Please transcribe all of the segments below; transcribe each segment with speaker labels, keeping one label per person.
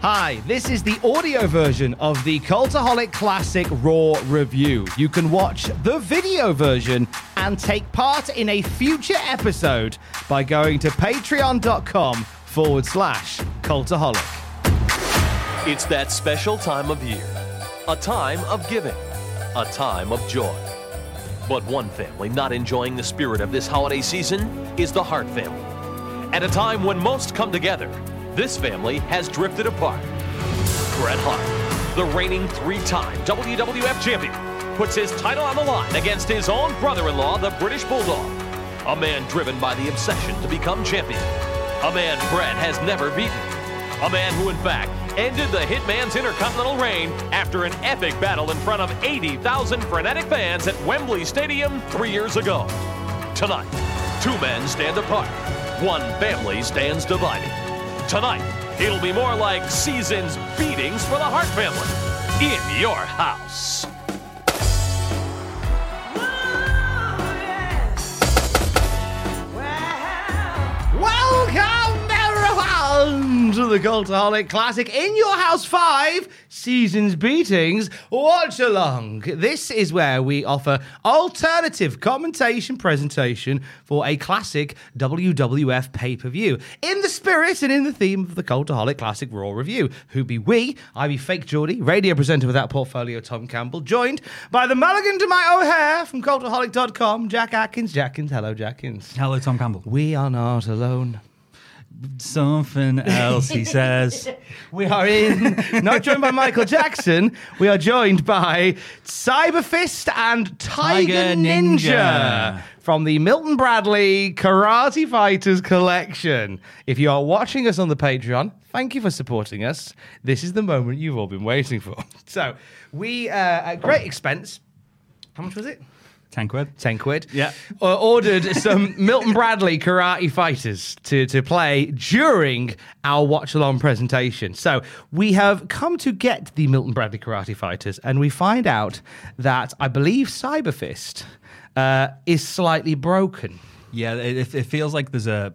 Speaker 1: Hi, this is the audio version of the Cultaholic Classic Raw Review. You can watch the video version and take part in a future episode by going to patreon.com forward slash cultaholic.
Speaker 2: It's that special time of year, a time of giving, a time of joy. But one family not enjoying the spirit of this holiday season is the Hart family. At a time when most come together, this family has drifted apart. Bret Hart, the reigning three time WWF champion, puts his title on the line against his own brother in law, the British Bulldog, a man driven by the obsession to become champion, a man Bret has never beaten, a man who, in fact, ended the Hitman's Intercontinental reign after an epic battle in front of 80,000 frenetic fans at Wembley Stadium three years ago. Tonight, two men stand apart, one family stands divided. Tonight, it'll be more like season's beatings for the Hart family in your house.
Speaker 1: Welcome, everyone, to the Cultaholic Classic in your house five seasons beatings watch along. This is where we offer alternative commentation presentation for a classic WWF pay per view in the spirit and in the theme of the Cultaholic Classic Raw review. Who be we? I be Fake Geordie, radio presenter without portfolio Tom Campbell, joined by the Mulligan to my O'Hare from Cultaholic.com, Jack Atkins. Jackins, hello, Jackins.
Speaker 3: Hello, Tom Campbell.
Speaker 1: We are not alone.
Speaker 3: Something else he says.
Speaker 1: We are in, not joined by Michael Jackson, we are joined by Cyberfist and Tiger,
Speaker 3: Tiger
Speaker 1: Ninja.
Speaker 3: Ninja.
Speaker 1: from the Milton Bradley Karate Fighters collection. If you are watching us on the Patreon, thank you for supporting us. This is the moment you've all been waiting for. So, we, uh, at great expense, how much was it?
Speaker 3: Ten quid.
Speaker 1: 10 quid.
Speaker 3: Yeah.
Speaker 1: Uh, ordered some Milton Bradley karate fighters to, to play during our watch along presentation. So we have come to get the Milton Bradley karate fighters, and we find out that I believe Cyberfist uh, is slightly broken.
Speaker 3: Yeah, it, it- it feels like there's a.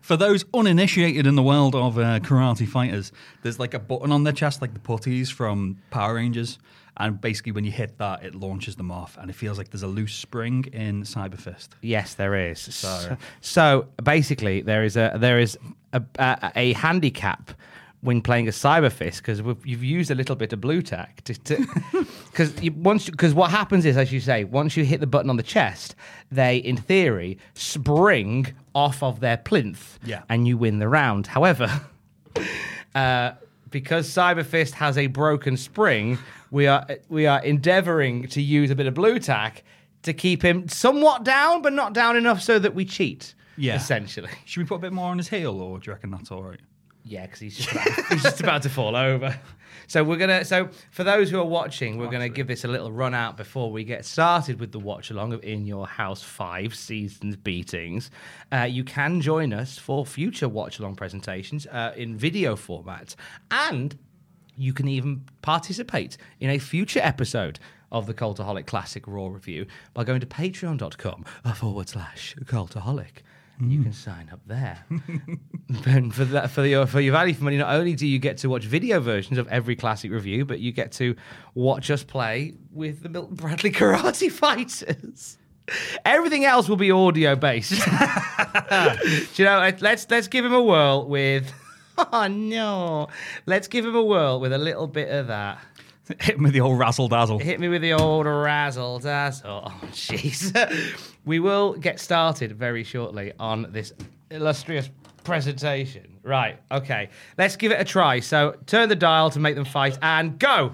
Speaker 3: For those uninitiated in the world of uh, karate fighters, there's like a button on their chest, like the puttees from Power Rangers, and basically when you hit that, it launches them off, and it feels like there's a loose spring in Cyber Fist.
Speaker 1: Yes, there is. So, so basically, there is a there is a, a, a handicap when playing a cyber fist because you've used a little bit of blue tack to because once because what happens is as you say once you hit the button on the chest they in theory spring off of their plinth
Speaker 3: Yeah.
Speaker 1: and you win the round however uh, because cyberfist has a broken spring we are we are endeavoring to use a bit of blue tack to keep him somewhat down but not down enough so that we cheat
Speaker 3: Yeah.
Speaker 1: essentially
Speaker 3: Should we put a bit more on his heel, or do you reckon that's all right?
Speaker 1: yeah, because he's just about, he's just about to fall over. So we're gonna. So for those who are watching, we're gonna give this a little run out before we get started with the watch along of In Your House Five Seasons Beatings. Uh, you can join us for future watch along presentations uh, in video format, and you can even participate in a future episode of the Cultaholic Classic Raw Review by going to patreon.com forward slash cultaholic and you can sign up there. Ben, for that, for your for your value for money, not only do you get to watch video versions of every classic review, but you get to watch us play with the Milton Bradley Karate Fighters. Everything else will be audio based. do you know? let- Let's let's give him a whirl with. Oh no! Let's give him a whirl with a little bit of that.
Speaker 3: Hit him with the old razzle dazzle.
Speaker 1: Hit me with the old razzle dazzle. Oh, jeez. we will get started very shortly on this illustrious presentation. Right, okay. Let's give it a try. So turn the dial to make them fight and go.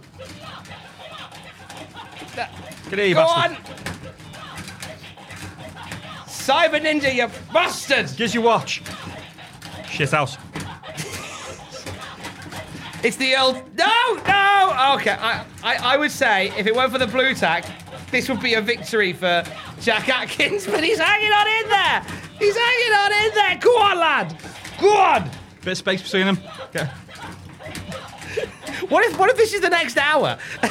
Speaker 3: Get here, you
Speaker 1: Go
Speaker 3: bastard.
Speaker 1: on. Cyber Ninja, you bastard!
Speaker 3: Here's your watch. Shit house.
Speaker 1: It's the old. No, no! Okay, I, I, I would say if it weren't for the blue tack, this would be a victory for Jack Atkins, but he's hanging on in there! He's hanging on in there! Go on, lad! Go on!
Speaker 3: Bit of space between them.
Speaker 1: What if, what if this is the next hour?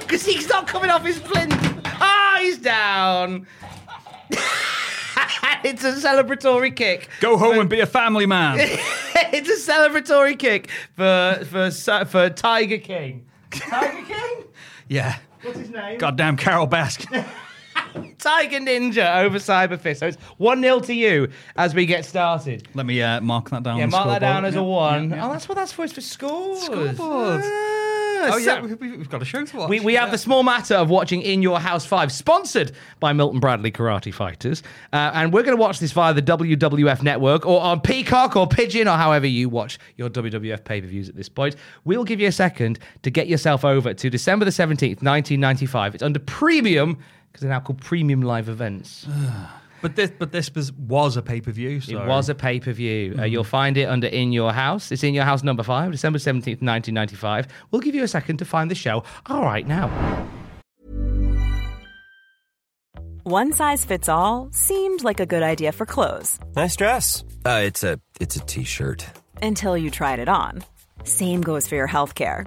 Speaker 1: Because he's not coming off his flint. Ah, he's down! it's a celebratory kick.
Speaker 3: Go home and be a family man.
Speaker 1: it's a celebratory kick for for for Tiger King. Tiger King?
Speaker 3: yeah.
Speaker 1: What's his name?
Speaker 3: Goddamn Carol Baskin.
Speaker 1: Tiger Ninja over Cyber Fist. So it's 1 0 to you as we get started.
Speaker 3: Let me uh, mark that down.
Speaker 1: Yeah,
Speaker 3: on the
Speaker 1: mark that
Speaker 3: scoreboard.
Speaker 1: down as
Speaker 3: Yeah,
Speaker 1: a 1.
Speaker 3: yeah, yeah.
Speaker 1: Oh, that's what that's for. It's for scores.
Speaker 3: Scoreboard.
Speaker 1: Ah, so-
Speaker 3: Oh, yeah, we, we- we've got a show to watch.
Speaker 1: we, we have the small matter of watching In Your House 5, sponsored by Milton Bradley Karate Fighters. Uh, and we're going to watch this via the WWF network or on Peacock or Pigeon or however you watch your WWF pay per views at this point. We'll give you a second to get yourself over to December the 17th, 1995. It's under premium because they're now called premium live events.
Speaker 3: But this, but this was, was a pay per view. So.
Speaker 1: It was a pay per view. Uh, you'll find it under In Your House. It's In Your House number five, December 17th, 1995. We'll give you a second to find the show. All right, now.
Speaker 4: One size fits all seemed like a good idea for clothes
Speaker 5: Nice dress. Uh, it's a it's a t-shirt.
Speaker 4: until you tried it on. Same goes for your healthcare.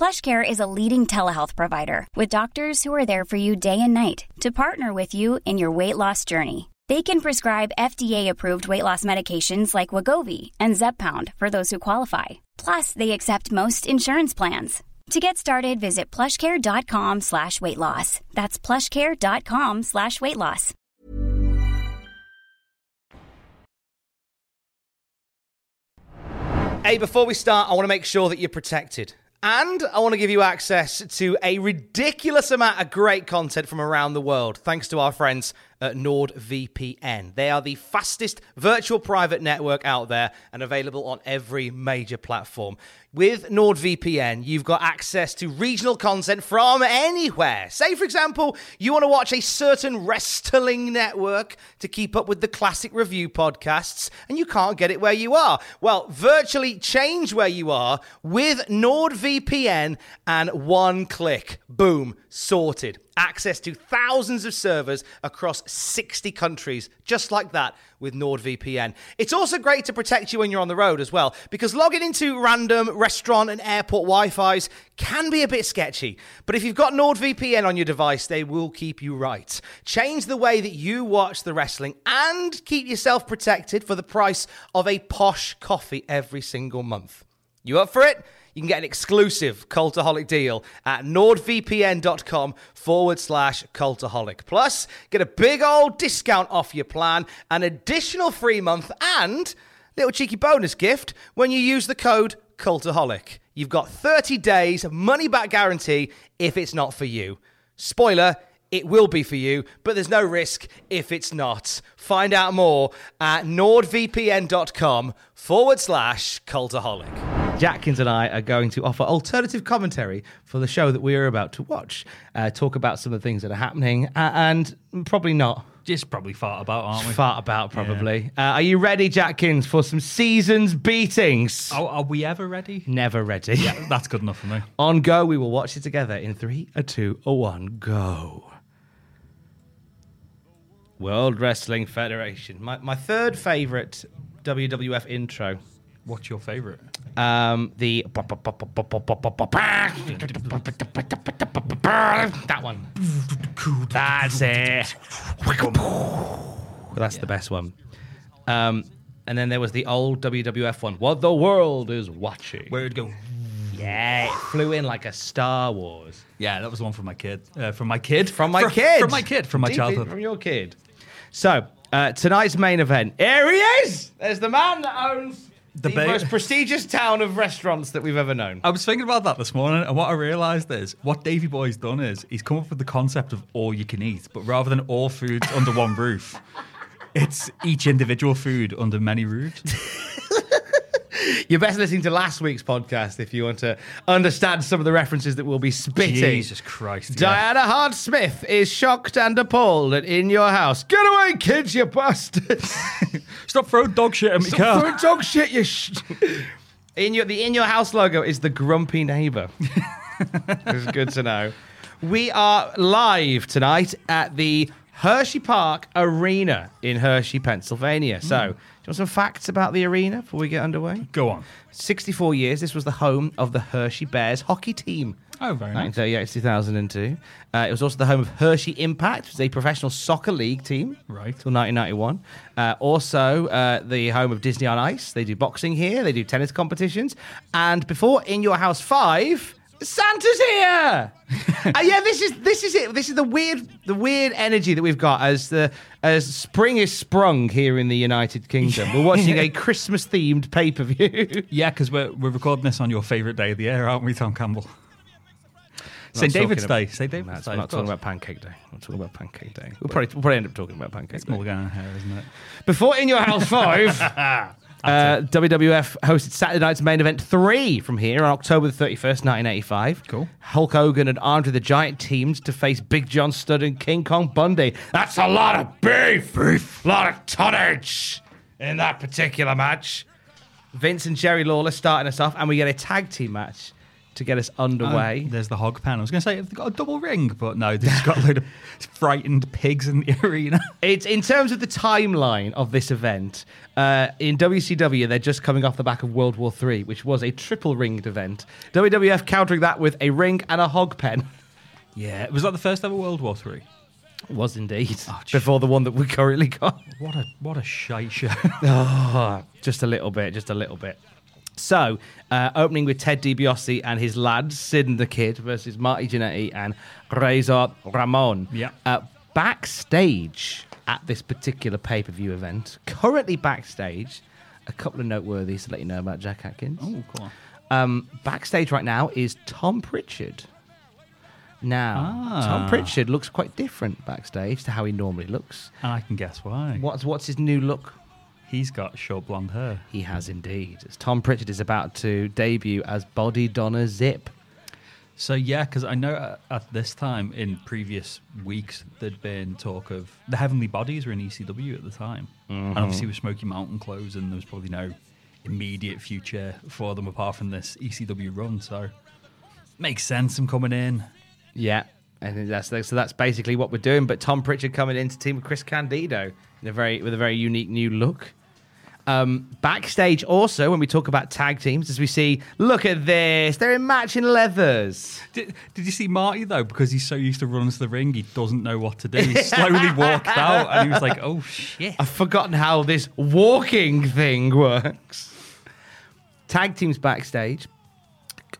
Speaker 6: PlushCare is a leading telehealth provider with doctors who are there for you day and night to partner with you in your weight loss journey. They can prescribe FDA-approved weight loss medications like Wagovi and Zepbound for those who qualify. Plus, they accept most insurance plans. To get started, visit plushcare.com slash weight loss. That's plushcare.com slash weight loss.
Speaker 1: Hey, before we start, I want to make sure that you're protected. And I want to give you access to a ridiculous amount of great content from around the world, thanks to our friends at NordVPN. They are the fastest virtual private network out there and available on every major platform. With NordVPN, you've got access to regional content from anywhere. Say, for example, you want to watch a certain wrestling network to keep up with the classic review podcasts, and you can't get it where you are. Well, virtually change where you are with NordVPN and one click. Boom, sorted. Access to thousands of servers across 60 countries, just like that with NordVPN. It's also great to protect you when you're on the road as well, because logging into random restaurant and airport Wi Fi's can be a bit sketchy. But if you've got NordVPN on your device, they will keep you right. Change the way that you watch the wrestling and keep yourself protected for the price of a posh coffee every single month. You up for it? you can get an exclusive Cultaholic deal at nordvpn.com forward slash Cultaholic. Plus, get a big old discount off your plan, an additional free month, and little cheeky bonus gift when you use the code Cultaholic. You've got 30 days money back guarantee if it's not for you. Spoiler, it will be for you, but there's no risk if it's not. Find out more at nordvpn.com forward slash cultaholic. Jackins and I are going to offer alternative commentary for the show that we are about to watch, uh, talk about some of the things that are happening, uh, and probably not
Speaker 3: Just probably fart about, aren't we?
Speaker 1: fart about, probably. Uh, are you ready, Jackins, for some seasons beatings?
Speaker 3: Are, are we ever ready?
Speaker 1: Never ready.
Speaker 3: That's good enough for me.
Speaker 1: On go, we will watch it together in three, a two, a one, go. World Wrestling Federation. My, my third favourite WWF intro.
Speaker 3: What's your favourite?
Speaker 1: Um, the. That one. That's it. That's the best one. Um, and then there was the old WWF one. What the world is watching.
Speaker 3: Where it'd go.
Speaker 1: Yeah, it flew in like a Star Wars.
Speaker 3: Yeah, that was the one from my kid. Uh, from my kid.
Speaker 1: From my kid.
Speaker 3: From my kid. From my
Speaker 1: Deep- From
Speaker 3: childhood.
Speaker 1: your kid. So, uh, tonight's main event. Here he is! There's the man that owns the,
Speaker 3: The ba-
Speaker 1: most prestigious town of restaurants that we've ever known.
Speaker 3: I was thinking about that this morning, and what I realised is what Davy Boy's done is he's come up with the concept of all you can eat, but rather than all foods under one roof, it's each individual food under many roofs.
Speaker 1: You're best listening to last week's podcast if you want to understand some of the references that we'll be spitting.
Speaker 3: Jesus Christ, yeah.
Speaker 1: Diana Hart Smith is shocked and appalled at In Your House. Get away, kids, you bastards!
Speaker 3: Stop throwing dog shit at me,
Speaker 1: Stop
Speaker 3: car.
Speaker 1: throwing dog shit, you sh- In your the in your house logo is the grumpy neighbour. it's good to know. We are live tonight at the Hershey Park Arena in Hershey, Pennsylvania. So,
Speaker 3: Hmm.
Speaker 1: do you want some facts about the arena before we get underway?
Speaker 3: Go on.
Speaker 1: 64 years, this was the home of the Hershey Bears hockey team.
Speaker 3: Oh, very nice.
Speaker 1: 1938 to 2002. Uh, it was also the home of Hershey Impact, which is a professional soccer league team.
Speaker 3: Right.
Speaker 1: Till 1991. Uh, also, uh, the home of Disney on Ice. They do boxing here, they do tennis competitions. And before In Your House 5, Santa's here! uh, yeah, this is this is it. This is the weird the weird energy that we've got as the as spring is sprung here in the United Kingdom. We're watching a Christmas themed pay per view.
Speaker 3: Yeah, because we're, we're recording this on your favourite day of the year, aren't we, Tom Campbell? St. David's Day. St.
Speaker 1: No,
Speaker 3: David's
Speaker 1: I'm
Speaker 3: Day.
Speaker 1: not talking about Pancake Day. I'm talking about Pancake Day. We'll probably, we'll probably end up talking about Pancake Day.
Speaker 3: all going on here, isn't it?
Speaker 1: Before In Your House 5, uh, WWF hosted Saturday night's main event 3 from here on October the 31st, 1985.
Speaker 3: Cool.
Speaker 1: Hulk Hogan and Andre the Giant teamed to face Big John Studd and King Kong Bundy. That's a lot of beef! Beef! lot of tonnage in that particular match. Vince and Jerry Lawler starting us off, and we get a tag team match to get us underway.
Speaker 3: Oh, there's the hog pen. I was going to say, have they got a double ring? But no, they've just got a load of frightened pigs in the arena.
Speaker 1: It's in terms of the timeline of this event. Uh, in WCW, they're just coming off the back of World War III, which was a triple ringed event. WWF countering that with a ring and a hog pen.
Speaker 3: Yeah, was that the first ever World War Three?
Speaker 1: Was indeed
Speaker 3: gee.
Speaker 1: before the one that we currently got.
Speaker 3: What a what a shite show.
Speaker 1: Just a little bit, just a little bit. So, uh, opening with Ted DiBiase and his lads, Sid and the Kid versus Marty Jannetty and Razor Ramon.
Speaker 3: Yeah.
Speaker 1: Uh, backstage at this particular pay per view event, currently backstage, a couple of noteworthies to let you know about Jack Atkins.
Speaker 3: oh, cool.
Speaker 1: Um, backstage right now is Tom Pritchard. Now,
Speaker 3: Ah.
Speaker 1: Tom Pritchard looks quite different backstage to how he normally looks.
Speaker 3: And I can guess why.
Speaker 1: What's, what's his new look?
Speaker 3: He's got short blonde hair.
Speaker 1: He has indeed. As Tom Pritchard is about to debut as Body Donna Zip.
Speaker 3: So yeah, because I know at, at this time in previous weeks there'd been talk of the Heavenly Bodies were in ECW at the time, and obviously with Smoky Mountain clothes, and there was probably no immediate future for them apart from this ECW run. So makes sense them coming in.
Speaker 1: Yeah, and then that's so that's basically what we're doing. But Tom Pritchard coming in to team with Chris Candido in a very with a very unique new look. Um, backstage also, when we talk about tag teams, as we see, look at this, they're in matching leathers.
Speaker 3: Did, did you see Marty though? Because he's so used to running to the ring, he doesn't know what to do. He slowly walked out, and he was like, "Oh shit!"
Speaker 1: I've forgotten how this walking thing works. Tag teams backstage.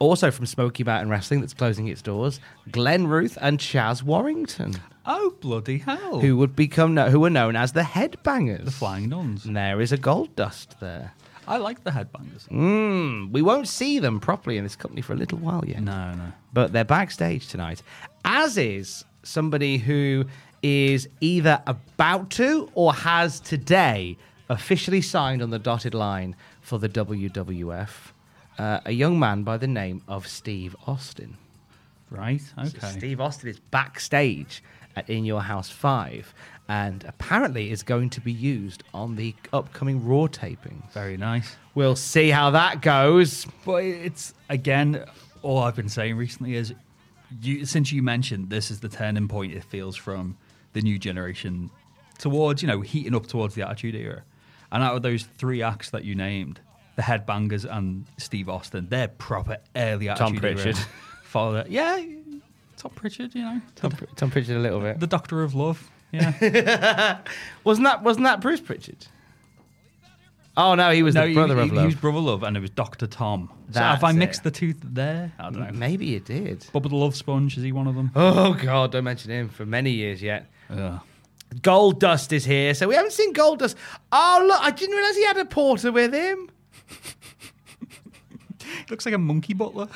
Speaker 1: Also from Smoky Mountain Wrestling, that's closing its doors, Glenn Ruth and Chaz Warrington,
Speaker 3: Oh, bloody hell.
Speaker 1: who would become kno- who were known as the Headbangers.
Speaker 3: The Flying Nuns.
Speaker 1: And there is a gold dust there.
Speaker 3: I like the headbangers.
Speaker 1: Hmm, we won't see them properly in this company for a little while yet.
Speaker 3: No, no.
Speaker 1: But they're backstage tonight, as is somebody who is either about to or has today officially signed on the dotted line for the WWF, uh, a young man by the name of Steve Austin.
Speaker 3: Right?
Speaker 1: So
Speaker 3: Okay.
Speaker 1: Steve Austin is backstage at In Your House 5 and apparently is going to be used on the upcoming Raw taping.
Speaker 3: Very nice.
Speaker 1: We'll see how that goes.
Speaker 3: But it's again, all I've been saying recently is, you, since you mentioned this is the turning point, it feels from the new generation towards you know heating up towards the Attitude Era, and out of those three acts that you named, the Headbangers and Steve Austin, they're proper early Attitude
Speaker 1: Pritchard.
Speaker 3: Era. Father, yeah, Tom Pritchard, you know,
Speaker 1: Tom, Tom Pritchard a little bit.
Speaker 3: the Doctor of Love, yeah,
Speaker 1: Wasn't that wasn't that Bruce Pritchard? Oh no, he was the
Speaker 3: he-
Speaker 1: brother
Speaker 3: he,
Speaker 1: of love.
Speaker 3: He was brother love, and it was Doctor Tom. So
Speaker 1: That's
Speaker 3: have I
Speaker 1: it.
Speaker 3: mixed the two there? Mm. I don't know.
Speaker 1: Maybe he did.
Speaker 3: Bubba the Love Sponge is he one of them?
Speaker 1: Oh god, don't mention him for many years yet.
Speaker 3: Ugh.
Speaker 1: Gold Dust is here, so we haven't seen Gold Dust. Oh look, I didn't realize he had a porter with him.
Speaker 3: Looks like a monkey butler.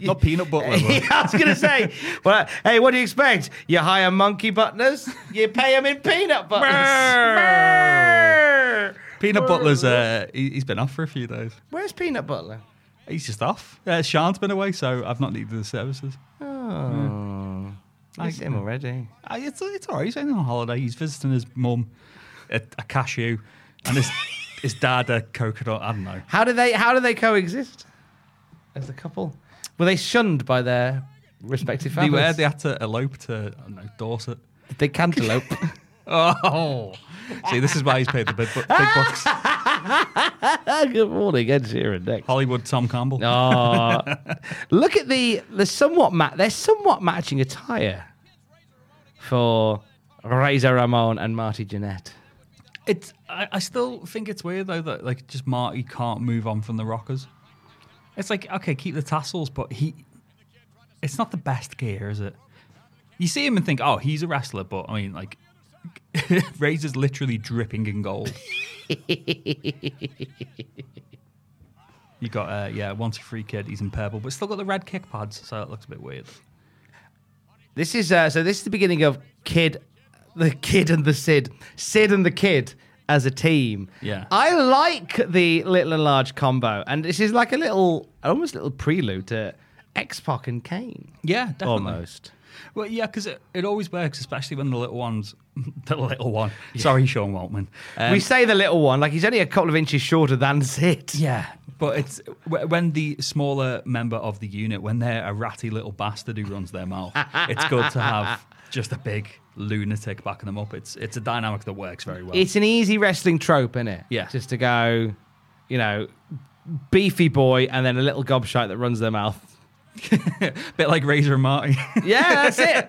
Speaker 3: Not peanut butler.
Speaker 1: Yeah, I was gonna say, well, hey, what do you expect? You hire monkey butlers, you pay them in peanut butters. Brrr.
Speaker 3: peanut butler's uh, he, he's been off for a few days.
Speaker 1: Where's Peanut Butler?
Speaker 3: He's just off. Uh, Sean's been away, so I've not needed his services.
Speaker 1: Oh, I see him already.
Speaker 3: Uh, it's it's all right. He's been on holiday. He's visiting his mum at a cashew, and his his dad a coconut. I don't know.
Speaker 1: How do they how do they coexist as a couple? Were they shunned by their respective
Speaker 3: They
Speaker 1: families?
Speaker 3: were. They had to elope to I don't know Dorset.
Speaker 1: Did they cantaloupe?
Speaker 3: Oh, see, this is why he's paid the big, bu- big bucks.
Speaker 1: Ah, Good morning, Ed Sheeran next.
Speaker 3: Hollywood Tom Campbell.
Speaker 1: Oh, look at the the somewhat ma- they're somewhat matching attire for Razor Ramon and Marty Jannetty.
Speaker 3: It's. I, I still think it's weird though that like just Marty can't move on from the Rockers. It's like okay, keep the tassels, but he. It's not the best gear, is it? You see him and think, oh, he's a wrestler, but I mean, like, Razor's literally dripping in gold. you got uh, yeah, one two three kid. He's in purple, but still got the red kick pads, so that looks a bit weird.
Speaker 1: This is uh, so. This is the beginning of Kid, the Kid and the Sid, Sid and the Kid as a team.
Speaker 3: Yeah.
Speaker 1: I like the little and large combo, and this is like a little, almost little prelude to X Pac and Kane,
Speaker 3: Yeah, definitely.
Speaker 1: almost.
Speaker 3: Well, yeah, because it, it always works, especially when the little ones, the little one. Sorry, Sean Waltman. Um,
Speaker 1: we say the little one, like he's only a couple of inches shorter than Sid.
Speaker 3: yeah, but it's wh- when the smaller member of the unit, when they're a ratty little bastard who runs their mouth, it's good to have just a big lunatic backing them up. It's it's a dynamic that works very well.
Speaker 1: It's an easy wrestling trope, isn't it?
Speaker 3: Yeah.
Speaker 1: Just to go, you know, beefy boy, and then a little gobshite that runs their mouth.
Speaker 3: a bit like Razor and Marty.
Speaker 1: Yeah, that's it.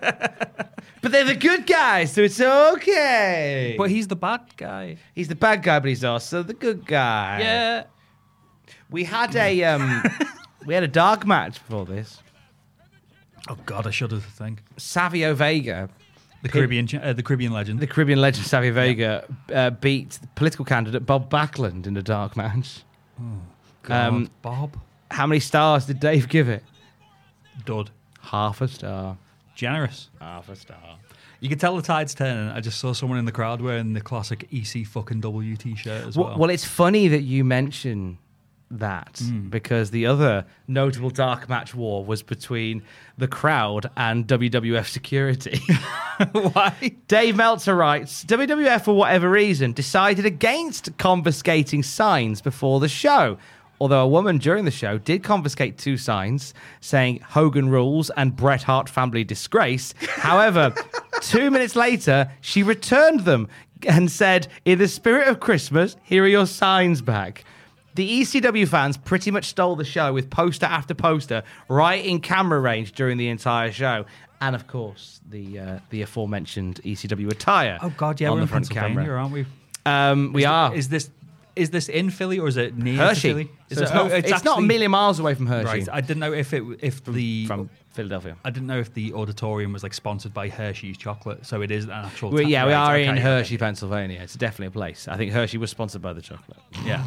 Speaker 1: but they're the good guys, so it's okay.
Speaker 3: but he's the bad guy.
Speaker 1: He's the bad guy, but he's also the good guy.
Speaker 3: Yeah.
Speaker 1: We had a um, we had a dark match before this.
Speaker 3: Oh God, I should have think
Speaker 1: Savio Vega,
Speaker 3: the Caribbean, cha- uh, the Caribbean legend.
Speaker 1: the Caribbean legend Savio Vega, uh, beat the political candidate Bob Backlund in a dark match.
Speaker 3: God,
Speaker 1: um,
Speaker 3: Bob
Speaker 1: How many stars did Dave give it?
Speaker 3: Dodd,
Speaker 1: Half a star.
Speaker 3: generous.
Speaker 1: Half a star.
Speaker 3: You could tell the tide's turning. I just saw someone in the crowd wearing the classic EC fucking W t-shirt as well.
Speaker 1: Well, well, it's funny that you mention that because the other notable dark match war was between the crowd and WWF security.
Speaker 3: why?
Speaker 1: Dave Meltzer writes WWF, for whatever reason, decided against confiscating signs before the show. Although a woman during the show did confiscate two signs saying Hogan Rules and Bret Hart Family Disgrace. However, two minutes later, she returned them and said, In the spirit of Christmas, here are your signs back. The ECW fans pretty much stole the show with poster after poster, right in camera range during the entire show, and of course the uh, the aforementioned ECW attire.
Speaker 3: Oh God, yeah,
Speaker 1: on
Speaker 3: we're
Speaker 1: the
Speaker 3: in
Speaker 1: front
Speaker 3: Pennsylvania,
Speaker 1: camera.
Speaker 3: aren't we?
Speaker 1: Um, we are.
Speaker 3: Is this is this in Philly or is it near to
Speaker 1: Hershey.
Speaker 3: Philly?
Speaker 1: So
Speaker 3: Is
Speaker 1: it's,
Speaker 3: it-
Speaker 1: not,
Speaker 3: oh,
Speaker 1: it's not a
Speaker 3: actually-
Speaker 1: million miles away from Hershey.
Speaker 3: Right. I Oh. didn't know if it if the
Speaker 1: from Philadelphia.
Speaker 3: I didn't know if the auditorium was like sponsored by Hershey's chocolate, so it is an actual.
Speaker 1: Well,
Speaker 3: ta-
Speaker 1: yeah, we
Speaker 3: right,
Speaker 1: are
Speaker 3: okay,
Speaker 1: in
Speaker 3: okay,
Speaker 1: Hershey, Pennsylvania. It's definitely a place. I think Hershey was sponsored by the chocolate.
Speaker 3: Yeah.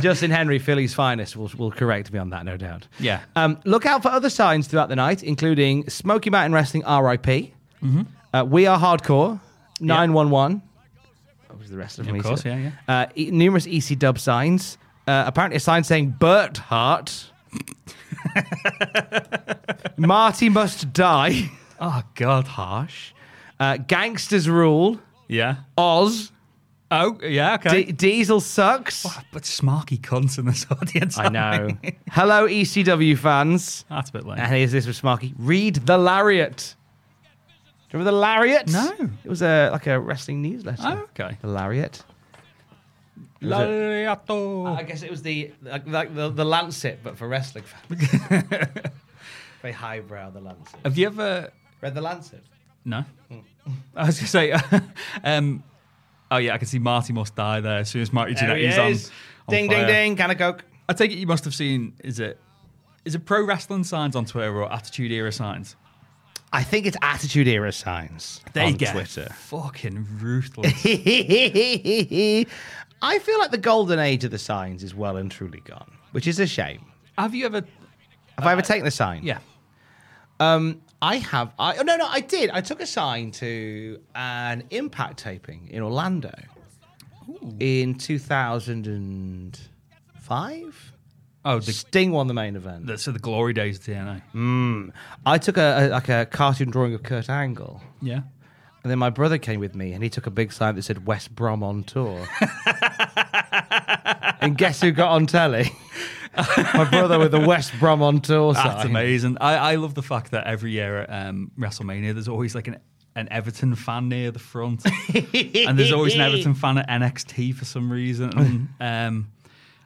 Speaker 1: Justin Henry, Philly's finest, will, will correct me on that, no doubt.
Speaker 3: Yeah.
Speaker 1: Um, look out for other signs throughout the night, including Smoky Mountain Wrestling RIP, uh, We Are Hardcore, 911. That was the rest of them.
Speaker 3: Of course, yeah, yeah.
Speaker 1: Uh, e- numerous EC dub signs. Uh, apparently, a sign saying Bert Hart. Marty must die.
Speaker 3: Oh God.
Speaker 1: Harsh. Uh, gangsters rule.
Speaker 3: Yeah.
Speaker 1: Oz.
Speaker 3: Oh yeah. Okay.
Speaker 1: D- Diesel sucks.
Speaker 3: but smarky cunts in this audience.
Speaker 1: I
Speaker 3: aren't
Speaker 1: know.
Speaker 3: they?
Speaker 1: Hello, ECW fans.
Speaker 3: That's a bit lame.
Speaker 1: And here's this with Smarky. Read the Lariat. Do you remember the Lariat?
Speaker 3: No.
Speaker 1: It was a like a wrestling newsletter.
Speaker 3: Oh, okay.
Speaker 1: The Lariat. I
Speaker 3: Lariato.
Speaker 1: guess it was the like, like the, the Lancet, but for wrestling fans. Very highbrow, the Lancet.
Speaker 3: Have you ever?
Speaker 1: Read the Lancet.
Speaker 3: No. I was gonna say. um, oh yeah, I can see Marty must die there. As soon as Marty
Speaker 1: There he
Speaker 3: Jannetty's on,
Speaker 1: is.
Speaker 3: on
Speaker 1: ding, ding,
Speaker 3: fire.
Speaker 1: ding. Can of Coke.
Speaker 3: I take it you must have seen. Is it? Is it pro wrestling signs on Twitter or Attitude Era signs?
Speaker 1: I think it's Attitude Era signs
Speaker 3: They
Speaker 1: on
Speaker 3: get
Speaker 1: Twitter.
Speaker 3: fucking ruthless.
Speaker 1: I feel like the golden age of the signs is well and truly gone, which is a shame.
Speaker 3: have you ever?
Speaker 1: Have I ever taken a sign?
Speaker 3: Yeah.
Speaker 1: I have. I, oh, no, no, I did. I took a sign to an impact taping in Orlando in 2005.
Speaker 3: Oh, the,
Speaker 1: Sting won the main event.
Speaker 3: the so the glory days of TNA.
Speaker 1: Mm. I took a, a like a cartoon drawing of Kurt Angle.
Speaker 3: Yeah.
Speaker 1: And then my brother came with me, and he took a big sign that said "West Brom on tour." and guess who got on telly? my brother with the West Brom on tour sign.
Speaker 3: That's amazing. I, I love the fact that every year at um, WrestleMania, there's always like an an Everton fan near the front, and there's always an Everton fan at NXT for some reason. um,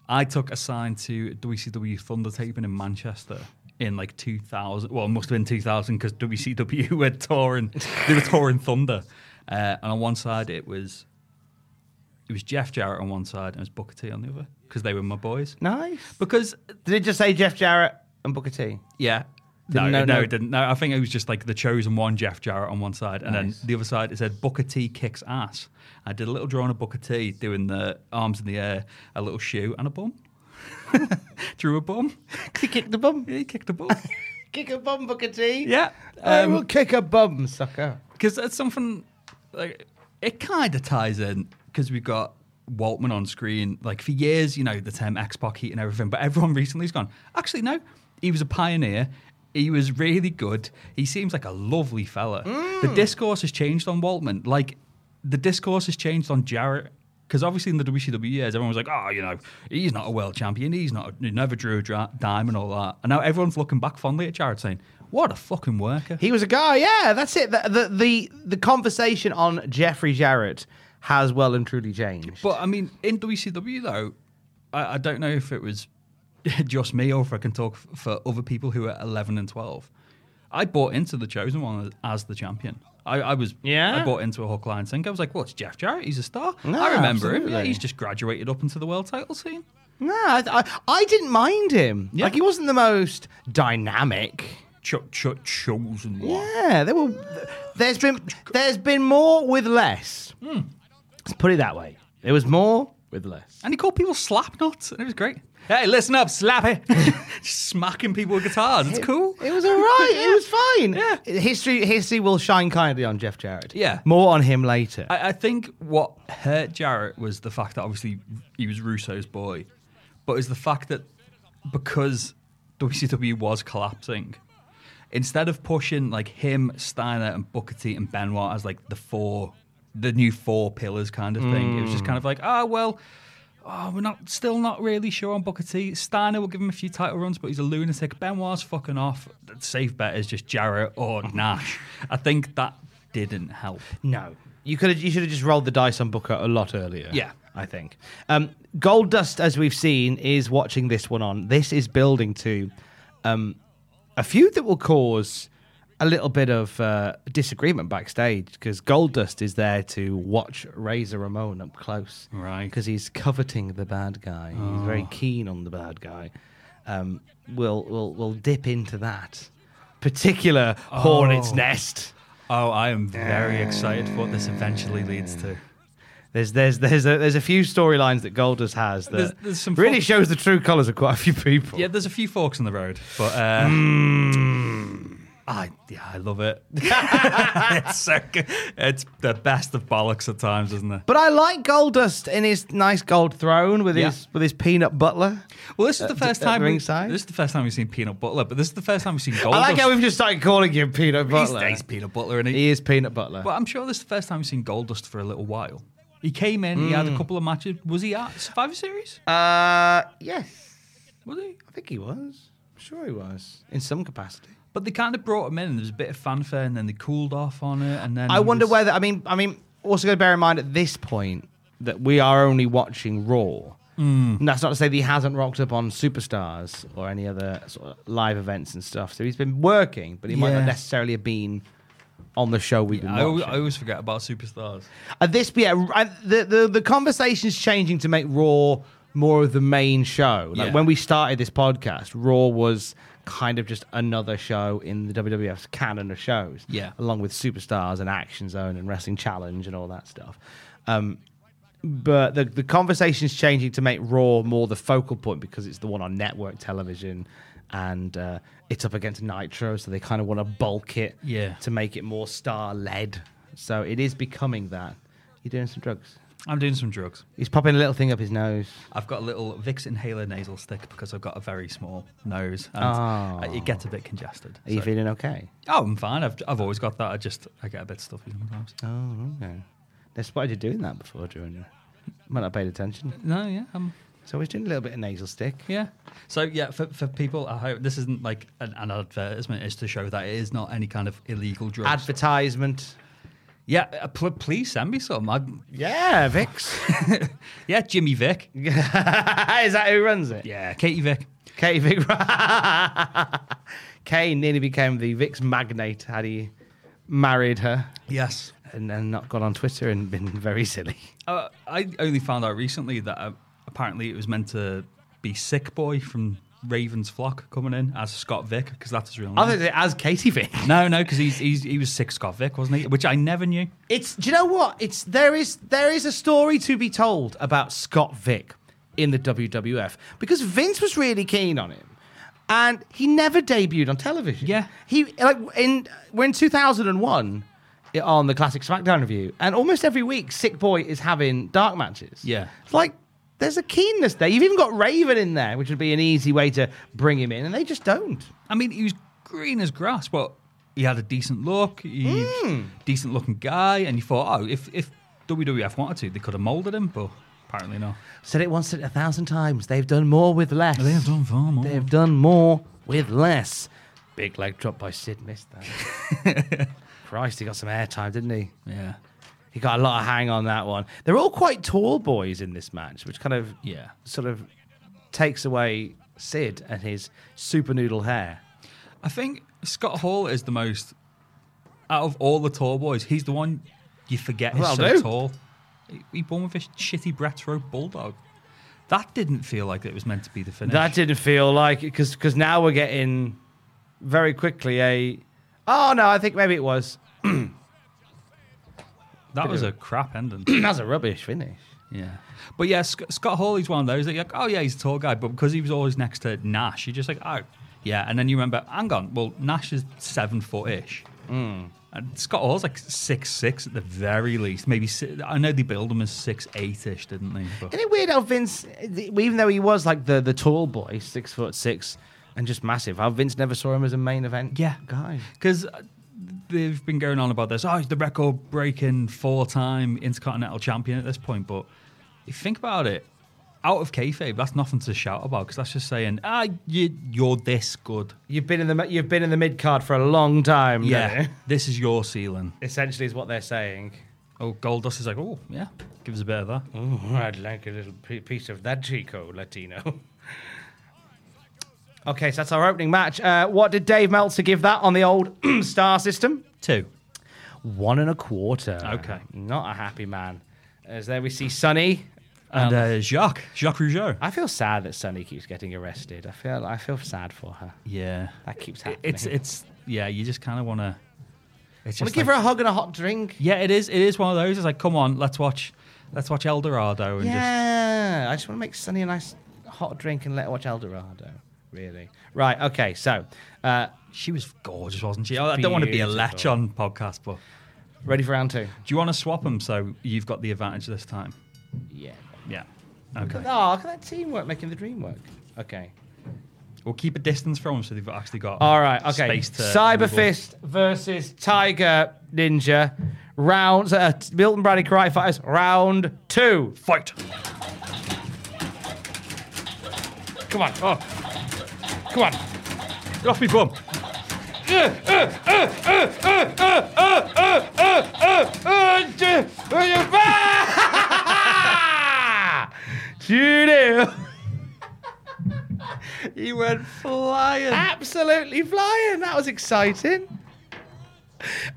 Speaker 3: I took a sign to WCW Thunder taping in Manchester in like 2000. Well, it must have been 2000 because WCW were touring. They were touring Thunder, uh, and on one side it was it was Jeff Jarrett on one side and it was Booker T on the other because they were my boys.
Speaker 1: Nice.
Speaker 3: Because
Speaker 1: Did it just say Jeff Jarrett and Booker T?
Speaker 3: yeah. No,
Speaker 1: Didn't know-
Speaker 3: no,
Speaker 1: no.
Speaker 3: it didn't. No, I think it was just like the chosen one, Jeff Jarrett, on one side, and
Speaker 1: Nice.
Speaker 3: then the other side it said Booker T kicks ass. I did a little drawing of Booker T doing the arms in the air, a little shoe, and a bum. Drew a bum.
Speaker 1: He kicked the bum.
Speaker 3: Yeah, he kicked a bum.
Speaker 1: Kick a bum, Booker T.
Speaker 3: yeah, Um,
Speaker 1: I will kick a bum, sucker.
Speaker 3: because that's something like it kind of ties in because we've got Waltman on screen. Like for years, you know, the term X Pac heat and everything, but everyone recently has gone, actually, no, he was a pioneer. He was really good. He seems like a lovely fella. The discourse has changed on Waltman. Like the discourse has changed on Jarrett. Because obviously in the WCW years, everyone was like, oh, you know, he's not a world champion. He's not, he never drew a dra- dime and all that. And now everyone's looking back fondly at Jarrett saying, what a fucking worker.
Speaker 1: He was a guy. Yeah, that's it. The the the, the conversation on Jeffrey Jarrett has well and truly changed.
Speaker 3: But I mean, in WCW though, I, I don't know if it was just me or if I can talk f- for other people who are eleven and twelve. I bought into the chosen one as, as the champion. I, I was
Speaker 1: Yeah?
Speaker 3: I bought into a hook line sink. I was like, well, it's Jeff Jarrett. He's a star.
Speaker 1: No,
Speaker 3: I remember him. Yeah,
Speaker 1: absolutely.
Speaker 3: he's just graduated up into the world title scene.
Speaker 1: No, I, I, I didn't mind him.
Speaker 3: Yeah.
Speaker 1: Like he wasn't the most dynamic.
Speaker 3: Ch- ch- chosen one.
Speaker 1: Yeah, there were. There's been there's been more with less. Let's put it that way. There was more with less.
Speaker 3: And he called people slap nuts, and it was great. Hey, listen up, slap it. Just smacking people with guitars. It's cool.
Speaker 1: It was all right. It was fine.
Speaker 3: Yeah.
Speaker 1: History history will shine kindly on Jeff Jarrett.
Speaker 3: Yeah.
Speaker 1: More on him later.
Speaker 3: I, I think what hurt Jarrett was the fact that obviously he was Russo's boy, but is the fact that because WCW was collapsing, instead of pushing like him, Steiner, and Booker T and Benoit as like the four, the new four pillars kind of thing, it was just kind of like, oh well. Oh, we're not still not really sure on Booker T. Steiner will give him a few title runs, but he's a lunatic. Benoit's fucking off. The safe bet is just Jarrett or Nash. I think that didn't help.
Speaker 1: No, you could have, you should have just rolled the dice on Booker a lot earlier.
Speaker 3: Yeah.
Speaker 1: I think. Um, Gold Dust, as we've seen, is watching this one on. This is building to um, a feud that will cause a little bit of uh, disagreement backstage because Goldust is there to watch Razor Ramon up close.
Speaker 3: Right. Oh.
Speaker 1: Because he's coveting the bad guy. He's very keen on the bad guy. Um, we'll, we'll, we'll dip into that particular hornet's nest.
Speaker 3: Oh, I am very excited for what this eventually leads to.
Speaker 1: There's there's there's a, there's a few storylines that Goldust has that
Speaker 3: There's- there's some
Speaker 1: really
Speaker 3: fun-
Speaker 1: shows the true colours of quite a few people.
Speaker 3: Yeah, there's a few forks in the road, but uh, Hmm. I yeah, I love it. it's so good. It's the best of bollocks at times, isn't it?
Speaker 1: But I like Goldust in his nice gold throne with
Speaker 3: Yeah.
Speaker 1: his with his peanut butler.
Speaker 3: Well, this is the first
Speaker 1: at
Speaker 3: time we-
Speaker 1: ringside?
Speaker 3: this is the first time we've seen Peanut Butler, but this is the first time we've seen Goldust.
Speaker 1: I like how we've just started calling him Peanut
Speaker 3: he's,
Speaker 1: Butler.
Speaker 3: he's Peanut Butler, and he,
Speaker 1: he is Peanut Butler.
Speaker 3: But I'm sure this is the first time we've seen Goldust for a little while. He came in, he had a couple of matches. Was he at Survivor Series?
Speaker 1: Uh, yes,
Speaker 3: Was he?
Speaker 1: I think he was. I'm sure he was in some capacity.
Speaker 3: But they kind of brought him in, and there was a bit of fanfare, and then they cooled off on it, and then
Speaker 1: I
Speaker 3: he
Speaker 1: wonder
Speaker 3: was-
Speaker 1: whether I mean I mean also got to bear in mind at this point that we are only watching Raw.
Speaker 3: Mm.
Speaker 1: And that's not to say that he hasn't rocked up on superstars or any other sort of live events and stuff. So he's been working, but he might not
Speaker 3: Yeah.
Speaker 1: necessarily have been on the show we've been
Speaker 3: I always,
Speaker 1: watching.
Speaker 3: I always forget about superstars.
Speaker 1: At this, yeah, I, the, the the conversation's changing to make Raw more of the main show. Like
Speaker 3: Yeah.
Speaker 1: when we started this podcast, Raw was kind of just another show in the WWF's canon of shows.
Speaker 3: Yeah.
Speaker 1: along with Superstars and Action Zone and Wrestling Challenge and all that stuff. Um, but the the conversation's changing to make Raw more the focal point because it's the one on network television. And uh, it's up against Nitro, so they kind of want to bulk it
Speaker 3: Yeah.
Speaker 1: to make it more star led. So it is becoming that. You're doing some drugs.
Speaker 3: I'm doing some drugs.
Speaker 1: He's popping a little thing up his nose.
Speaker 3: I've got a little Vicks inhaler nasal stick because I've got a very small nose, and uh, it gets a bit congested.
Speaker 1: Are you
Speaker 3: so-
Speaker 1: feeling okay?
Speaker 3: Oh, I'm fine. I've, I've always got that. I just I get a bit stuffy sometimes.
Speaker 1: Oh, okay. They spotted you doing that before, during you? Might not have paid attention.
Speaker 3: No, yeah, I'm
Speaker 1: So he's doing a little bit of nasal stick.
Speaker 3: Yeah. So yeah, for, for people, I hope this isn't like an, an advertisement. It's to show that it is not any kind of illegal drugs.
Speaker 1: Advertisement.
Speaker 3: yeah, uh, pl- please send me some. I'm,
Speaker 1: Yeah, Vix.
Speaker 3: yeah, Jimmy Vick.
Speaker 1: is that who runs it?
Speaker 3: Yeah, Katie Vick.
Speaker 1: Kay Vic. Kay nearly became the Vix magnate had he married her
Speaker 3: Yes.
Speaker 1: and then not gone on Twitter and been very silly.
Speaker 3: Uh, I only found out recently that uh, apparently it was meant to be Sick Boy from Raven's Flock coming in as Scott Vick because that's his real name.
Speaker 1: Other than as Katie Vick.
Speaker 3: no, no, because he's, he's he was sick Scott Vick, wasn't he? Which I never knew.
Speaker 1: It's do you know what? It's there is there is a story to be told about Scott Vick in the WWF because Vince was really keen on him. And he never debuted on television.
Speaker 3: Yeah.
Speaker 1: He like in we're in 2001 i- on the classic SmackDown review and almost every week Sick Boy is having dark matches.
Speaker 3: Yeah.
Speaker 1: It's like there's a keenness there. You've even got Raven in there, which would be an easy way to bring him in and they just don't.
Speaker 3: I mean, he was green as grass, but he had a decent look. He's decent looking guy, and you thought, oh, if if WWF wanted to, they could have molded him, but apparently not.
Speaker 1: Said it once said it a thousand times. They've done more with less.
Speaker 3: They have done far more.
Speaker 1: They have done more with less. Big leg drop by Sid missed that. Christ, he got some airtime, didn't he?
Speaker 3: Yeah,
Speaker 1: He got a lot of hang on that one. They're all quite tall boys in this match, which kind of
Speaker 3: yeah.
Speaker 1: sort of takes away Sid and his super noodle hair.
Speaker 3: I think Scott Hall is the most out of all the tall boys. He's the one you forget is
Speaker 1: That'll
Speaker 3: so
Speaker 1: do.
Speaker 3: tall. He- He born with a shitty retro bulldog. That didn't feel like it was meant to be the finish.
Speaker 1: That didn't feel like it because now we're getting very quickly a. Oh no, I think maybe it was.
Speaker 3: that was a crap ending.
Speaker 1: That's a rubbish finish.
Speaker 3: Yeah, but yeah, Sc- Scott Hall is one of those that you're like, oh yeah, he's a tall guy, but because he was always next to Nash, you're just like, oh yeah, and then you remember, hang on, well Nash is seven foot ish,
Speaker 1: Hmm.
Speaker 3: and Scott Hall's like six six at the very least, maybe si I know they build him as six eight ish, didn't they? But,
Speaker 1: Isn't it weird how Vince, even though he was like the, the tall boy, six foot six, and just massive, how Vince never saw him as a main event
Speaker 3: yeah,
Speaker 1: guy?
Speaker 3: because they've been going on about this. Oh, he's the record breaking four time Intercontinental Champion at this point, but if you think about it. Out of kayfabe, that's nothing to shout about because that's just saying, ah, you, you're this good.
Speaker 1: You've been in the you've been in the mid card for a long time.
Speaker 3: Yeah,
Speaker 1: don't you?
Speaker 3: this is your ceiling.
Speaker 1: essentially is what they're saying.
Speaker 3: Oh, Goldust is like, oh yeah, give us a bit of that.
Speaker 1: Oh, I'd like a little p- piece of that Chico Latino. Okay, so that's our opening match. Uh, what did Dave Meltzer give that on the old star system?
Speaker 3: Two.
Speaker 1: One and a quarter.
Speaker 3: Okay.
Speaker 1: Not a happy man. As there we see Sonny.
Speaker 3: And uh, Jacques, Jacques Rougeau.
Speaker 1: I feel sad that Sonny keeps getting arrested. I feel I feel sad for her.
Speaker 3: Yeah.
Speaker 1: That keeps
Speaker 3: It-
Speaker 1: happening.
Speaker 3: It's, it's, yeah, you just kind of want to. It's
Speaker 1: I'm
Speaker 3: just
Speaker 1: gonna give
Speaker 3: like-
Speaker 1: her a hug and a hot drink.
Speaker 3: Yeah, it is. It is one of those. It's like, come on, let's watch, let's watch El Dorado and just
Speaker 1: Yeah, I just want to make Sunny a nice hot drink and let her watch El Dorado. Really? Right. Okay. So, uh,
Speaker 3: She was gorgeous, wasn't she? I don't want to be a
Speaker 1: Beautiful.
Speaker 3: latch on podcast, but do
Speaker 1: ready for round two?
Speaker 3: you want to swap them so you've got the advantage this time?
Speaker 1: Yeah.
Speaker 3: Yeah. Okay.
Speaker 1: Oh, look at that teamwork making the dream work. Okay.
Speaker 3: We'll keep a distance from them so they've actually got.
Speaker 1: All right. Okay.
Speaker 3: Space to
Speaker 1: Cyber
Speaker 3: maneuver.
Speaker 1: Fist versus Tiger Ninja. Round. Uh, Milton Bradley Karate Fighters. Round two.
Speaker 3: Fight.
Speaker 1: Come on. Oh. Come on.
Speaker 3: Get off me bum.
Speaker 1: Judy.
Speaker 3: He went flying.
Speaker 1: Absolutely flying. That was exciting.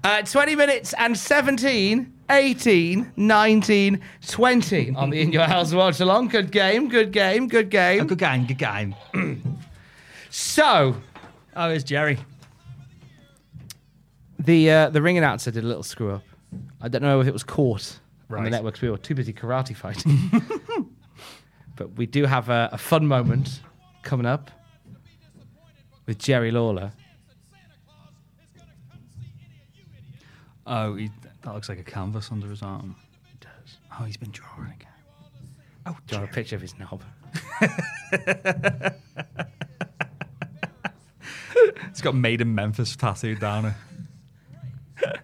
Speaker 1: Uh, 20 minutes and 17, 18, 19, 20 on the In Your House Watch Along. Good game, good game, good game.
Speaker 3: Good game. Good game.
Speaker 1: So,
Speaker 3: Oh, it's Jerry.
Speaker 1: the uh, the ring announcer did a little screw up. I don't know if it was caught on the
Speaker 3: Right.
Speaker 1: networks. We were too busy karate fighting. but we do have a, a fun moment coming up with Jerry Lawler.
Speaker 3: Oh, he, that looks like a canvas under his arm. It does. Oh, he's been drawing again.
Speaker 1: Do
Speaker 3: Oh,
Speaker 1: you want a
Speaker 3: Jerry.
Speaker 1: picture of his knob?
Speaker 3: It's got made in Memphis tattooed down it.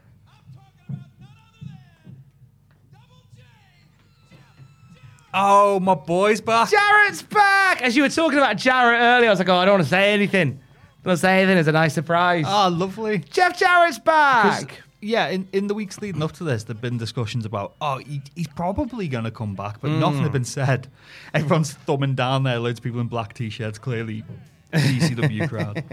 Speaker 3: oh, my boy's back.
Speaker 1: Jarrett's back! As you were talking about Jarrett earlier, I was like, oh, I don't want to say anything. Don't say anything. It's a nice surprise.
Speaker 3: Ah, lovely.
Speaker 1: Jeff Jarrett's back!
Speaker 3: Yeah, in, in the weeks leading up to this, there've been discussions about, oh, he, he's probably going to come back,
Speaker 1: Hmm.
Speaker 3: but nothing had been said. Everyone's thumbing down there. Loads of people in black t-shirts, clearly ECW crowd.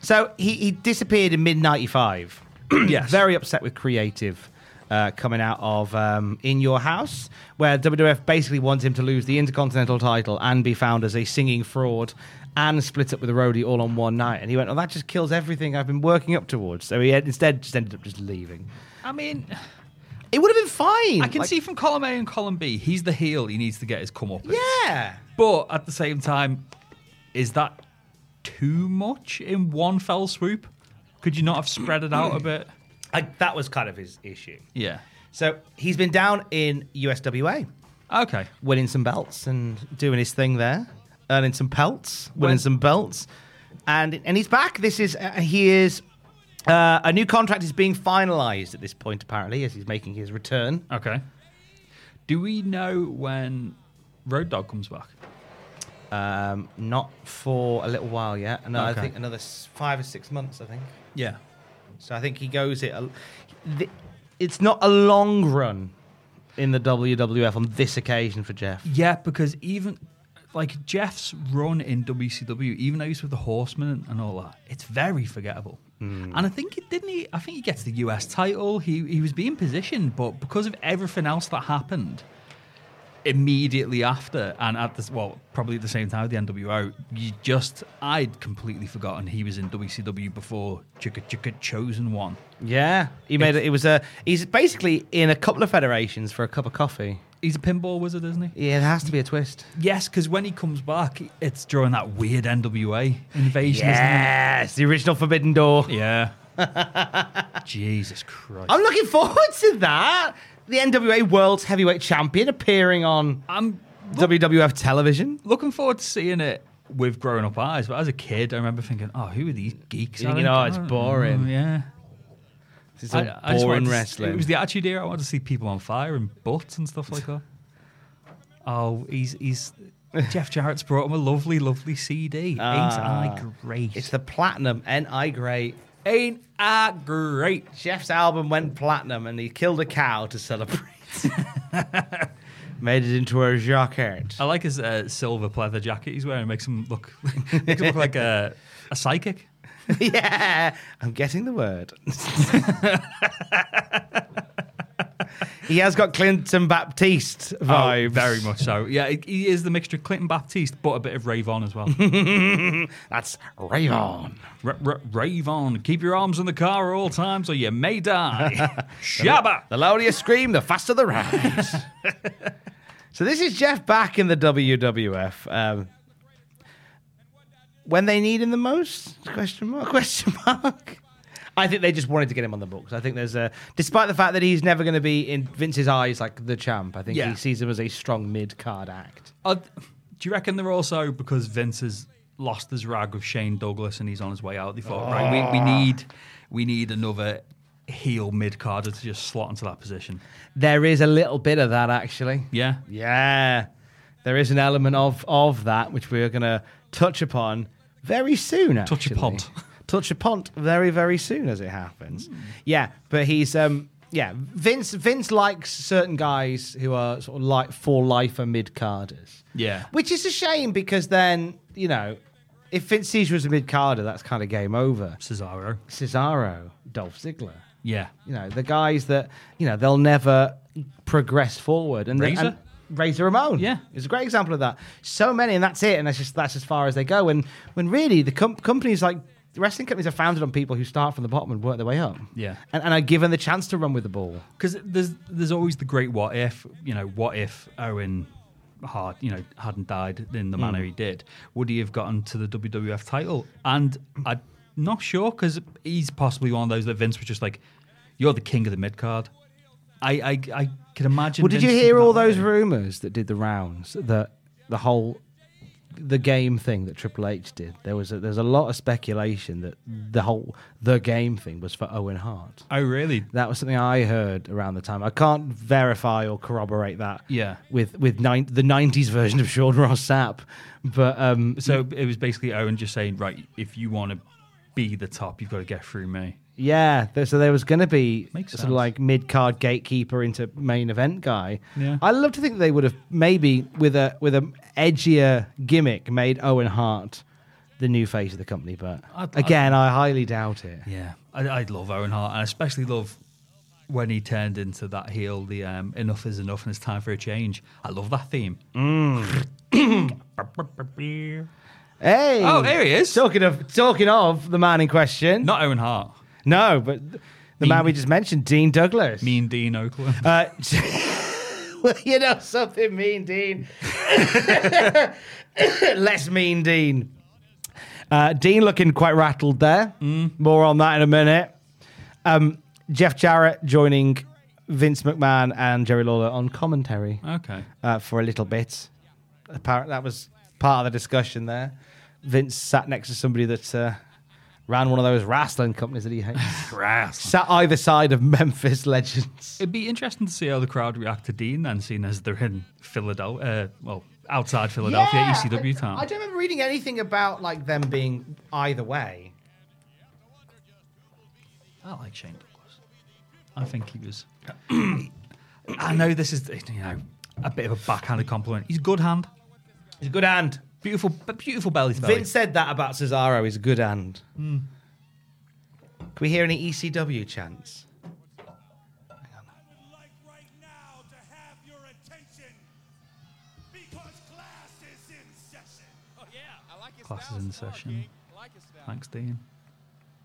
Speaker 1: So he, he disappeared in mid 95.
Speaker 3: Yes.
Speaker 1: Very upset with creative. Uh, coming out of um, In Your House, where WWF basically wants him to lose the Intercontinental title and be found as a singing fraud and split up with the roadie all on one night. And he went, Oh, that just kills everything I've been working up towards. So he had, instead just ended up just leaving.
Speaker 3: I mean,
Speaker 1: It would have been fine.
Speaker 3: I can
Speaker 1: Like-
Speaker 3: see from column A and column B, he's the heel. He needs to get his come up.
Speaker 1: Yeah.
Speaker 3: But at the same time, is that too much in one fell swoop? Could you not have spread it out a bit?
Speaker 1: I, that was kind of his issue.
Speaker 3: Yeah.
Speaker 1: So he's been down in USWA,
Speaker 3: Okay.
Speaker 1: winning some belts and doing his thing there, earning some pelts, winning
Speaker 3: When-
Speaker 1: some belts, and and he's back. This is uh, he is. Uh, a new contract is being finalized at this point, apparently, as he's making his return.
Speaker 3: Okay. Do we know when Road Dog comes back?
Speaker 1: Um, not for a little while yet. No,
Speaker 3: Okay.
Speaker 1: I think another s- five or six months, I think.
Speaker 3: Yeah.
Speaker 1: So I think he goes it. a- th- It's not a long run in the WWF on this occasion for Jeff.
Speaker 3: Yeah, because even like Jeff's run in WCW, even though he's with the Horsemen and all that, it's very forgettable. And I think it didn't he. I think he gets the US title. He he was being positioned, but because of everything else that happened immediately after, and at this well, probably at the same time with the NWO, you just I'd completely forgotten he was in WCW before Chicka Chicka Chosen One.
Speaker 1: Yeah, he made it. It was a. He's basically in a couple of federations for a cup of coffee.
Speaker 3: He's a pinball wizard, isn't he?
Speaker 1: Yeah, there has to be a twist.
Speaker 3: Yes, because when he comes back, it's during that weird NWA invasion, isn't it?
Speaker 1: Yes, the original Forbidden Door.
Speaker 3: Yeah. Jesus Christ.
Speaker 1: I'm looking forward to that. The NWA World's Heavyweight Champion appearing on
Speaker 3: I'm
Speaker 1: WWF television.
Speaker 3: looking forward to seeing it with grown up eyes, but as a kid, I remember thinking, oh, who are these geeks?
Speaker 1: You're
Speaker 3: I
Speaker 1: thinking,
Speaker 3: don't-
Speaker 1: "Oh,
Speaker 3: I
Speaker 1: it's
Speaker 3: don't
Speaker 1: boring."
Speaker 3: know." Yeah.
Speaker 1: It's all
Speaker 3: I- I just wanted
Speaker 1: boring
Speaker 3: to-
Speaker 1: wrestling.
Speaker 3: It was the attitude era. I wanted to see people on fire and butts and stuff like that. Oh, he's he's Jeff Jarrett's brought him a lovely, lovely CD. Ain't I great?
Speaker 1: it's the platinum. and I great?
Speaker 3: Ain't I great?
Speaker 1: Jeff's album went platinum, and he killed a cow to celebrate. made it into a jacket.
Speaker 3: I like his uh, silver pleather jacket he's wearing. It makes him look makes him look like a, a psychic.
Speaker 1: yeah, I'm getting the word. he has got Clinton Baptiste
Speaker 3: Oh,
Speaker 1: vibes.
Speaker 3: very much so. Yeah, he- he is the mixture of Clinton Baptiste, but a bit of Ray Vaughan as well.
Speaker 1: That's Raven.
Speaker 3: R- R- Ray Vaughan, keep your arms in the car at all times, or you may die. Shabba.
Speaker 1: The louder you scream, the faster the ride. so this is Jeff back in the WWF. Um, when they need him the most? Question mark. Question mark. I think they just wanted to get him on the books. I think there's a, despite the fact that he's never going to be in Vince's eyes like the champ. I think
Speaker 3: Yeah.
Speaker 1: he sees him as a strong mid card act.
Speaker 3: Are, do you reckon they're also because Vince has lost his rag with Shane Douglas and he's on his way out? They thought, right, we, we need we need another heel mid carder to just slot into that position.
Speaker 1: There is a little bit of that actually.
Speaker 3: Yeah,
Speaker 1: Yeah, there is an element of of that which we're going to touch upon very soon.
Speaker 3: Touch
Speaker 1: Actually.
Speaker 3: upon.
Speaker 1: touch upon very very soon as it
Speaker 3: Hmm.
Speaker 1: happens. Yeah, but he's um yeah Vince Vince likes certain guys who are sort of like for life and mid carders.
Speaker 3: Yeah.
Speaker 1: which is a shame because then you know if Vince sees you as a mid carder, that's kind of game over.
Speaker 3: Cesaro.
Speaker 1: Cesaro, Dolph Ziggler
Speaker 3: Yeah,
Speaker 1: you know the guys that you know they'll never progress forward and
Speaker 3: Razor?
Speaker 1: and Razor Ramon
Speaker 3: Yeah.
Speaker 1: is a great example of that so many and that's it and that's just that's as far as they go and when really the com- companies like the wrestling companies are founded on people who start from the bottom and work their way up
Speaker 3: Yeah.
Speaker 1: and, and are given the chance to run with the ball
Speaker 3: because there's there's always the great what if. You know, what if Owen Hart, you know, hadn't died in the
Speaker 1: Mm.
Speaker 3: manner he did? Would he have gotten to the WWF title? And I'm not sure because he's possibly one of those that Vince was just like, "You're the king of the mid card." I, I I can imagine.
Speaker 1: well did you
Speaker 3: Vince
Speaker 1: hear
Speaker 3: that
Speaker 1: all those
Speaker 3: way.
Speaker 1: rumors that did the rounds that the whole the game thing that Triple H did there was a, there's a lot of speculation that the whole the game thing was for Owen Hart
Speaker 3: Oh really?
Speaker 1: That was something I heard around the time. I can't verify or corroborate that.
Speaker 3: Yeah.
Speaker 1: With with nine the '90s version of Sean Ross Sapp, but um,
Speaker 3: So it was basically Owen just saying, "Right, if you want to be the top, you've got to get through me."
Speaker 1: yeah. th- so there was going to be
Speaker 3: Makes
Speaker 1: sort of
Speaker 3: sense.
Speaker 1: like mid card gatekeeper into main event guy.
Speaker 3: Yeah.
Speaker 1: I love to think they would have maybe with a with a edgier gimmick made Owen Hart the new face of the company, but
Speaker 3: I'd- I'd-
Speaker 1: again, I highly doubt it.
Speaker 3: Yeah, I, I love Owen Hart, and I especially love when he turned into that heel. The um, enough is enough, and it's time for a change. I love that theme.
Speaker 1: Hey.
Speaker 3: Oh, there he is.
Speaker 1: Talking of talking of the man in question.
Speaker 3: Not Owen Hart,
Speaker 1: No, but th- the man we just mentioned, Dean Douglas.
Speaker 3: Mean Dean Oakland.
Speaker 1: Uh, well, you know something, Mean Dean. Less Mean Dean. Uh, Dean looking quite rattled there. More on that in a minute. Um, Jeff Jarrett joining Vince McMahon and Jerry Lawler on commentary
Speaker 3: okay,
Speaker 1: uh, for a little bit. Apparently, that was part of the discussion there. Vince sat next to somebody that uh, ran one of those wrestling companies that he hates. Sat either side of Memphis legends.
Speaker 3: it'd be interesting to see how the crowd react to Dean, then, seeing as they're in Philadelphia. Uh, well, outside Philadelphia, ECW
Speaker 1: I-
Speaker 3: town.
Speaker 1: I don't remember reading anything about like them being either way.
Speaker 3: I like Shane Douglas. I think he was. I know this is you know a bit of a backhanded compliment. He's a good hand,
Speaker 1: He's a good hand.
Speaker 3: beautiful, beautiful belly to belly.
Speaker 1: Vince said that about Cesaro. He's a good hand. Can we hear any ECW chants?
Speaker 7: like right now to have your attention because class is in session. Oh yeah, I like it.
Speaker 3: Classes in session. Thanks, Dean.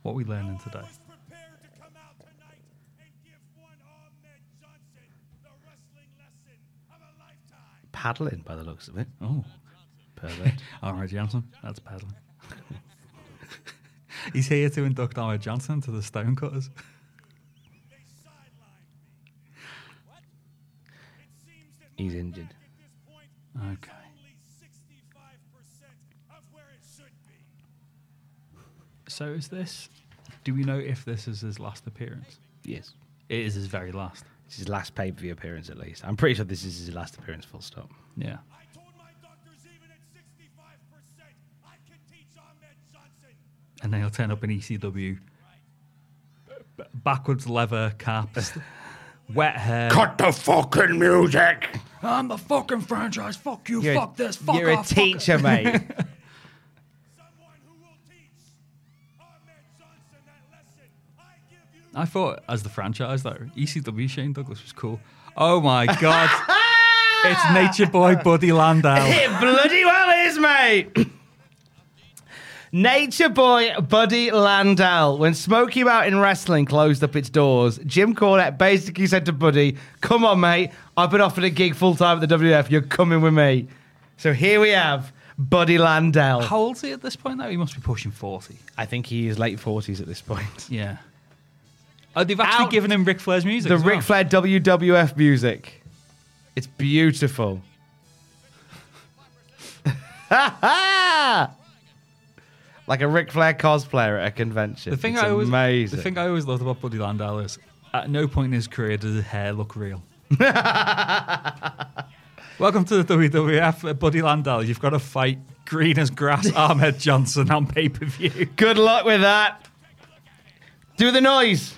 Speaker 3: What are we learning today?
Speaker 7: was prepared to come out tonight and give one Ahmed Johnson the wrestling lesson of a lifetime.
Speaker 1: Paddling, by the looks of it.
Speaker 3: Oh,
Speaker 1: Pervert.
Speaker 3: Ahmed Johnson. That's peddling. He's here to induct Ahmed Johnson to the Stonecutters.
Speaker 7: They sidelined me. It seems that
Speaker 1: He's injured.
Speaker 7: at this point
Speaker 3: Okay.
Speaker 7: only 65% of where it should be.
Speaker 3: So is this? Do we know if this is his last appearance?
Speaker 1: Yes.
Speaker 3: It is his very last.
Speaker 1: It's his last pay per view appearance, at least. I'm pretty sure this is his last appearance, full stop.
Speaker 3: Yeah.
Speaker 7: I told my doctors even at 65% I can teach Ahmed Johnson
Speaker 3: And then he'll turn up in E ECW. B- backwards leather caps, wet hair.
Speaker 7: Cut the fucking music!
Speaker 3: I'm the fucking franchise. Fuck you.
Speaker 1: You're a-
Speaker 3: fuck this. Fuck
Speaker 1: You're
Speaker 3: off,
Speaker 1: a
Speaker 3: fuck it."
Speaker 1: teacher, mate.
Speaker 7: Someone who will teach our man Johnson that lesson. I give you
Speaker 3: I thought, as the franchise, though, ECW Shane Douglas was cool. Oh my God.
Speaker 1: Ah!
Speaker 3: it's Nature Boy Buddy Landau.
Speaker 1: It bloody well is, mate. Nature Boy Buddy Landau. When Smoky Mountain Wrestling closed up its doors, Jim Cornette basically said to Buddy, Come on, mate, I've been offered a gig full time at the WF. You're coming with me. So here we have Buddy Landau.
Speaker 3: How old's he at this point, though? He must be pushing 40.
Speaker 1: I think he is late 40s at this point.
Speaker 3: Yeah. Oh, they've actually
Speaker 1: Out-
Speaker 3: given him Ric Flair's music.
Speaker 1: The
Speaker 3: as well.
Speaker 1: Ric Flair WWF music. It's beautiful. like a Ric Flair cosplayer at a convention.
Speaker 3: The thing
Speaker 1: It's
Speaker 3: I always
Speaker 1: amazing.
Speaker 3: the thing I always loved about Buddy Landau is at no point in his career does his hair look real. Welcome to the WWF, uh, Buddy Landau. You've got to fight green as grass Ahmed Johnson on pay per view.
Speaker 1: Good luck with that. Do the noise.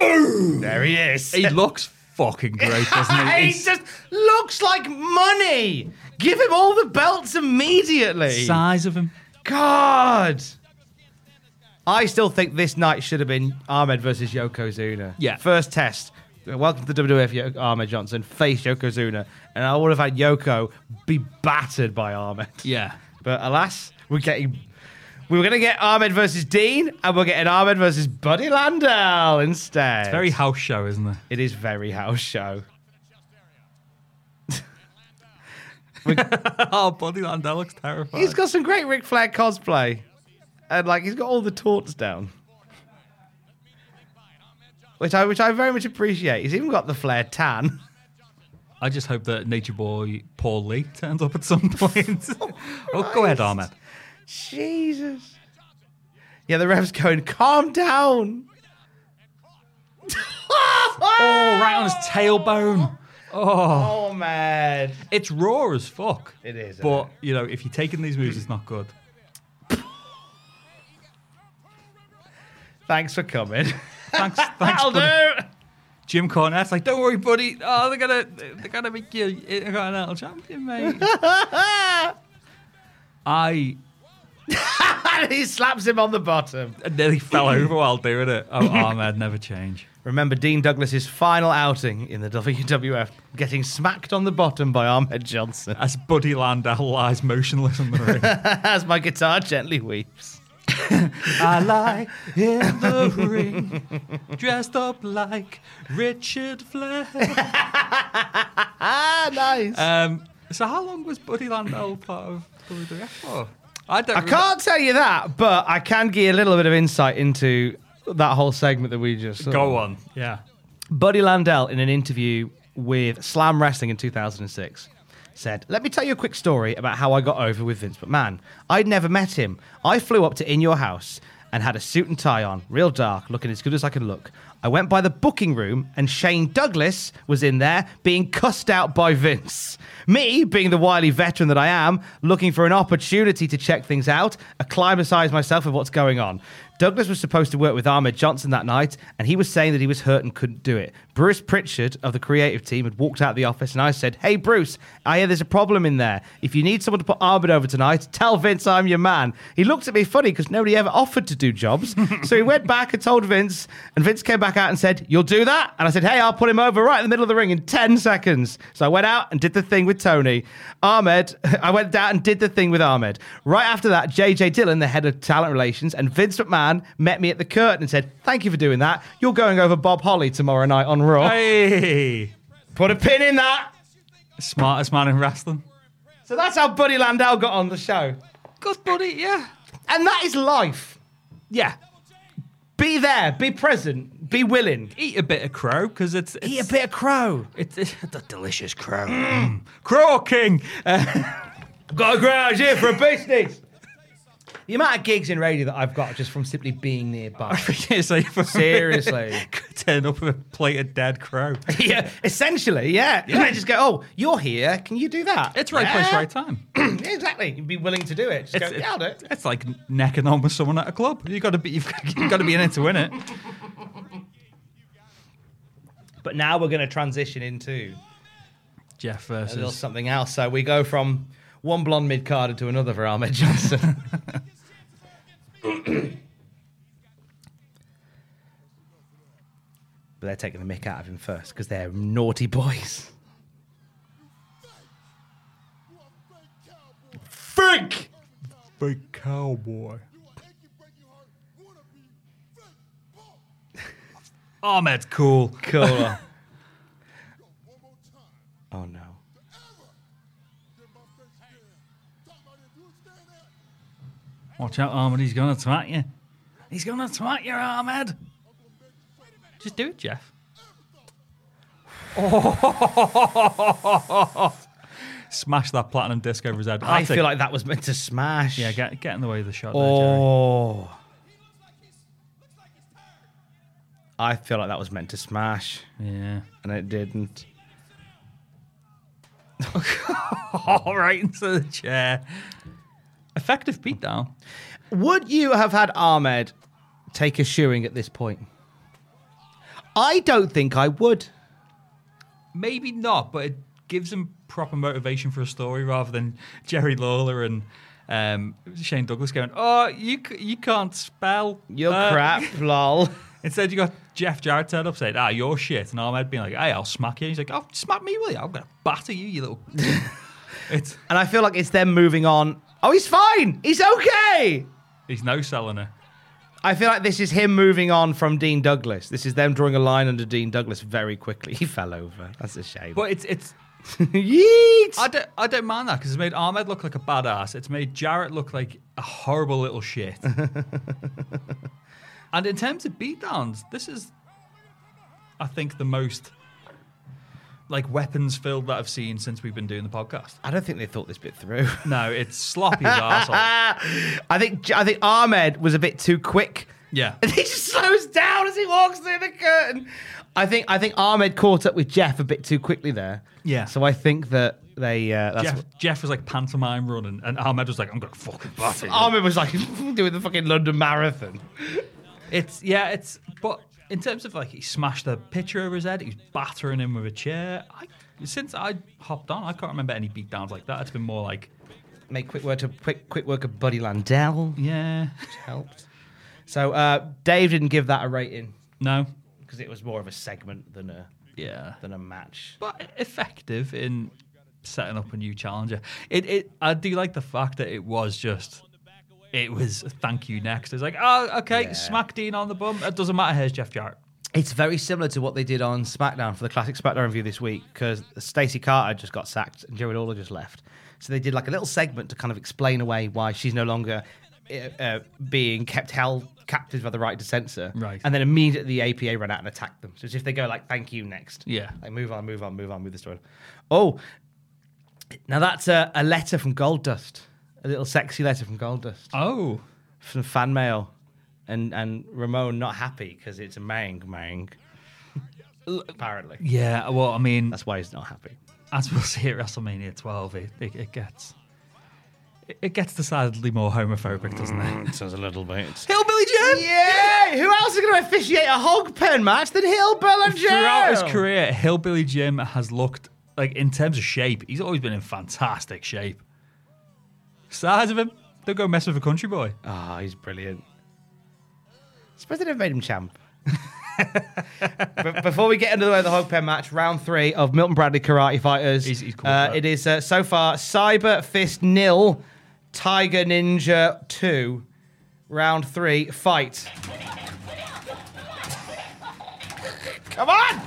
Speaker 1: there he is.
Speaker 3: He looks fucking great, doesn't he?
Speaker 1: he
Speaker 3: He's
Speaker 1: just looks like money. Give him all the belts immediately.
Speaker 3: size of him.
Speaker 1: God. I still think this night should have been Ahmed versus Yokozuna.
Speaker 3: Yeah.
Speaker 1: First test. Welcome to the WWF, Yo- Ahmed Johnson. Face Yokozuna. And I would have had Yoko be battered by Ahmed.
Speaker 3: Yeah.
Speaker 1: But alas, we're getting. We were going to get Ahmed versus Dean, and we're getting Ahmed versus Buddy Landau instead. It's
Speaker 3: Very house show, isn't it?
Speaker 1: It is very house show.
Speaker 3: Oh, Buddy Landau looks terrifying.
Speaker 1: He's got some great Ric Flair cosplay. And like he's got all the taunts down. Which I which I very much appreciate. He's even got the Flair tan.
Speaker 3: I just hope that Nature Boy Paul Lee turns up at some point. oh, go ahead, Ahmed.
Speaker 1: Jesus. Yeah, the ref's going, calm down.
Speaker 3: Oh, right on his tailbone.
Speaker 1: Oh man.
Speaker 3: It's raw as fuck.
Speaker 1: It is,
Speaker 3: But,
Speaker 1: isn't
Speaker 3: you know, if you're taking these moves, it's not good.
Speaker 1: Thanks for coming.
Speaker 3: Thanks, thanks,
Speaker 1: That'll
Speaker 3: buddy.
Speaker 1: do.
Speaker 3: Jim Cornette's like, don't worry, buddy. Oh, they're gonna, they're gonna make you Intercontinental Champion, mate. I
Speaker 1: And he slaps him on the bottom.
Speaker 3: nearly fell over while doing it. Oh, Ahmed, never change.
Speaker 1: Remember Dean Douglas's final outing in the WWF, getting smacked on the bottom by Ahmed Johnson.
Speaker 3: As Buddy Landau lies motionless in the ring.
Speaker 1: As my guitar gently weeps.
Speaker 3: I lie in the ring, dressed up like Richard Flair.
Speaker 1: Ah, nice.
Speaker 3: Um, so how long was Buddy Landau part of E? WWF for? I don't.
Speaker 1: I can't tell you that, but I can give you a little bit of insight into that whole segment that we just saw.
Speaker 3: Go on. Yeah.
Speaker 1: Buddy Landell, in an interview with Slam Wrestling in 2006, said, Let me tell you a quick story about how I got over with Vince McMahon. I'd never met him. I flew up to In Your House and had a suit and tie on, real dark, looking as good as I could look. I went by the booking room, and Shane Douglas was in there being cussed out by Vince. Me, being the wily veteran that I am, looking for an opportunity to check things out, acclimatize myself with what's going on. Douglas was supposed to work with Ahmed Johnson that night, and he was saying that he was hurt and couldn't do it. Bruce Pritchard of the creative team had walked out of the office, and I said, Hey, Bruce, I hear there's a problem in there. If you need someone to put Ahmed over tonight, tell Vince I'm your man. He looked at me funny because nobody ever offered to do jobs. so he went back and told Vince, and Vince came back out and said, You'll do that? And I said, Hey, I'll put him over right in the middle of the ring in 10 seconds. So I went out and did the thing with Tony. Ahmed, I went out and did the thing with Ahmed. Right after that, JJ Dillon, the head of talent relations, and Vince McMahon met me at the curtain and said, Thank you for doing that. You're going over Bob Holly tomorrow night on Raw.
Speaker 3: Hey,
Speaker 1: Put a pin in that.
Speaker 3: smartest man in wrestling.
Speaker 1: So that's how Buddy Landau got on the show.
Speaker 3: Good buddy. Yeah.
Speaker 1: And that is life.
Speaker 3: Yeah.
Speaker 1: Be there, be present, be willing.
Speaker 3: Eat a bit of crow because it's, it's
Speaker 1: Eat a bit of crow.
Speaker 3: It's, it's a delicious crow. Mm. Crow king. Uh,
Speaker 1: Got a garage here for a business. the amount of gigs in radio that I've got just from simply being nearby.
Speaker 3: it's like for
Speaker 1: Seriously.
Speaker 3: Could turn up with a plate of dead crow.
Speaker 1: yeah, essentially, yeah. And they just go, oh, you're here. Can you do that?
Speaker 3: It's right place,
Speaker 1: Yeah.
Speaker 3: right time.
Speaker 1: Yeah, exactly. You'd be willing to do it. Just
Speaker 3: It's,
Speaker 1: go, yeah, I'll do it.
Speaker 3: it's like necking on with someone at a club. You got to be, you've got to be in it to win it.
Speaker 1: But now we're going to transition into
Speaker 3: Jeff
Speaker 1: A little
Speaker 3: versus.
Speaker 1: something else. So we go from one blonde mid carder to another for Ahmed Johnson. but they're taking the mick out of him first because they're naughty boys. Frank!
Speaker 3: Big cowboy. Ahmed's cool.
Speaker 1: Cool. oh no.
Speaker 3: Watch out, Ahmed. He's gonna twat you. He's gonna twat you, Ahmed. Just do it, Jeff. Smash that platinum disc over his head.
Speaker 1: I
Speaker 3: I'll
Speaker 1: feel
Speaker 3: take-
Speaker 1: like that was meant to smash.
Speaker 3: yeah, get get in the way of the shot. There,
Speaker 1: Oh. I feel like that was meant to smash,
Speaker 3: Jerry. Yeah.
Speaker 1: and it didn't.
Speaker 3: All right into the chair. Effective beatdown.
Speaker 1: Would you have had Ahmed take a shoeing at this point? I don't think I would.
Speaker 3: Maybe not, but it gives him proper motivation for a story rather than Jerry Lawler and um, Shane Douglas going, "Oh, you c- you can't spell.
Speaker 1: You're
Speaker 3: Uh,
Speaker 1: crap, lol.
Speaker 3: Instead, you got Jeff Jarrett turned up saying, "Ah, you're shit," and Ahmed being like, "Hey, I'll smack you." And he's like, "Oh, smack me, will you? I'm gonna batter you, you little." it's
Speaker 1: And I feel like it's them moving on. Oh, he's fine. He's okay.
Speaker 3: he's no selling her.
Speaker 1: I feel like this is him moving on from Dean Douglas. This is them drawing a line under Dean Douglas very quickly. He fell over. That's a shame.
Speaker 3: But it's it's
Speaker 1: Yeet.
Speaker 3: I don't, I don't mind that because it's made Ahmed look like a badass. It's made Jarrett look like a horrible little shit. and in terms of beatdowns, this is, I think, the most like weapons filled that I've seen since we've been doing the podcast.
Speaker 1: I don't think they thought this bit through.
Speaker 3: No, it's sloppy as arsehole.
Speaker 1: I think I think Ahmed was a bit too quick.
Speaker 3: Yeah.
Speaker 1: And he just slows down as he walks through the curtain. I think I think Ahmed caught up with Jeff a bit too quickly there.
Speaker 3: Yeah.
Speaker 1: So I think that they uh, that's
Speaker 3: Jeff,
Speaker 1: what,
Speaker 3: Jeff was like pantomime running, and Ahmed was like, "I'm gonna fucking batter you."
Speaker 1: Ahmed was like doing the fucking London Marathon.
Speaker 3: It's yeah, it's but in terms of like he smashed a pitcher over his head, he was battering him with a chair. I since I hopped on, I can't remember any beatdowns like that. It's been more like
Speaker 1: Make quick work of quick quick work of Buddy Landell, which
Speaker 3: yeah,
Speaker 1: helped. So uh, Dave didn't give that a rating
Speaker 3: no,
Speaker 1: because it was more of a segment than a
Speaker 3: yeah,
Speaker 1: than a match.
Speaker 3: but effective in setting up a new challenger. It it I do like the fact that it was just. It was thank you next. It's like, oh, okay,
Speaker 1: Yeah.
Speaker 3: smack Dean on the bum. It doesn't matter. Here's Jeff Jarrett.
Speaker 1: It's very similar to what they did on SmackDown for the classic SmackDown review this week because Stacey Carter just got sacked and Jerry Lawler just left. So they did like a little segment to kind of explain away why she's no longer uh, uh, being kept held captive by the right to censor.
Speaker 3: Right.
Speaker 1: And then immediately the APA ran out and attacked them. So it's if they go like, "Thank you, next."
Speaker 3: Yeah.
Speaker 1: Like move on, move on, move on, move the story. Oh, now that's a, a letter from Gold Dust, a little sexy letter from Gold Dust
Speaker 3: Oh,
Speaker 1: from fan mail, and and Ramon not happy because it's a mang mang. Apparently,
Speaker 3: yeah. Well, I mean,
Speaker 1: that's why he's not happy.
Speaker 3: as we'll see at WrestleMania 12, it, it, it gets it, it gets decidedly more homophobic, doesn't it?
Speaker 1: Sounds a little bit.
Speaker 3: Hillbilly Jim.
Speaker 1: Yeah, who else is going to officiate a hog pen match than Hillbilly Joe?
Speaker 3: Throughout his career, Hillbilly Jim has looked like in terms of shape, he's always been in fantastic shape. Size of him, don't go mess with a country boy.
Speaker 1: Ah, he's brilliant. Suppose they never made him champ. but before we get into the way of the hog pen match, round three of Milton Bradley Karate Fighters.
Speaker 3: He's- he's cool
Speaker 1: uh,
Speaker 3: with that.
Speaker 1: it is uh, so far Cyber Fist nil, Tiger Ninja two. Round three, fight. Come on!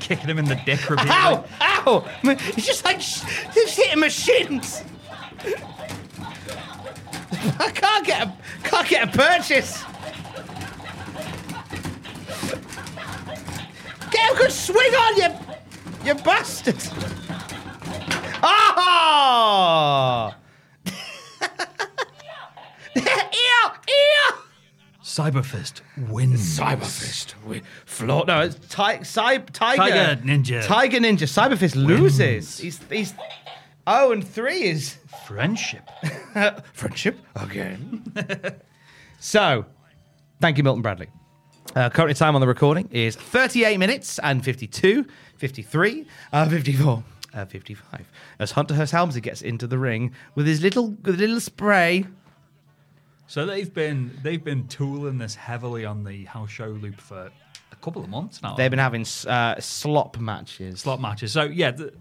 Speaker 3: Kicking him in the dick repeatedly.
Speaker 1: Ow! Ow! M- He's just like, sh- he's hitting my shins. I can't get a, can't get a purchase. Get a good swing on you, you bastard. Ah! Ew! Ew!
Speaker 3: Cyberfist wins.
Speaker 1: Cyberfist. We floor. No, it's ti- cy- tiger.
Speaker 3: Tiger Ninja.
Speaker 1: Tiger Ninja. Cyberfist loses. He's he's. Oh, and three is
Speaker 3: Friendship.
Speaker 1: friendship again. so, thank you, Milton Bradley. Uh, current time on the recording is 38 minutes and 52, 53, uh, 54, uh, 55. As Hunter Hurst Helmsley gets into the ring with his little with his little spray.
Speaker 3: So they've been they've been tooling this heavily on the house show loop for a couple of months now.
Speaker 1: They've been having uh, slop matches.
Speaker 3: slot matches. So yeah, th-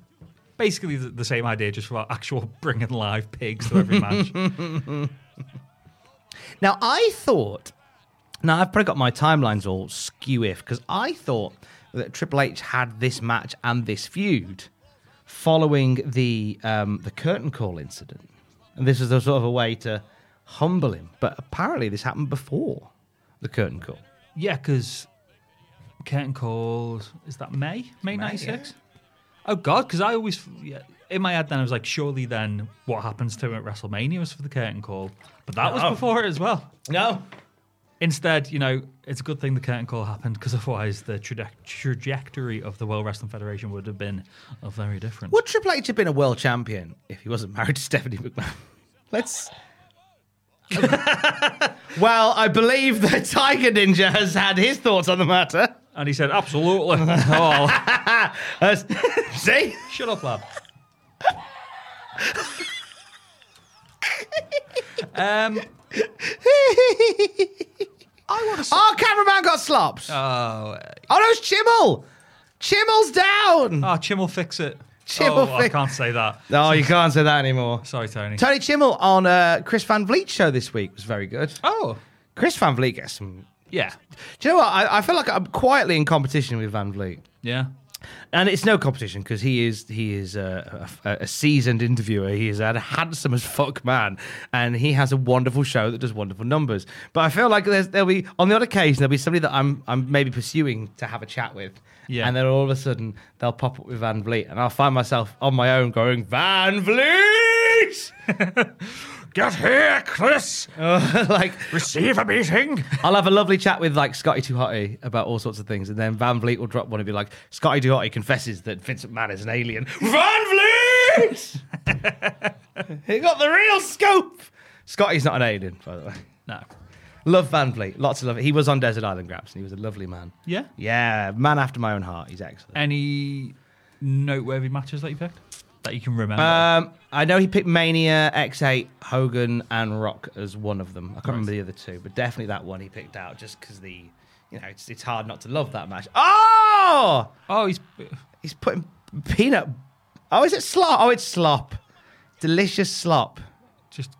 Speaker 3: basically the, the same idea, just for actual bringing live pigs to every match.
Speaker 1: Now I thought, now I've probably got my timelines all skew if because I thought that Triple H had this match and this feud following the um, the curtain call incident, and this was a sort of a way to humble him. But apparently this happened before the curtain call.
Speaker 3: yeah, because Curtain Calls is that May May '96? Oh God, because I always yeah, in my head then I was like, surely then what happens to him at WrestleMania was for the Curtain Call, but that was before it as well.
Speaker 1: No,
Speaker 3: Instead, you know, it's a good thing the curtain call happened because otherwise the traje- trajectory of the World Wrestling Federation would have been uh, very different.
Speaker 1: would Triple H have been a world champion if he wasn't married to Stephanie McMahon? Let's. well, I believe that Tiger Ninja has had his thoughts on the matter.
Speaker 3: And he said, absolutely. oh,
Speaker 1: Uh, see.
Speaker 3: shut up, lad. um,
Speaker 1: Our cameraman got slops. oh no, it's Chimmel. Chimmel's down.
Speaker 3: uh, oh, Chim will fix it.
Speaker 1: Chim
Speaker 3: oh,
Speaker 1: will
Speaker 3: I
Speaker 1: fix-
Speaker 3: can't say that.
Speaker 1: No, you can't say that anymore.
Speaker 3: Sorry, Tony.
Speaker 1: Tony Chimmel on uh, Chris Van Vliet show this week was very good.
Speaker 3: oh,
Speaker 1: Chris Van Vliet gets some.
Speaker 3: yeah.
Speaker 1: Do you know what? I, I feel like I'm quietly in competition with Van Vliet,
Speaker 3: Yeah.
Speaker 1: and it's no competition because he is he is a, a, a seasoned interviewer. He is a handsome as fuck man, and he has a wonderful show that does wonderful numbers. But I feel like there's, there'll be on the odd occasion there'll be somebody that I'm I'm maybe pursuing to have a chat with,
Speaker 3: Yeah.
Speaker 1: and then all of a sudden they'll pop up with Van Vliet, and I'll find myself on my own going Van Vliet.
Speaker 3: Get here, Chris.
Speaker 1: like
Speaker 3: Receive a meeting.
Speaker 1: I'll have a lovely chat with like Scotty Too Hotty about all sorts of things, and then Van Vliet will drop one and be like, Scotty Too Hotty confesses that Vincent Mann is an alien. Van Vliet! he got the real scope. Scotty's not an alien, by the way.
Speaker 3: No.
Speaker 1: Love Van Vliet, lots of love. He was on Desert Island Graps, and he was a lovely man.
Speaker 3: Yeah.
Speaker 1: Yeah, man after my own heart. He's excellent.
Speaker 3: Any noteworthy matches that you picked that you can remember?
Speaker 1: Um, I know he picked Mania, X8, Hogan, and Rock as one of them. I can't remember the other two, but definitely that one he picked out just because the, you know, it's, it's hard not to love that match. Oh,
Speaker 3: oh, he's.
Speaker 1: he's putting peanut. Oh, is it slop? Oh, it's slop. Delicious slop.
Speaker 3: just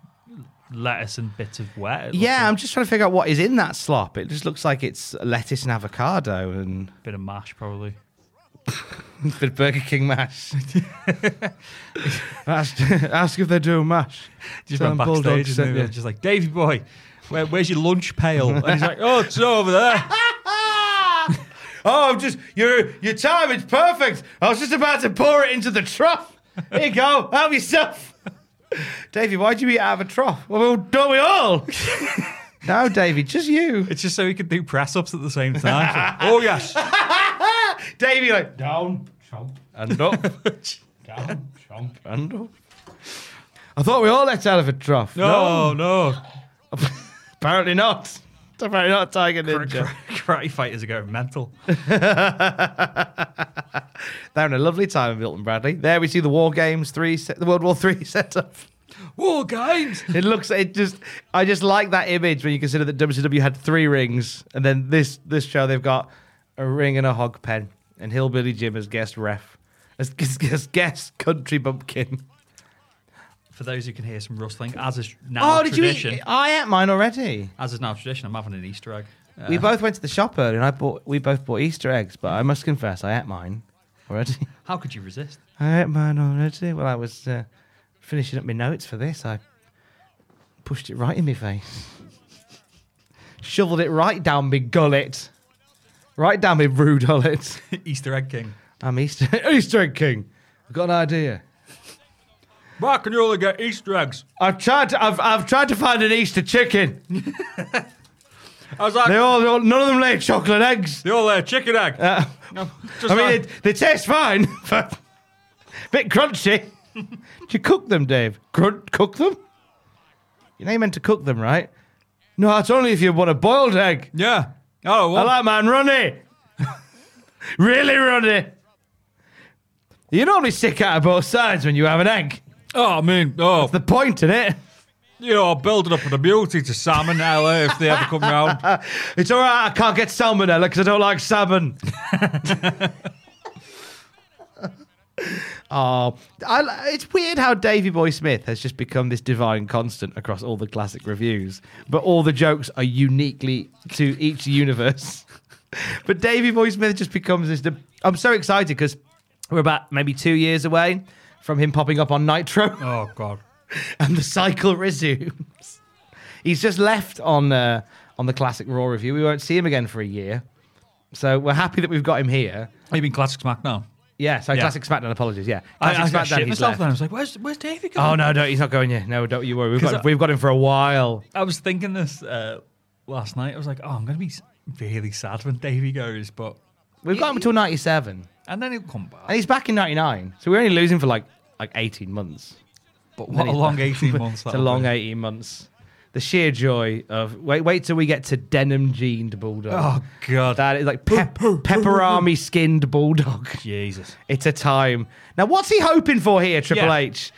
Speaker 3: lettuce and bits of wet. it looks
Speaker 1: Yeah, I'm
Speaker 3: like.
Speaker 1: just trying to figure out what is in that slop. It just looks like it's lettuce and avocado and
Speaker 3: bit of mash probably.
Speaker 1: a bit of Burger King mash. ask, ask if they do mash.
Speaker 3: Just
Speaker 1: Tell
Speaker 3: went
Speaker 1: them Bulldog
Speaker 3: backstage and
Speaker 1: sent
Speaker 3: they were
Speaker 1: you.
Speaker 3: just like, Davy boy, where, where's your lunch pail? And he's like, oh, it's over there.
Speaker 1: Ah! oh, I'm just your your time is perfect. I was just about to pour it into the trough. Here you go. Help yourself. Davey, why'd you eat out of a trough? Well, don't we all? no, Davey, just you.
Speaker 3: It's just so he could do press ups at the same time. So, oh, yes.
Speaker 1: Davey, like down, chomp, and up, down, chomp, and up. I thought we all ate out of a trough.
Speaker 3: No, Oh, no.
Speaker 1: apparently not. Apparently not, Tiger Ninja.
Speaker 3: Karate fighters are going mental.
Speaker 1: They're having a lovely time with Milton Bradley. There we see the War Games three, set, the World War Three setup.
Speaker 3: War games.
Speaker 1: It looks. It just. I just like that image when you consider that WCW had three rings, and then this this show they've got a ring and a hog pen, and Hillbilly Jim as guest ref, as, as, as guest country bumpkin.
Speaker 3: For those who can hear some rustling, as is now
Speaker 1: Oh, did you
Speaker 3: tradition,
Speaker 1: eat? I ate mine already.
Speaker 3: as is now tradition, I'm having an Easter egg. Uh,
Speaker 1: we both went to the shop earlier, and I bought. We both bought Easter eggs, but I must confess, I ate mine already.
Speaker 3: how could you resist?
Speaker 1: I ate mine already. Well, I was uh, finishing up my notes for this. I pushed it right in my face, shoveled it right down my gullet, right down my rude gullet.
Speaker 3: Easter egg king.
Speaker 1: I'm Easter Easter egg king. I've got an idea.
Speaker 3: Mark and you only get Easter eggs.
Speaker 1: I've tried. To, I've I've tried to find an Easter chicken.
Speaker 3: I was like,
Speaker 1: They all, they all- none of them lay chocolate eggs.
Speaker 3: the old uh, chicken egg.
Speaker 1: I mean, they, they taste fine, but bit crunchy. Do you cook them, Dave? Grunt, cook them? You know you meant to cook them, right? No, it's only if you want a boiled egg.
Speaker 3: yeah. Oh,
Speaker 1: I
Speaker 3: well,
Speaker 1: like mine runny. really runny. You're normally sick out of both sides when you have an egg.
Speaker 3: oh, I mean, oh,
Speaker 1: The point in it.
Speaker 3: you know, building up an immunity to salmonella if they ever come round.
Speaker 1: It's all right. I can't get salmonella because I don't like salmon. oh, I, li- it's weird how Davy Boy Smith has just become this divine constant across all the classic reviews, but all the jokes are uniquely to each universe. but Davy Boy Smith just becomes this. di- I'm so excited because we're about maybe two years away from him popping up on Nitro
Speaker 3: Oh, God.
Speaker 1: and the cycle resumes. He's just left on uh, on the classic Raw review. We won't see him again for a year, so we're happy that we've got him here.
Speaker 3: Have you been classic smack now?
Speaker 1: Yeah, so
Speaker 3: Yeah.
Speaker 1: classic SmackDown. Apologies. Yeah,
Speaker 3: I,
Speaker 1: classic
Speaker 3: I got
Speaker 1: SmackDown.
Speaker 3: shit
Speaker 1: he's
Speaker 3: myself
Speaker 1: left.
Speaker 3: then. I was like, where's, where's Davey going?
Speaker 1: Oh no, no, he's not going yet. No, don't you worry. We've
Speaker 3: 'Cause
Speaker 1: got
Speaker 3: I-
Speaker 1: we've got him for a while.
Speaker 3: I was thinking this uh, last night. I was like, oh, I'm going to be s- really sad when Davey goes, but.
Speaker 1: We've got him until '97,
Speaker 3: And then he'll come back.
Speaker 1: and he's back in '99. So we're only losing for like like 18 months.
Speaker 3: But what a long 18 months.
Speaker 1: It's a
Speaker 3: that'll
Speaker 1: long
Speaker 3: be.
Speaker 1: 18 months. The sheer joy of wait, wait till we get to denim jeaned bulldog.
Speaker 3: Oh, God.
Speaker 1: that is like pep, pepperami skinned bulldog.
Speaker 3: Jesus.
Speaker 1: It's a time. Now, what's he hoping for here, Triple
Speaker 3: Yeah.
Speaker 1: H?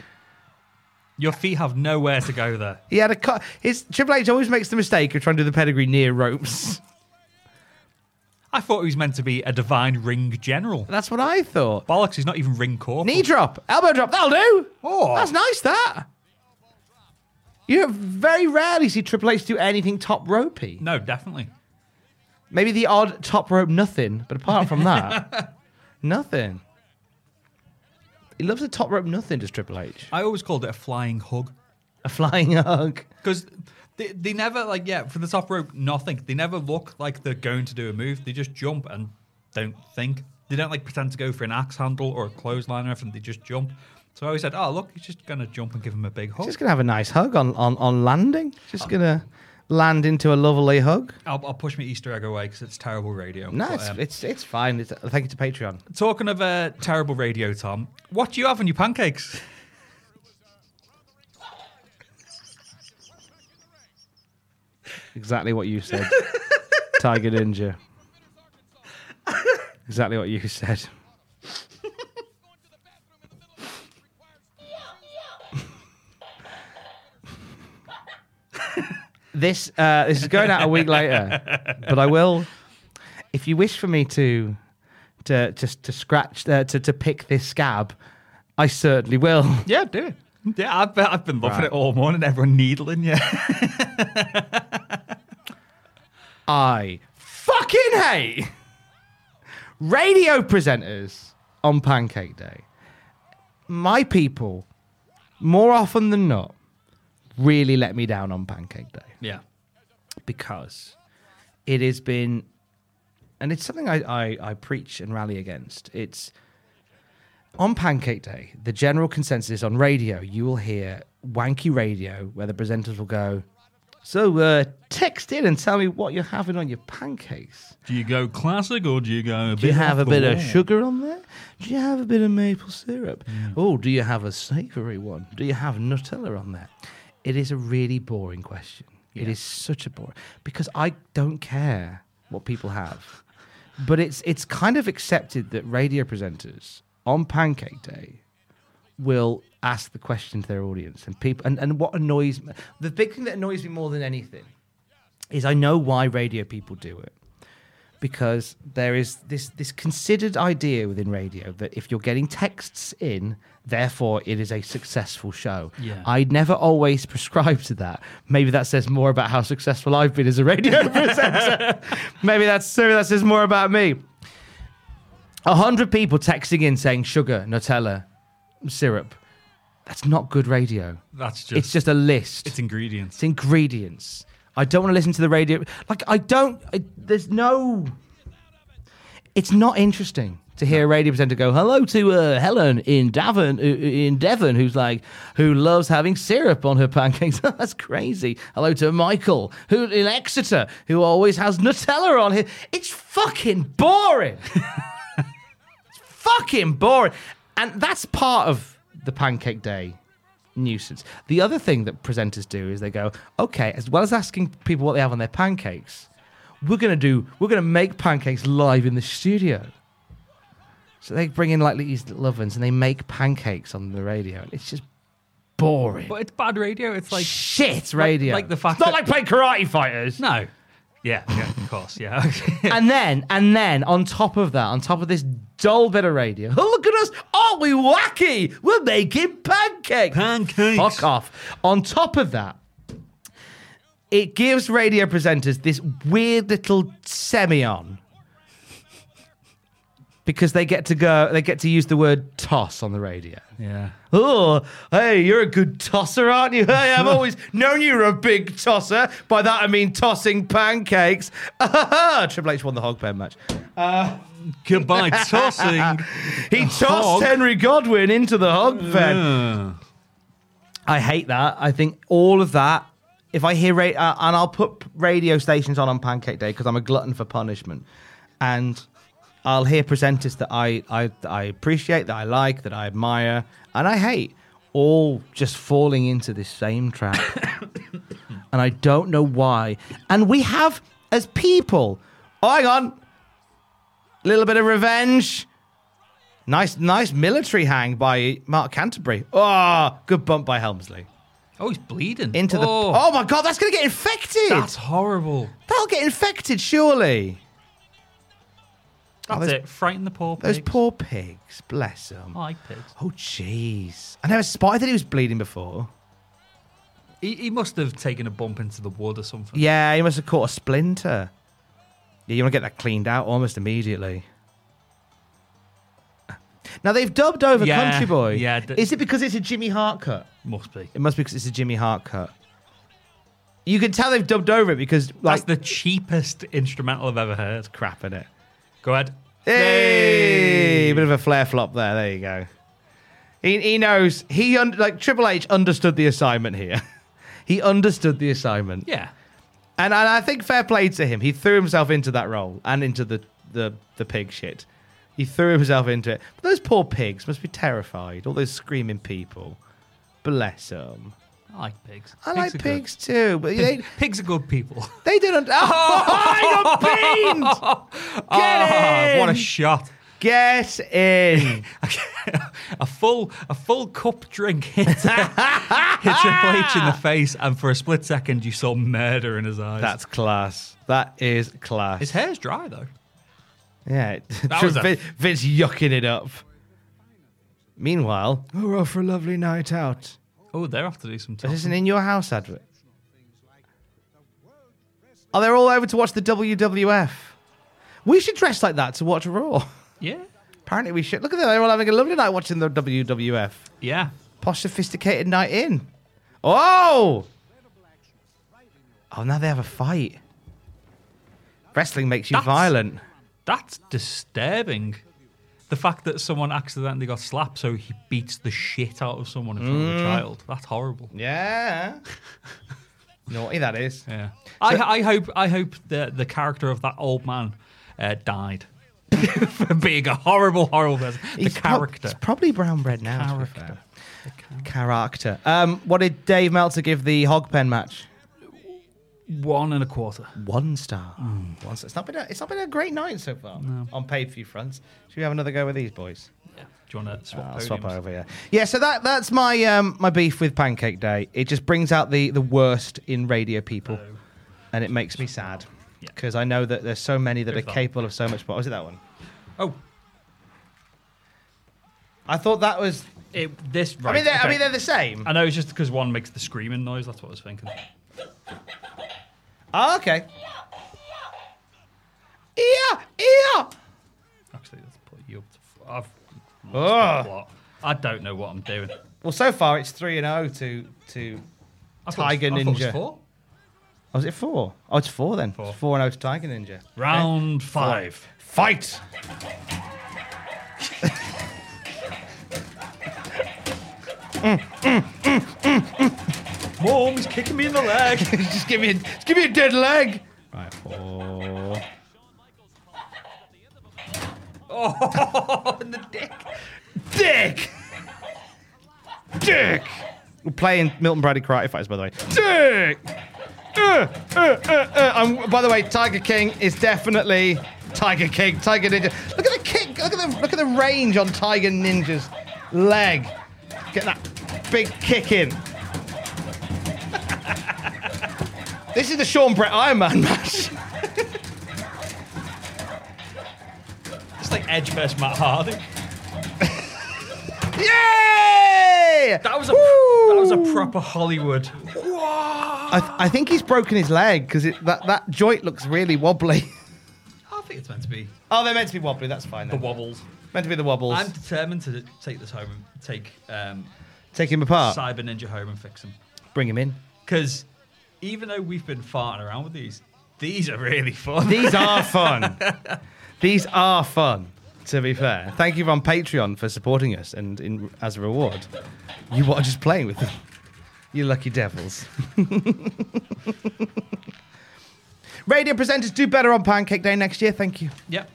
Speaker 3: Your feet have nowhere to go there.
Speaker 1: He had a cut. His Triple H always makes the mistake of trying to do the pedigree near ropes.
Speaker 3: I thought he was meant to be a divine ring general.
Speaker 1: That's what I thought.
Speaker 3: Bollocks, he's not even ring corporal.
Speaker 1: Knee drop, elbow drop. That'll do.
Speaker 3: Oh.
Speaker 1: that's nice. That. You very rarely see Triple H do anything top ropey.
Speaker 3: No, definitely.
Speaker 1: Maybe the odd top rope nothing, but apart from that, nothing. He loves the top rope nothing, does Triple H?
Speaker 3: I always called it a flying hug.
Speaker 1: A flying hug.
Speaker 3: Because they, they never, like, yeah, for the top rope, nothing. They never look like they're going to do a move. They just jump and don't think. They don't, like, pretend to go for an axe handle or a clothesline or anything. They just jump. So I always said, oh, look, he's just going to jump and give him a big hug.
Speaker 1: Just gonna have a nice hug on, on, on landing. Just gonna land into a lovely hug.
Speaker 3: I'll, I'll push my Easter egg away because it's terrible radio.
Speaker 1: No,
Speaker 3: But,
Speaker 1: it's,
Speaker 3: um,
Speaker 1: it's it's fine. It's, thank you to Patreon.
Speaker 3: Talking of uh, terrible radio, Tom, what do you have on your pancakes?
Speaker 1: Exactly what you said. Tiger Ninja. Exactly what you said. this uh, this is going out a week later, but I will. If you wish for me to to to, to scratch uh, to to pick this scab, I certainly will.
Speaker 3: Yeah, do it. Yeah, I've been, I've been loving
Speaker 1: Right.
Speaker 3: it all morning. Everyone needling you.
Speaker 1: I fucking hate radio presenters on Pancake Day. My people, more often than not, really let me down on Pancake Day
Speaker 3: yeah.
Speaker 1: because it has been, and it's something I, I, I preach and rally against. It's on Pancake Day, the general consensus on radio, you will hear wanky radio where the presenters will go, So uh, text in and tell me what you're having on your pancakes.
Speaker 3: Do you go classic or do you go? A
Speaker 1: Do you have a bit of sugar on there? Do you have a bit of maple syrup? Oh, do you have a savory one? Do you have Nutella on there? It is a really boring question. It is such a boring because I don't care what people have. But it's it's kind of accepted that radio presenters on Pancake Day will ask the question to their audience and people and, and what annoys me the big thing that annoys me more than anything is I know why radio people do it because there is this this considered idea within radio that if you're getting texts in, therefore it is a successful show.
Speaker 3: Yeah.
Speaker 1: I never always prescribe to that. Maybe that says more about how successful I've been as a radio presenter. maybe that's maybe that says more about me. A hundred people texting in saying sugar, Nutella, syrup. That's not good radio.
Speaker 3: That's just.
Speaker 1: It's just a list.
Speaker 3: It's ingredients.
Speaker 1: It's ingredients. I don't want to listen to the radio. Like I don't. I, there's no. It's not interesting to hear a radio presenter go hello to uh, Helen in Devon, uh, in Devon, who's like who loves having syrup on her pancakes. That's crazy. Hello to Michael, who in Exeter, who always has Nutella on his. It's fucking boring fucking boring. And that's part of the pancake day nuisance. The other thing that presenters do is they go, okay, as well as asking people what they have on their pancakes, we're gonna do we're gonna make pancakes live in the studio. So they bring in like these little ovens and they make pancakes on the radio, and it's just boring.
Speaker 3: But it's bad radio. It's like
Speaker 1: Shit radio.
Speaker 3: like the fact
Speaker 1: it's not
Speaker 3: that-
Speaker 1: like playing karate fighters.
Speaker 3: no. Yeah, yeah, of course. Yeah. Okay.
Speaker 1: and then and then on top of that, on top of this dull bit of radio, oh, look at us! Aren't we wacky? We're making pancakes.
Speaker 3: Pancakes.
Speaker 1: Fuck off. On top of that, it gives radio presenters this weird little semi-on because they get to go. They get to use the word toss on the radio.
Speaker 3: yeah.
Speaker 1: Oh, hey, you're a good tosser, aren't you? Hey, I've always known you were a big tosser. By that, I mean tossing pancakes. Triple H won the hog pen match.
Speaker 3: Goodbye tossing.
Speaker 1: He tossed
Speaker 3: hog?
Speaker 1: Henry Godwin into the hog pen. I hate that. I think all of that. If I hear, ra- uh, and I'll put radio stations on on Pancake Day because I'm a glutton for punishment, and I'll hear presenters that I, I that I appreciate, that I like, that I admire, and I hate, all just falling into this same trap, and I don't know why. And we have as people, oh, hang on, little bit of revenge. Nice, nice military hang by Mark Canterbury. Oh, good bump by Helmsley
Speaker 3: Oh, he's bleeding.
Speaker 1: into the.
Speaker 3: Oh,
Speaker 1: Oh my god, that's gonna get infected.
Speaker 3: that's horrible.
Speaker 1: That'll get infected, surely.
Speaker 3: That's
Speaker 1: Oh, those-
Speaker 3: it. Frighten the poor pigs.
Speaker 1: Those poor pigs, bless them.
Speaker 3: I like pigs.
Speaker 1: Oh jeez, I never spotted that he was bleeding before.
Speaker 3: He, he must have taken a bump into the wood or something.
Speaker 1: Yeah, he must have caught a splinter. Yeah, you want to get that cleaned out almost immediately. Now they've dubbed over
Speaker 3: Yeah,
Speaker 1: Country Boy.
Speaker 3: yeah, d-
Speaker 1: Is it because it's a Jimmy Hart cut?
Speaker 3: Must be.
Speaker 1: It must be because it's a Jimmy Hart cut. You can tell they've dubbed over it because like
Speaker 3: That's the cheapest instrumental I've ever heard.
Speaker 1: crap in it.
Speaker 3: Go ahead.
Speaker 1: Hey, bit of a flare flop there. There you go. He, he knows he un- like Triple H understood the assignment here. he understood the assignment,
Speaker 3: Yeah.
Speaker 1: and and I think fair play to him. He threw himself into that role and into the the the pig shit. He threw himself into it. But those poor pigs must be terrified. All those screaming people. Bless them.
Speaker 3: I like pigs.
Speaker 1: I
Speaker 3: are
Speaker 1: like
Speaker 3: good.
Speaker 1: pigs too, but they
Speaker 3: Pigs are good people.
Speaker 1: they didn't. Oh, I got beamed. Get
Speaker 3: Ah,
Speaker 1: in.
Speaker 3: what a shot.
Speaker 1: Get in.
Speaker 3: a full a full cup drink hit, hit Triple H in the face, and for a split second, you saw murder in his eyes.
Speaker 1: That's class. That is class.
Speaker 3: his hair's dry though.
Speaker 1: Yeah.
Speaker 3: That was a-
Speaker 1: Vince, Vince yucking it up. Meanwhile, oh, we're off for a lovely night out.
Speaker 3: Oh, they're off to do some.
Speaker 1: Is this an
Speaker 3: tough-
Speaker 1: in your house advert? Are they all over to watch the WWF? We should dress like that to watch Raw.
Speaker 3: Yeah,
Speaker 1: Apparently, we should. Look at them. They're all having a lovely night watching the WWF.
Speaker 3: yeah.
Speaker 1: Posh, sophisticated night in. Oh! Oh, now they have a fight. Wrestling makes you
Speaker 3: That's-
Speaker 1: violent.
Speaker 3: That's disturbing. The fact that someone accidentally got slapped, so he beats the shit out of someone in front
Speaker 1: Mm.
Speaker 3: of a child. That's horrible.
Speaker 1: Yeah. Naughty that is.
Speaker 3: Yeah. I, I hope I hope the the character of that old man uh, died for being a horrible, horrible person. The
Speaker 1: He's prob-
Speaker 3: character.
Speaker 1: it's probably brown bread now. to be
Speaker 3: Character.
Speaker 1: fair. Character. Um, what did Dave Meltzer give the hog pen match?
Speaker 3: One and a quarter.
Speaker 1: One star.
Speaker 3: Hmm.
Speaker 1: One star. It's not been a, it's not been a great night so far on paid few fronts. Should we have another go with these boys?
Speaker 3: Yeah. Do you want to swap?
Speaker 1: I'll Ah, swap
Speaker 3: podiums?
Speaker 1: over, yeah. Yeah, so that that's my um, my beef with Pancake Day. It just brings out the the worst in radio people, and it makes me sad
Speaker 3: Oh. Yeah.
Speaker 1: because I know that there's so many that
Speaker 3: Go
Speaker 1: are
Speaker 3: for that.
Speaker 1: capable of so much. But was it that one?
Speaker 3: Oh,
Speaker 1: I thought that was.
Speaker 3: it, this. Right,
Speaker 1: I mean, they're, I
Speaker 3: okay. Uh,
Speaker 1: mean, they're the same.
Speaker 3: I know it's just because one makes the screaming noise. That's what I was thinking.
Speaker 1: Oh, okay. Yeah, yeah.
Speaker 3: Actually, let's put you up to. f- I've
Speaker 1: Ugh.
Speaker 3: lost the plot. I don't know what I'm doing. I
Speaker 1: Well, so far it's three and zero to to.
Speaker 3: thought it was-
Speaker 1: Tiger
Speaker 3: I thought it was
Speaker 1: Ninja.
Speaker 3: four.
Speaker 1: Oh, is it four? Oh, it's four then. Four. It's four and zero to Tiger Ninja.
Speaker 3: Round five.
Speaker 1: Fight.
Speaker 3: Mom's kicking me in the leg.
Speaker 1: just give me a, just give me a dead leg. Right, four.
Speaker 3: oh, in the dick.
Speaker 1: Dick! Dick! We're playing Milton Bradley Karate Fighters, by the way. Dick! uh, uh, uh, uh. And by the way, Tiger King is definitely Tiger King, Tiger Ninja. Look at the kick, look at the look at the range on Tiger Ninja's leg. Get that big kick in. this is the Sean Brett Iron Man match.
Speaker 8: It's like Edge versus Matt Hardy.
Speaker 1: Yay!
Speaker 8: That was a that was a proper Hollywood.
Speaker 1: I, th- I think he's broken his leg because that, that joint looks really wobbly.
Speaker 8: I think it's meant to be
Speaker 1: oh, they're meant to be wobbly. That's fine.
Speaker 8: the
Speaker 1: then.
Speaker 8: wobbles.
Speaker 1: Meant to be the wobbles.
Speaker 8: I'm determined to take this home and take um,
Speaker 1: Take him apart.
Speaker 8: Cyber Ninja home and fix them.
Speaker 1: Bring him in.
Speaker 8: Because even though we've been farting around with these, these are really fun.
Speaker 1: These are fun. These are fun. To be fair, thank you on Patreon for supporting us, and in, as a reward, you are just playing with them. You lucky devils. Radio presenters do better on Pancake Day next year. Thank you.
Speaker 8: yep.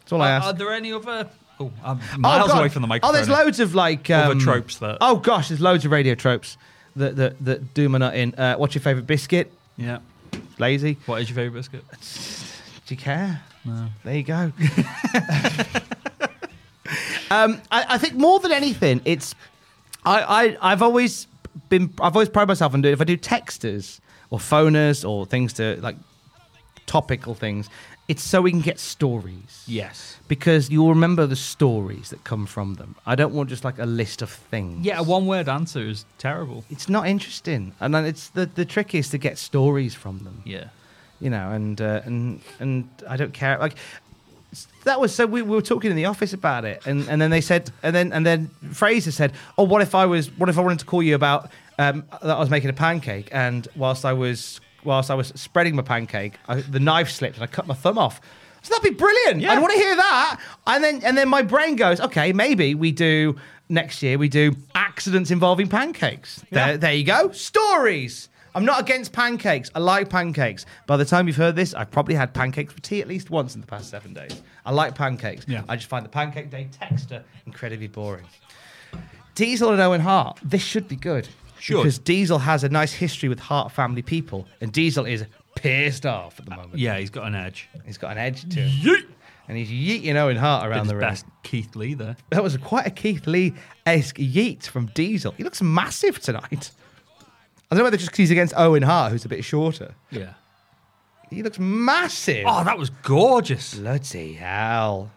Speaker 1: That's all I
Speaker 8: Are,
Speaker 1: ask.
Speaker 8: are there any other? Oh, I'm
Speaker 1: Oh,
Speaker 3: miles
Speaker 1: God.
Speaker 3: away from the microphone.
Speaker 1: Oh, there's loads of like
Speaker 3: Other
Speaker 1: um,
Speaker 3: tropes that-
Speaker 1: Oh gosh, there's loads of radio tropes that that, that Doom are not in. Uh, what's your favourite biscuit?
Speaker 3: Yeah.
Speaker 1: Lazy.
Speaker 3: What is your favourite biscuit?
Speaker 1: Do you care? No. There you go. um, I, I think more than anything, it's I, I I've always been I've always prided myself on doing if I do texters or phoners or things to like topical things, it's so we can get stories.
Speaker 8: Yes.
Speaker 1: Because you'll remember the stories that come from them. I don't want just like a list of things.
Speaker 8: Yeah, a one-word answer is terrible.
Speaker 1: It's not interesting, and then it's the the trick is to get stories from them
Speaker 8: Yeah.
Speaker 1: you know, and uh, and and I don't care. Like that was so. We, we were talking in the office about it, and, and then they said, and then and then Fraser said, "Oh, what if I was? What if I wanted to call you about um, that I was making a pancake, and whilst I was whilst I was spreading my pancake, I, the knife slipped and I cut my thumb off." So that'd be brilliant. I'd want to hear that. And then and then my brain goes, okay, maybe we do next year. We do accidents involving pancakes. There, there you go. Stories. I'm not against pancakes. I like pancakes. By the time you've heard this, I've probably had pancakes for tea at least once in the past seven days. I like pancakes.
Speaker 3: Yeah.
Speaker 1: I just find the pancake day texter incredibly boring. Diesel and Owen Hart. This should be good.
Speaker 3: Should.
Speaker 1: Because Diesel has a nice history with Hart family people, and Diesel is pissed off at the moment.
Speaker 3: Uh, Yeah, he's got an edge.
Speaker 1: He's got an edge to him. And he's yeeting Owen Hart
Speaker 3: Did
Speaker 1: around
Speaker 3: his
Speaker 1: the ring.
Speaker 3: best Keith Lee there.
Speaker 1: That was quite a Keith Lee esque yeet from Diesel. He looks massive tonight. I don't know whether just 'cause he's against Owen Hart, who's a bit shorter.
Speaker 3: Yeah.
Speaker 1: He looks massive.
Speaker 3: Oh, that was gorgeous.
Speaker 1: bloody hell.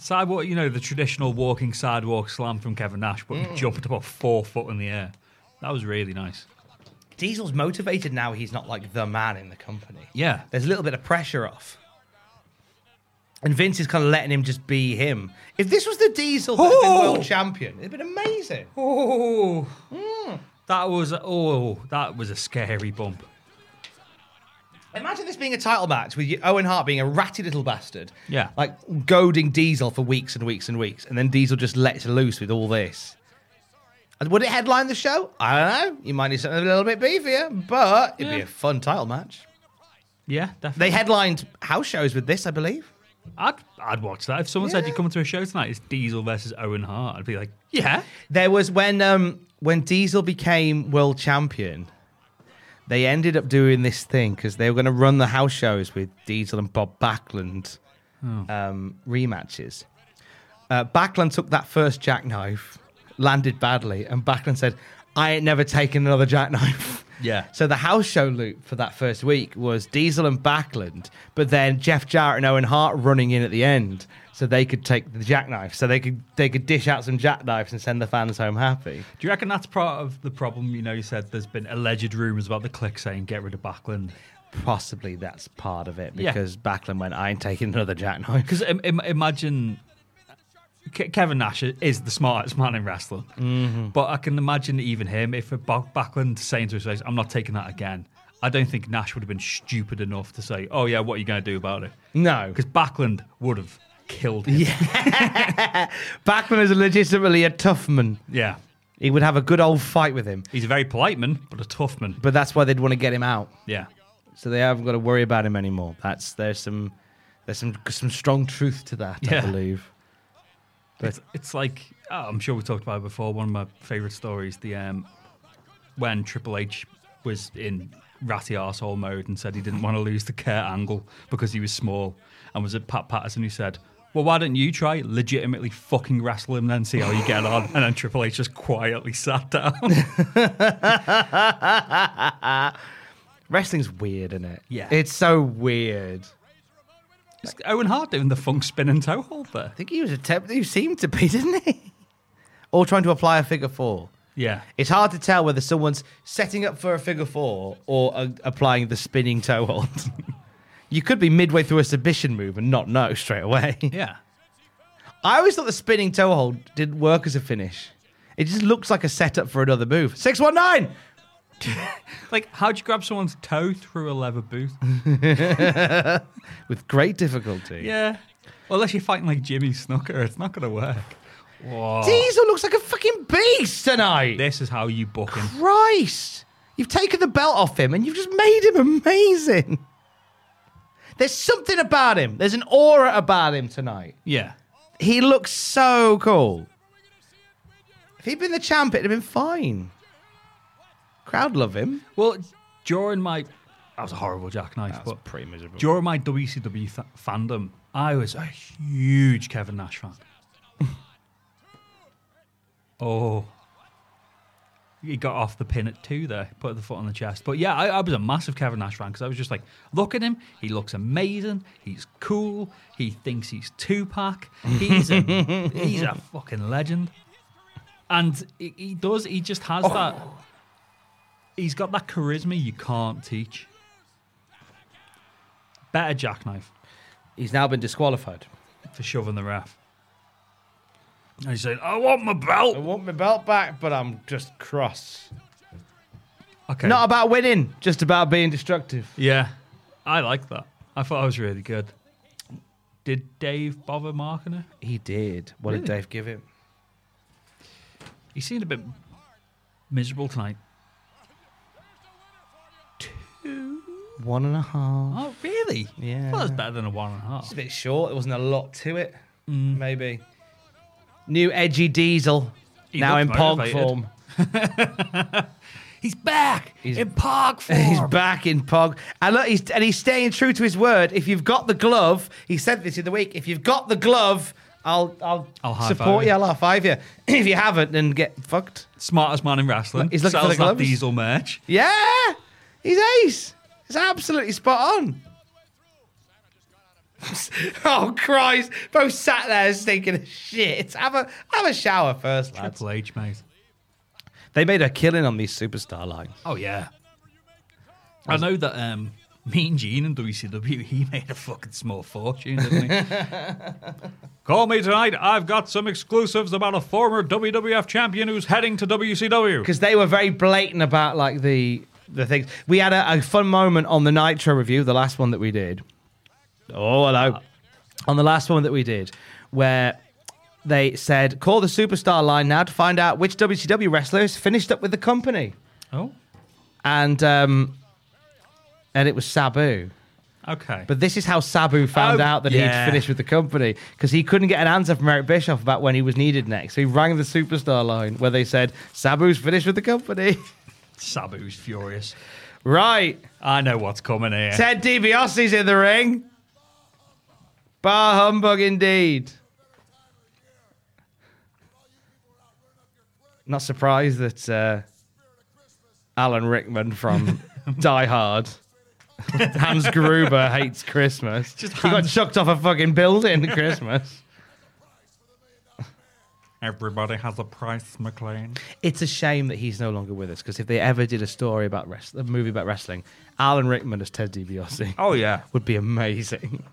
Speaker 3: Sidewalk, you know, the traditional walking sidewalk slam from Kevin Nash, but
Speaker 1: Mm.
Speaker 3: he jumped about four foot in the air. That was really nice.
Speaker 1: Diesel's motivated now. He's not like the man in the company.
Speaker 3: Yeah.
Speaker 1: There's a little bit of pressure off. And Vince is kind of letting him just be him. If this was the Diesel that had been
Speaker 3: Oh!
Speaker 1: world champion, it'd been amazing.
Speaker 3: Oh, that was oh, that was a scary bump.
Speaker 1: Imagine this being a title match with you- Owen Hart being a ratty little bastard.
Speaker 3: Yeah.
Speaker 1: Like goading Diesel for weeks and weeks and weeks, and then Diesel just lets loose with all this. And would it headline the show? I don't know. You might need something a little bit beefier, but it'd be a fun title match.
Speaker 3: Yeah, definitely.
Speaker 1: They headlined house shows with this, I believe.
Speaker 3: I'd I'd watch that. If someone said
Speaker 1: Yeah.
Speaker 3: you're coming to a show tonight, it's Diesel versus Owen Hart. I'd be like, yeah,
Speaker 1: There was when um when Diesel became world champion, they ended up doing this thing because they were going to run the house shows with Diesel and Bob Backlund um, rematches. Uh, Backlund took that first jackknife, landed badly, and Backlund said, "I ain't never taken another jackknife."
Speaker 3: Yeah.
Speaker 1: So the house show loop for that first week was Diesel and Backlund, but then Jeff Jarrett and Owen Hart running in at the end, so they could take the jackknife, so they could they could dish out some jackknives and send the fans home happy.
Speaker 3: Do you reckon that's part of the problem? You know, you said there's been alleged rumors about the click saying get rid of Backlund
Speaker 1: Possibly that's part of it
Speaker 3: Yeah.
Speaker 1: because Backlund went, "I ain't taking another jackknife."
Speaker 3: because Im- im- imagine Ke- Kevin Nash i- is the smartest man in wrestling, but I can imagine even him if a Ba- Backlund saying to his face, "I'm not taking that again." I don't think Nash would have been stupid enough to say, "Oh yeah, what are you going to do about it?"
Speaker 1: no,
Speaker 3: because Backlund would have killed him. Yeah.
Speaker 1: Backlund is legitimately a tough man. He would have a good old fight with him,
Speaker 3: He's a very polite man, but a tough man.
Speaker 1: but that's why they'd want to get him out.
Speaker 3: Yeah.
Speaker 1: so they haven't got to worry about him anymore. That's there's some there's some some strong truth to that, I
Speaker 3: Yeah.
Speaker 1: believe.
Speaker 3: It's, it's like, oh, I'm sure we talked about it before. One of my favourite stories, the um, when Triple H was in ratty arsehole mode and said he didn't want to lose the Kurt Angle because he was small, and was at Pat Patterson who said. Well, why don't you try legitimately fucking wrestle him then, see how you get on? And then Triple H just quietly sat down.
Speaker 1: Wrestling's weird, isn't it?
Speaker 3: Yeah.
Speaker 1: It's so weird.
Speaker 3: It's Owen Hart doing the funk spin and toe hold there.
Speaker 1: I think he was attempting, he seemed to be, didn't he? or trying to apply a figure four.
Speaker 3: Yeah.
Speaker 1: It's hard to tell whether someone's setting up for a figure four or uh, applying the spinning toe hold. you could be midway through a submission move and not know straight away.
Speaker 3: Yeah.
Speaker 1: I always thought the spinning toe hold didn't work as a finish. It just looks like a setup for another move. 619!
Speaker 3: Like, how'd you grab someone's toe through a leather boot?
Speaker 1: With great difficulty.
Speaker 3: yeah. Well, unless you're fighting like Jimmy Snooker, it's not going to work. Whoa.
Speaker 1: Diesel looks like a fucking beast tonight.
Speaker 3: This is how you book him.
Speaker 1: Christ! You've taken the belt off him and you've just made him amazing. There's something about him. There's an aura about him tonight.
Speaker 3: Yeah.
Speaker 1: He looks so cool. If he'd been the champ, it'd have been fine. Crowd love him.
Speaker 3: Well, during my. That was a horrible jackknife. but
Speaker 1: pretty miserable.
Speaker 3: During my WCW th- fandom, I was a huge Kevin Nash fan. oh. He got off the pin at two there, put the foot on the chest. But yeah, I, I was a massive Kevin Nash fan because I was just like, look at him. He looks amazing. He's cool. He thinks he's Tupac. He's a, he's a fucking legend. And he, he does. He just has that. He's got that charisma you can't teach. Better jackknife
Speaker 1: He's now been disqualified.
Speaker 3: for shoving the ref. And he's saying, I want my belt.
Speaker 1: want my belt back, but I'm just cross.
Speaker 3: Okay.
Speaker 1: Not about winning, just about being destructive.
Speaker 3: yeah. I like that. I thought I was really good. Did Dave bother marking her?
Speaker 1: He did. What did Dave give him?
Speaker 3: He seemed a bit miserable tonight.
Speaker 1: One and a half.
Speaker 3: Oh, really?
Speaker 1: Yeah.
Speaker 3: Well, that's better than a one and a half.
Speaker 1: It's a bit short. There wasn't a lot to it. Maybe. New edgy Diesel.
Speaker 3: He
Speaker 1: now in
Speaker 3: looked
Speaker 1: Pog
Speaker 3: motivated.
Speaker 1: form.
Speaker 3: He's back
Speaker 1: He's-
Speaker 3: in park form.
Speaker 1: He's back in Pog. And look, he's and he's staying true to his word. If you've got the glove, he said this in the week. If you've got the glove, I'll I'll,
Speaker 3: I'll high
Speaker 1: support
Speaker 3: five
Speaker 1: you.
Speaker 3: you.
Speaker 1: I'll high five you. if you haven't, then get fucked.
Speaker 3: Smartest man in wrestling.
Speaker 1: He's looking for
Speaker 3: Sells
Speaker 1: the
Speaker 3: that
Speaker 1: gloves.
Speaker 3: diesel merch.
Speaker 1: Yeah, he's ace. It's absolutely spot on. oh Christ! Both sat there thinking of shit. Have a have a shower first, lads.
Speaker 3: Triple H, mate.
Speaker 1: They made a killing on these superstar lines.
Speaker 3: Oh yeah. I know that um, Mean Gene in WCW, he made a fucking small fortune, didn't he? Call me tonight. I've got some exclusives about a former WWF champion who's heading to WCW.
Speaker 1: because they were very blatant about like the the things. We had a, a fun moment on the Nitro review, the last one that we did. Oh hello, on the last one that we did, where they said call the superstar line now to find out which WCW wrestler is finished up with the company,
Speaker 3: Oh,
Speaker 1: and um, and it was Sabu.
Speaker 3: okay.
Speaker 1: But this is how Sabu found
Speaker 3: Oh,
Speaker 1: out that
Speaker 3: yeah.
Speaker 1: he'd finished with the company because he couldn't get an answer from Eric Bischoff about when he was needed next. So he rang the superstar line where they said Sabu's finished with the company.
Speaker 3: Sabu's furious.
Speaker 1: right.
Speaker 3: I know what's coming here.
Speaker 1: Ted DiBiase's in the ring. Bar humbug indeed. Not surprised that uh, Alan Rickman from Die Hard, Hans Gruber hates Christmas.
Speaker 3: Just
Speaker 1: he got
Speaker 3: Hans.
Speaker 1: chucked off a fucking building at Christmas.
Speaker 3: Everybody has a price, McLean.
Speaker 1: It's a shame that he's no longer with us because if they ever did a story about wrestling, a movie about wrestling, Alan Rickman as Ted DiBiase.
Speaker 3: Oh yeah.
Speaker 1: would be amazing.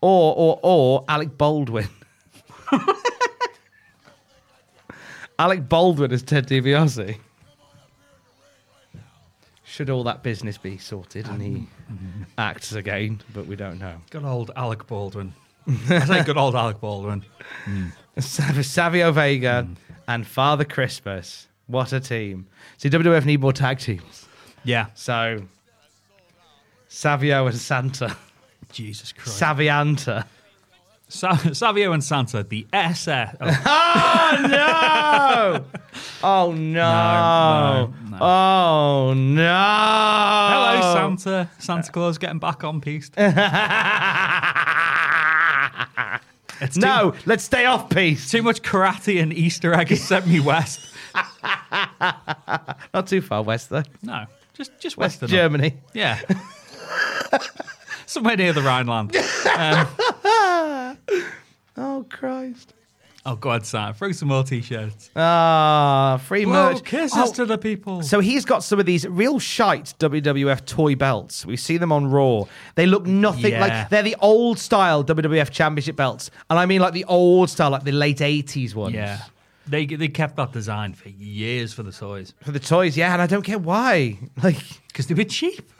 Speaker 1: Or or or Alec Baldwin. Alec Baldwin as Ted DiBiase. Should all that business be sorted and he acts again, but we don't know.
Speaker 3: Good old Alec Baldwin. I say good old Alec Baldwin.
Speaker 1: Sav- Savio Vega and Father Christmas. What a team. See, WWF need more tag teams.
Speaker 3: Yeah.
Speaker 1: So, Savio and Santa.
Speaker 3: Jesus Christ.
Speaker 1: Savianta.
Speaker 3: Sa- Savio and Santa, the SS. oh,
Speaker 1: Oh no! Oh no!
Speaker 3: No, no, no. now.
Speaker 1: Oh no!
Speaker 3: Hello, Santa. Santa Claus getting back on piste. It's too-
Speaker 1: No, let's stay off piece.
Speaker 3: Too much karate and Easter egg has sent me west.
Speaker 1: Not too far west though.
Speaker 3: No, just just
Speaker 1: West
Speaker 3: west enough.
Speaker 1: Germany.
Speaker 3: Yeah. Somewhere near the Rhineland.
Speaker 1: Oh Christ!
Speaker 3: Oh, God, Sam. Throw some more t shirts.
Speaker 1: Ah, free
Speaker 3: Blow
Speaker 1: merch.
Speaker 3: kisses
Speaker 1: Oh,
Speaker 3: to the people.
Speaker 1: So he's got some of these real shite WWF toy belts. We see them on Raw. They look nothing
Speaker 3: Yeah.
Speaker 1: like they're the old style WWF championship belts. And I mean like the old style, like the late 80s ones.
Speaker 3: yeah. They, they kept that design for years for the toys
Speaker 1: For the toys, yeah, and I don't care why. Like
Speaker 3: because they were cheap.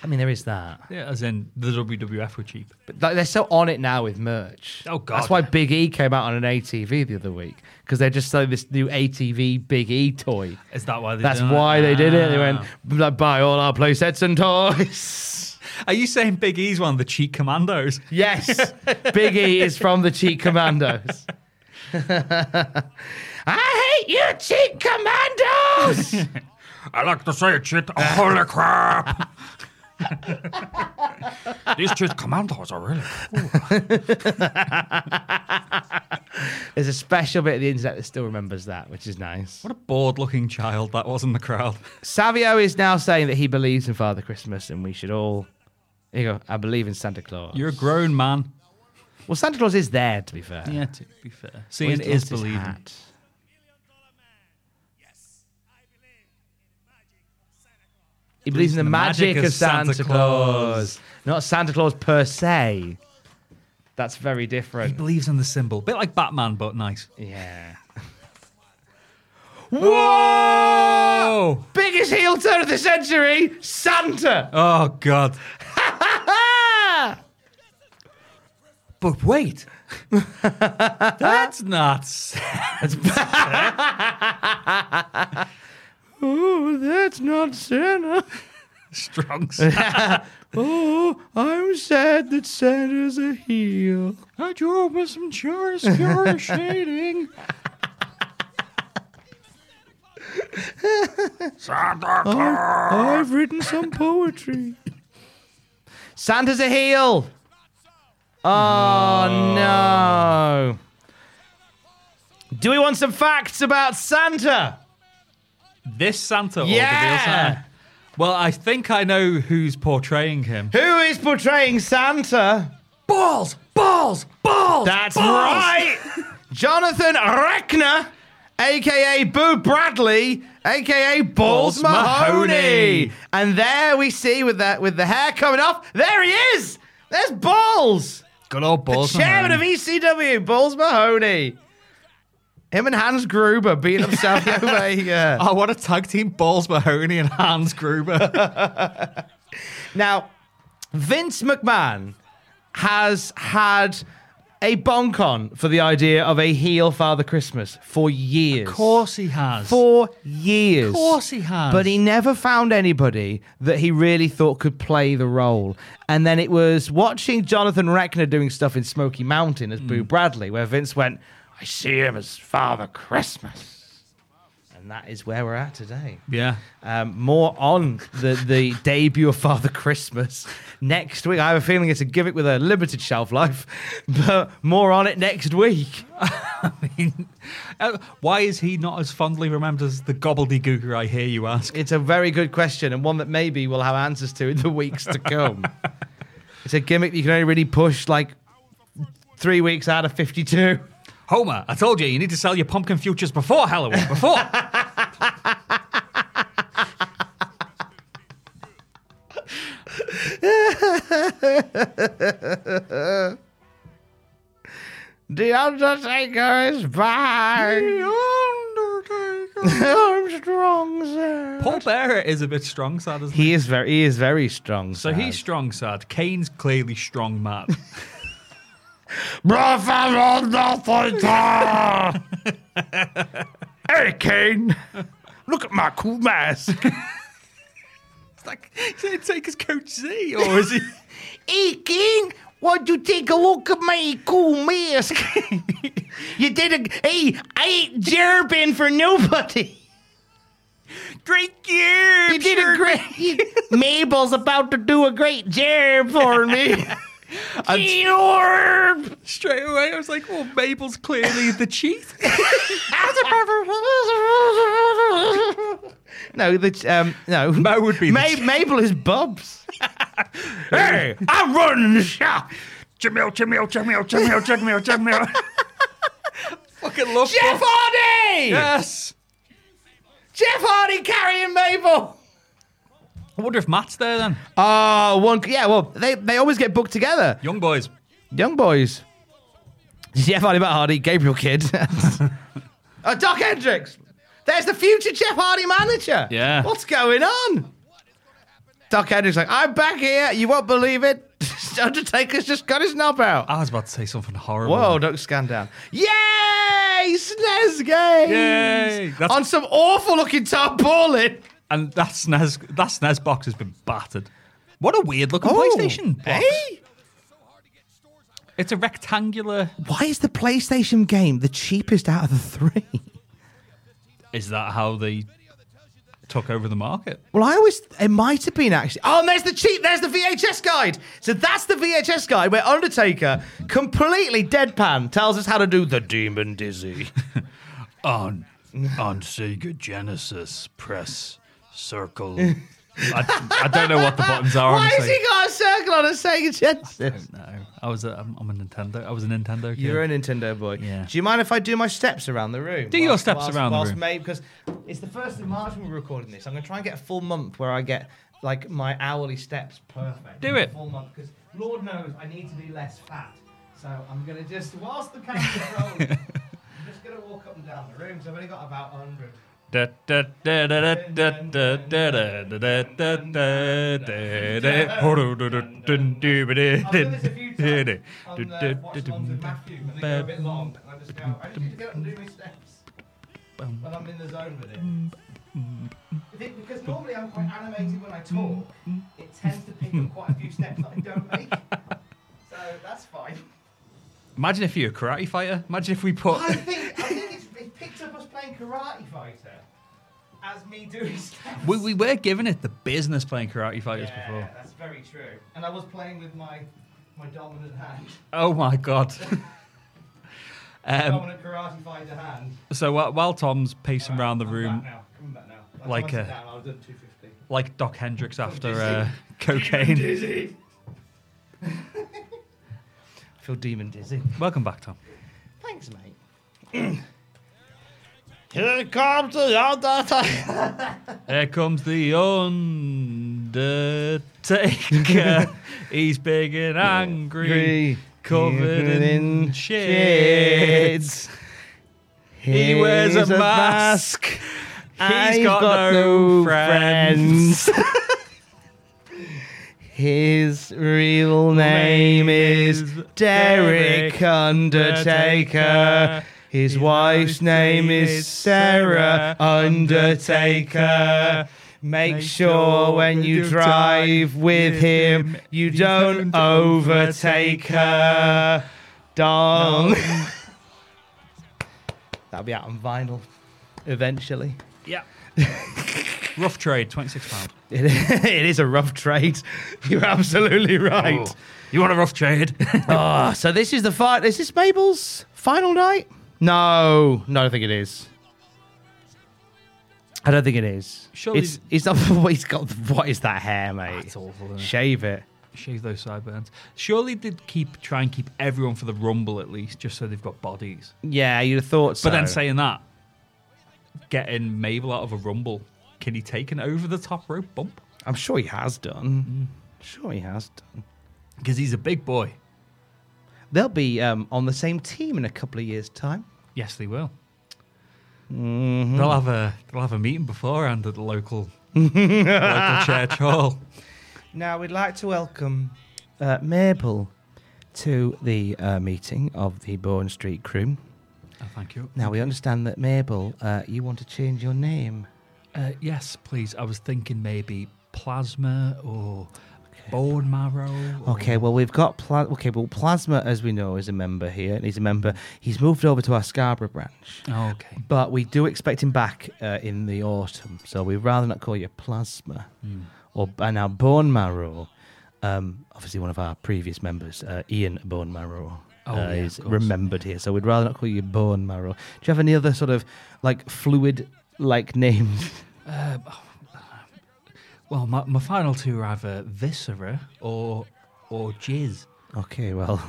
Speaker 1: I mean there is that.
Speaker 3: Yeah, as in the WWF were cheap.
Speaker 1: But like, they're so on it now with merch.
Speaker 3: Oh, God.
Speaker 1: That's why Big E came out on an ATV the other week. Because they're just selling this new ATV Big E toy.
Speaker 3: Is that why they
Speaker 1: That's
Speaker 3: done it?
Speaker 1: why they did it. They went,
Speaker 3: Ah.
Speaker 1: like, buy all our playsets and toys.
Speaker 3: Are you saying Big E's one of the cheat commandos?
Speaker 1: Yes, Big E is from the Cheat Commandos. I hate you, Cheat Commandos.
Speaker 3: I like to say it, shit. Holy crap! These cheat commandos are really.
Speaker 1: There's a special bit of the internet that still remembers that, which is nice.
Speaker 3: What a bored-looking child that was in the crowd.
Speaker 1: Savio is now saying that he believes in Father Christmas, and we should all. Here you go. I believe in Santa Claus.
Speaker 3: You're a grown man.
Speaker 1: well, Santa Claus is there, to be fair.
Speaker 3: Yeah, to be fair,
Speaker 1: Well,
Speaker 3: seeing
Speaker 1: he's
Speaker 3: is
Speaker 1: lost his
Speaker 3: believing.
Speaker 1: hat. He believes in the, magic, of Santa, Claus. not Santa Claus per se. That's very
Speaker 3: He
Speaker 1: different.
Speaker 3: believes in the symbol, bit like Batman, but nice.
Speaker 1: Yeah.
Speaker 3: Whoa!
Speaker 1: Biggest heel turn of the century, Santa.
Speaker 3: Oh God! But wait, that's not.
Speaker 1: Oh, that's not Santa.
Speaker 3: Strong.
Speaker 1: Oh, I'm sad that Santa's a heel.
Speaker 3: I drew up with some chores, cure shading.
Speaker 1: I've written some poetry. Santa's a heel. Oh no. Do we want some facts about Santa?
Speaker 3: This Santa or the real
Speaker 1: Yeah!
Speaker 3: Santa? Well, I think I know who's portraying him.
Speaker 1: Who is portraying Santa?
Speaker 3: Balls, balls, balls.
Speaker 1: That's right. Jonathan Reckner, aka Boo Bradley, aka Balls,
Speaker 3: Balls
Speaker 1: Mahoney.
Speaker 3: Mahoney.
Speaker 1: And there we see with that with the hair coming off. There he is. There's Balls.
Speaker 3: Good old balls.
Speaker 1: the chairman of ECW, Balls Mahoney. Him and Hans Gruber beating up Savio Vega.
Speaker 3: I want a tag team Balls Oh, Mahoney and Hans Gruber.
Speaker 1: Now, Vince McMahon has had a bonk on for the idea of a heel Father Christmas for years.
Speaker 3: of course he has.
Speaker 1: For years. Of
Speaker 3: course he has.
Speaker 1: But he never found anybody that he really thought could play the role. And then it was watching Jonathan Reckner doing stuff in Smoky Mountain as
Speaker 3: Mm.
Speaker 1: Boo Bradley, where Vince went, I see him as Father Christmas. And that is where we're at today.
Speaker 3: Yeah.
Speaker 1: Um, more on the, the debut of Father Christmas next week. I have a feeling it's a gimmick with a limited shelf life, but more on it next week.
Speaker 3: I mean, uh, why is he not as fondly remembered as the gobbledygooker I hear you ask?
Speaker 1: It's a very good question and one that maybe we'll have answers to in the weeks to come. it's a gimmick that you can only really push like three weeks out of 52.
Speaker 3: Homer, I told you, you need to sell your pumpkin futures before Halloween. Before.
Speaker 1: The Undertaker is back. The Undertaker. I'm strong, sir.
Speaker 3: Paul Bearer is a bit strong sad, isn't he?
Speaker 1: He is very, he is very strong.
Speaker 3: So
Speaker 1: Sam.
Speaker 3: he's strong sad. Kane's clearly strong mad.
Speaker 1: Brother Undertaker. hey, Kane. Look at my cool mask.
Speaker 3: it's like, did it take his coach Z or is he?
Speaker 1: Hey, King, why'd you take a look at my cool mask? you did a. Hey, I ain't jerping for nobody.
Speaker 3: Drink you.
Speaker 1: great. Mabel's about to do a great job for me. Jorb.
Speaker 3: Straight away, I was like, well, Mabel's clearly the cheat.
Speaker 1: no, the um, no. Mo
Speaker 3: would be the
Speaker 1: Ma-
Speaker 3: ch-
Speaker 1: Mabel is Bob's. hey, I'm running the shop.
Speaker 8: Jamil, Jamil, Jamil, Jamil, Jamil, Jamil.
Speaker 3: Fucking love
Speaker 1: Jeff Hardy.
Speaker 3: Yes.
Speaker 1: Jeff Hardy carrying Mabel.
Speaker 3: I wonder if Matt's there then.
Speaker 1: Oh, one. Yeah, well, they, they always get booked together.
Speaker 3: Young boys.
Speaker 1: Young boys. Jeff Hardy, Matt Hardy, Gabriel Kidd. uh, Doc Hendricks. There's the future Jeff Hardy manager.
Speaker 3: Yeah.
Speaker 1: What's going on? Doc Hendricks like, I'm back here. You won't believe it. Undertaker's just got his knob out.
Speaker 3: I was about to say something horrible.
Speaker 1: Whoa, don't scan down. Yay! SNES games!
Speaker 3: Yay! That's-
Speaker 1: On some awful looking tarpaulin.
Speaker 3: And that SNES, that SNES box has been battered. What a weird looking PlayStation box.
Speaker 1: Oh, Hey?
Speaker 3: It's a rectangular.
Speaker 1: Why is the PlayStation game the cheapest out of the three?
Speaker 3: Is that how they took over the market?
Speaker 1: Well, I always it might have been actually. Oh, and there's the cheat. There's the VHS guide. So that's the VHS guide where Undertaker, completely deadpan, tells us how to do the Demon Dizzy.
Speaker 3: On on Sega Genesis, press circle. I, I don't know what the buttons are.
Speaker 1: Why has
Speaker 3: honestly.
Speaker 1: he got a circle on a Sega Genesis?
Speaker 3: No, I was a, I'm, I'm a Nintendo. I was a Nintendo. Kid.
Speaker 1: You're a Nintendo boy.
Speaker 3: Yeah.
Speaker 1: Do you mind if I do my steps around the room?
Speaker 3: Do your steps around the
Speaker 1: whilst
Speaker 3: room.
Speaker 1: Maybe, because it's the first of March when we're recording this. I'm going to try and get a full month where I get like my hourly steps perfect.
Speaker 3: Do it.
Speaker 1: Full month because Lord knows I need to be less fat. So I'm going to just whilst the camera's rolling, I'm just going to walk up and down the room. So I've only got about 100.
Speaker 3: Da, da, da, da, da, da, da, da, da, da, da, da, da, da, da.
Speaker 1: I've done this a few times on uh, Watch Moms with Matthew, and they go a bit long. And I just go, I just need to get up and do my steps. When I'm in the zone with it. I think Because normally I'm quite animated when I talk, it tends to pick up quite a few steps that I don't make. So that's fine.
Speaker 3: Imagine if you're a karate fighter. Imagine if we put.
Speaker 1: I think, I think it's, it picked up us playing Karate Fighter as me doing steps.
Speaker 3: We, we were giving it the business playing karate fighters
Speaker 1: yeah,
Speaker 3: before.
Speaker 1: that's very true. And I was playing with my, my dominant hand,
Speaker 3: Oh my god. um,
Speaker 1: dominant Karate Fighter hand.
Speaker 3: so while, while Tom's pacing
Speaker 1: Right,
Speaker 3: around the
Speaker 1: I'm
Speaker 3: room
Speaker 1: Back now. I'm back now. That's
Speaker 3: Like,
Speaker 1: like uh,
Speaker 3: uh,
Speaker 1: down. I was at 250.
Speaker 3: like Doc Hendricks after
Speaker 1: dizzy.
Speaker 3: uh, cocaine.
Speaker 1: Dizzy. I feel demon dizzy.
Speaker 3: Welcome back, Tom.
Speaker 1: Thanks, mate. Here comes the other
Speaker 3: Here comes the Undertaker. He's big and angry, covered in shit. He wears a mask. He's got, no, friends.
Speaker 1: His real name is Derek
Speaker 3: Derek
Speaker 1: Undertaker.
Speaker 3: Undertaker.
Speaker 1: His
Speaker 3: His
Speaker 1: wife's
Speaker 3: wife's
Speaker 1: name
Speaker 3: name
Speaker 1: is
Speaker 3: is
Speaker 1: Sarah
Speaker 3: Sarah
Speaker 1: Undertaker.
Speaker 3: Undertaker.
Speaker 1: Make sure when you drive with him, you don't overtake her. Dong. That'll be out on vinyl eventually.
Speaker 3: Yeah. Rough trade, twenty-six pound.
Speaker 1: It is, it is a rough trade. You're absolutely right.
Speaker 3: You want a rough trade?
Speaker 1: Oh, so this is the fight. Is this Mabel's final night? No, no, I don't think it is. I don't think it is.
Speaker 3: Surely-
Speaker 1: it's, it's not. He's got. What is that hair, mate?
Speaker 3: That's awful, isn't it?
Speaker 1: Shave it.
Speaker 3: Shave those sideburns. Surely they'd keep try and keep everyone for the rumble at least, just so they've got bodies.
Speaker 1: Yeah, you'd have thought so.
Speaker 3: But then saying that, getting Mabel out of a rumble, can he take an over the top rope bump?
Speaker 1: I'm sure he has done. Mm. Sure, he has done.
Speaker 3: Because he's a big boy.
Speaker 1: They'll be um, on the same team in a couple of years' time.
Speaker 3: Yes, they will. They'll have a they'll have a meeting beforehand at the local local church hall.
Speaker 1: Now, we'd like to welcome uh, Mabel to the uh, meeting of the Bourne Street crew.
Speaker 3: Oh, thank you.
Speaker 1: Now, we understand that, Mabel, uh, you want to change your name.
Speaker 3: Uh, yes, please. I was thinking maybe plasma or Bone marrow.
Speaker 1: Okay, well we've got pla- okay, well plasma, as we know, is a member here, and he's a member. He's moved over to our Scarborough branch,
Speaker 3: Oh, Okay.
Speaker 1: but we do expect him back uh, in the autumn. So we'd rather not call you plasma,
Speaker 3: Hmm.
Speaker 1: or and our bone marrow. Um, obviously, one of our previous members, uh, Ian Bone Marrow,
Speaker 3: Oh,
Speaker 1: uh,
Speaker 3: yeah, of
Speaker 1: is
Speaker 3: course.
Speaker 1: remembered here. So we'd rather not call you bone marrow. Do you have any other sort of like fluid like names?
Speaker 3: Well, my, my final two are either viscera or or jizz.
Speaker 1: Okay, well.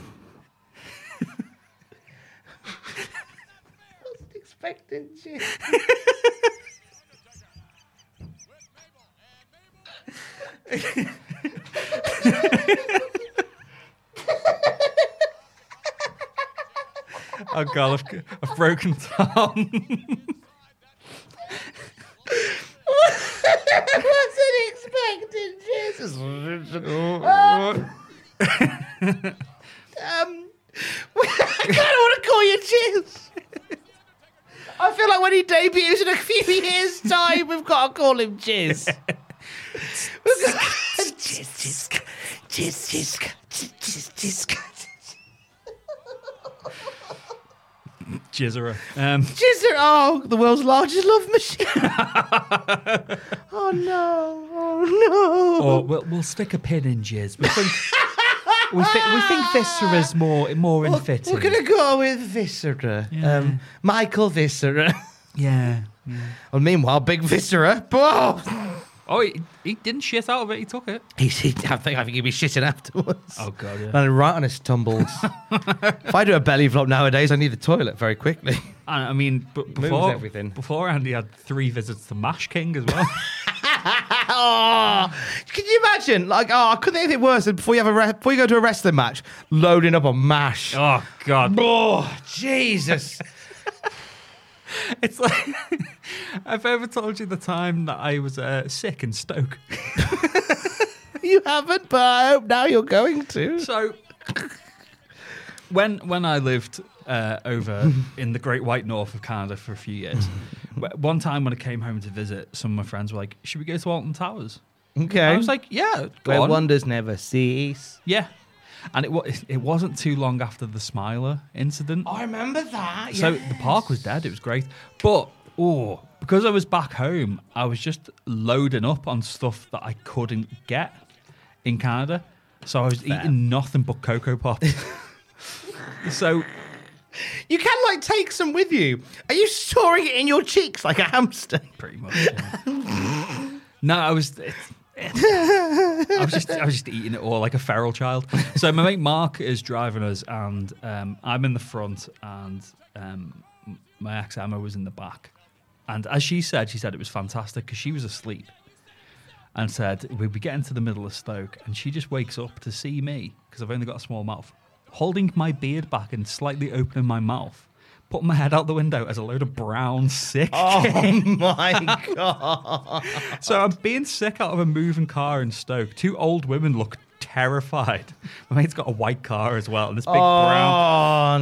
Speaker 1: wasn't expecting shit.
Speaker 3: Oh god, I've, I've broken down.
Speaker 1: wasn't expecting Jesus. um, I kind of want to call you Jizz. I feel like when he debuts in a few years' time, we've got to call him Jizz. We've got- Jizz, Jizz, Jizz, Jizz, Jizz, Jizz,
Speaker 3: Jizzera. Um,
Speaker 1: Jizz. Oh, the world's largest love machine. oh no! Oh no!
Speaker 3: or we'll, we'll stick a pin in jizz. We think we, thi- we think viscera's more more in fitting.
Speaker 1: We're gonna go with Viscera,
Speaker 3: Yeah.
Speaker 1: um, Michael Viscera.
Speaker 3: Yeah.
Speaker 1: well, meanwhile, Big Viscera. Whoa!
Speaker 3: Oh, he, he didn't shit out of it. He took it.
Speaker 1: He, he, I think I think he'd be shitting afterwards.
Speaker 3: Oh god, yeah.
Speaker 1: And right on his tumbles. if I do a belly flop nowadays, I need the toilet very quickly.
Speaker 3: I I mean, b- before
Speaker 1: everything.
Speaker 3: beforehand, he had three visits to Mash King as well.
Speaker 1: oh, can you imagine? Like, oh, I couldn't think of it worse than before you have a re- before you go to a wrestling match, loading up on mash.
Speaker 3: oh god,
Speaker 1: Oh, Jesus.
Speaker 3: It's like I've ever told you the time that I was uh, sick in Stoke.
Speaker 1: you haven't, but I hope now you're going to.
Speaker 3: So when when I lived uh, over in the Great White North of Canada for a few years, w- one time when I came home to visit, some of my friends were like, "Should we go to Alton Towers?"
Speaker 1: Okay.
Speaker 3: I was like, "Yeah, go
Speaker 1: where
Speaker 3: on."
Speaker 1: wonders never cease.
Speaker 3: yeah, and it was it wasn't too long after the Smiler incident.
Speaker 1: I remember that.
Speaker 3: So the park was dead. It was great, but oh, because I was back home, I was just loading up on stuff that I couldn't get in Canada. So I was eating nothing but cocoa pops. so
Speaker 1: You can like take some with you. Are you storing it in your cheeks like a hamster?
Speaker 3: pretty much. yeah. no, I was. It, I was just I was just eating it all like a feral child. So my mate Mark is driving us, and um, I'm in the front, and um, m- my ex Emma was in the back. And as she said, she said it was fantastic because she was asleep, and said we we get into the middle of Stoke, and she just wakes up to see me because I've only got a small mouth, holding my beard back and slightly opening my mouth, putting my head out the window as a load of brown sick
Speaker 1: Oh my god!
Speaker 3: so I'm being sick out of a moving car in Stoke. Two old women look terrified. My mate's got a white car as well, and this big brown.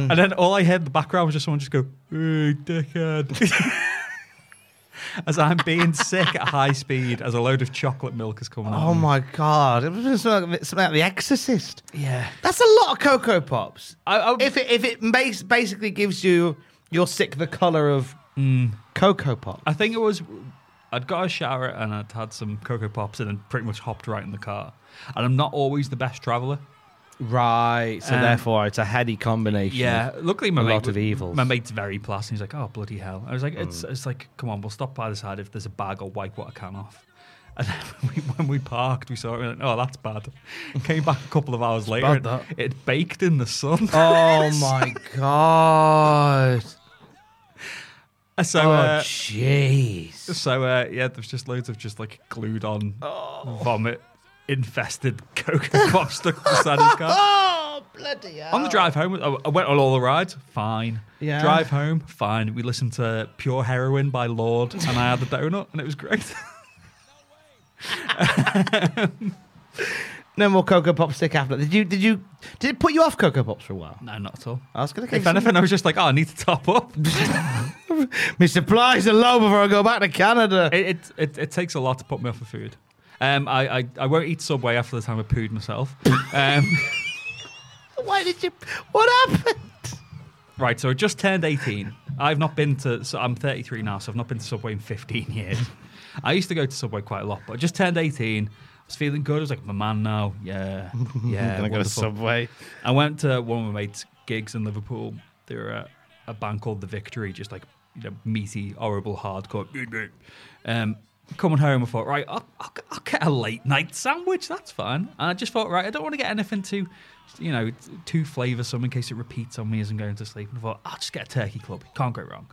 Speaker 1: On.
Speaker 3: And then all I heard in the background was just someone just go, "Hey, dickhead." as I'm being sick at high speed, as a load of chocolate milk is coming. out
Speaker 1: Oh
Speaker 3: of me.
Speaker 1: my god! It was just like something like The Exorcist.
Speaker 3: Yeah.
Speaker 1: That's a lot of cocoa pops.
Speaker 3: I- I-
Speaker 1: if it if it bas- basically gives you you're sick the color of Mm. cocoa pop.
Speaker 3: I think it was. I'd got a shower and I'd had some cocoa pops and then pretty much hopped right in the car. And I'm not always the best traveller.
Speaker 1: Right. So
Speaker 3: Um,
Speaker 1: therefore, it's a heady combination.
Speaker 3: Yeah, luckily my
Speaker 1: a
Speaker 3: mate,
Speaker 1: lot of evils. Mm.
Speaker 3: My mate's very placid. He's like, "Oh bloody hell!" I was like, "It's it's like, come on, we'll stop by the side if there's a bag. I'll wipe what I can off." And then when we, when we parked, we saw it. and went, oh, that's bad. Came back a couple of hours later.
Speaker 1: bad,
Speaker 3: and
Speaker 1: that.
Speaker 3: It baked in the sun.
Speaker 1: Oh my god!
Speaker 3: so,
Speaker 1: Oh
Speaker 3: uh,
Speaker 1: jeez!
Speaker 3: so uh, yeah, there's just loads of just like glued on
Speaker 1: Oh.
Speaker 3: vomit infested cocoa pop stuck to the side of his car.
Speaker 1: Oh bloody hell!
Speaker 3: On the drive home, I I went on all the rides. Fine.
Speaker 1: Yeah.
Speaker 3: Drive home, fine. We listened to Pure Heroin by Lord, and I had the donut, and it was great.
Speaker 1: No more Cocoa Pop stick after. Did you? Did you? Did it put you off Cocoa Pops for a while?
Speaker 3: no, not at all.
Speaker 1: I was gonna get
Speaker 3: If anything, I was just like, oh, I need to top up.
Speaker 1: my supplies are low before I go back to Canada.
Speaker 3: It, it, it, it takes a lot to put me off of food. Um, I, I, I won't eat Subway after the time I pooed myself. Um,
Speaker 1: Why did you? What happened?
Speaker 3: Right, so I just turned 18. I've not been to, so I'm 33 now, so I've not been to Subway in 15 years. I used to go to Subway quite a lot, but I just turned 18. I was feeling good. I was like, I'm a man now. Yeah. Yeah.
Speaker 1: Gonna go to
Speaker 3: wonderful.
Speaker 1: Subway.
Speaker 3: I went to one of my mates' gigs in Liverpool. They were at a band called The Victory, just like, you know, meaty, horrible, hardcore. Um, coming home, I thought, right, I'll, I'll, I'll get a late night sandwich. That's fine. And I just thought, right, I don't want to get anything too, you know, too flavoursome in case it repeats on me as I'm going to sleep. And I thought, I'll just get a turkey club. Can't go wrong.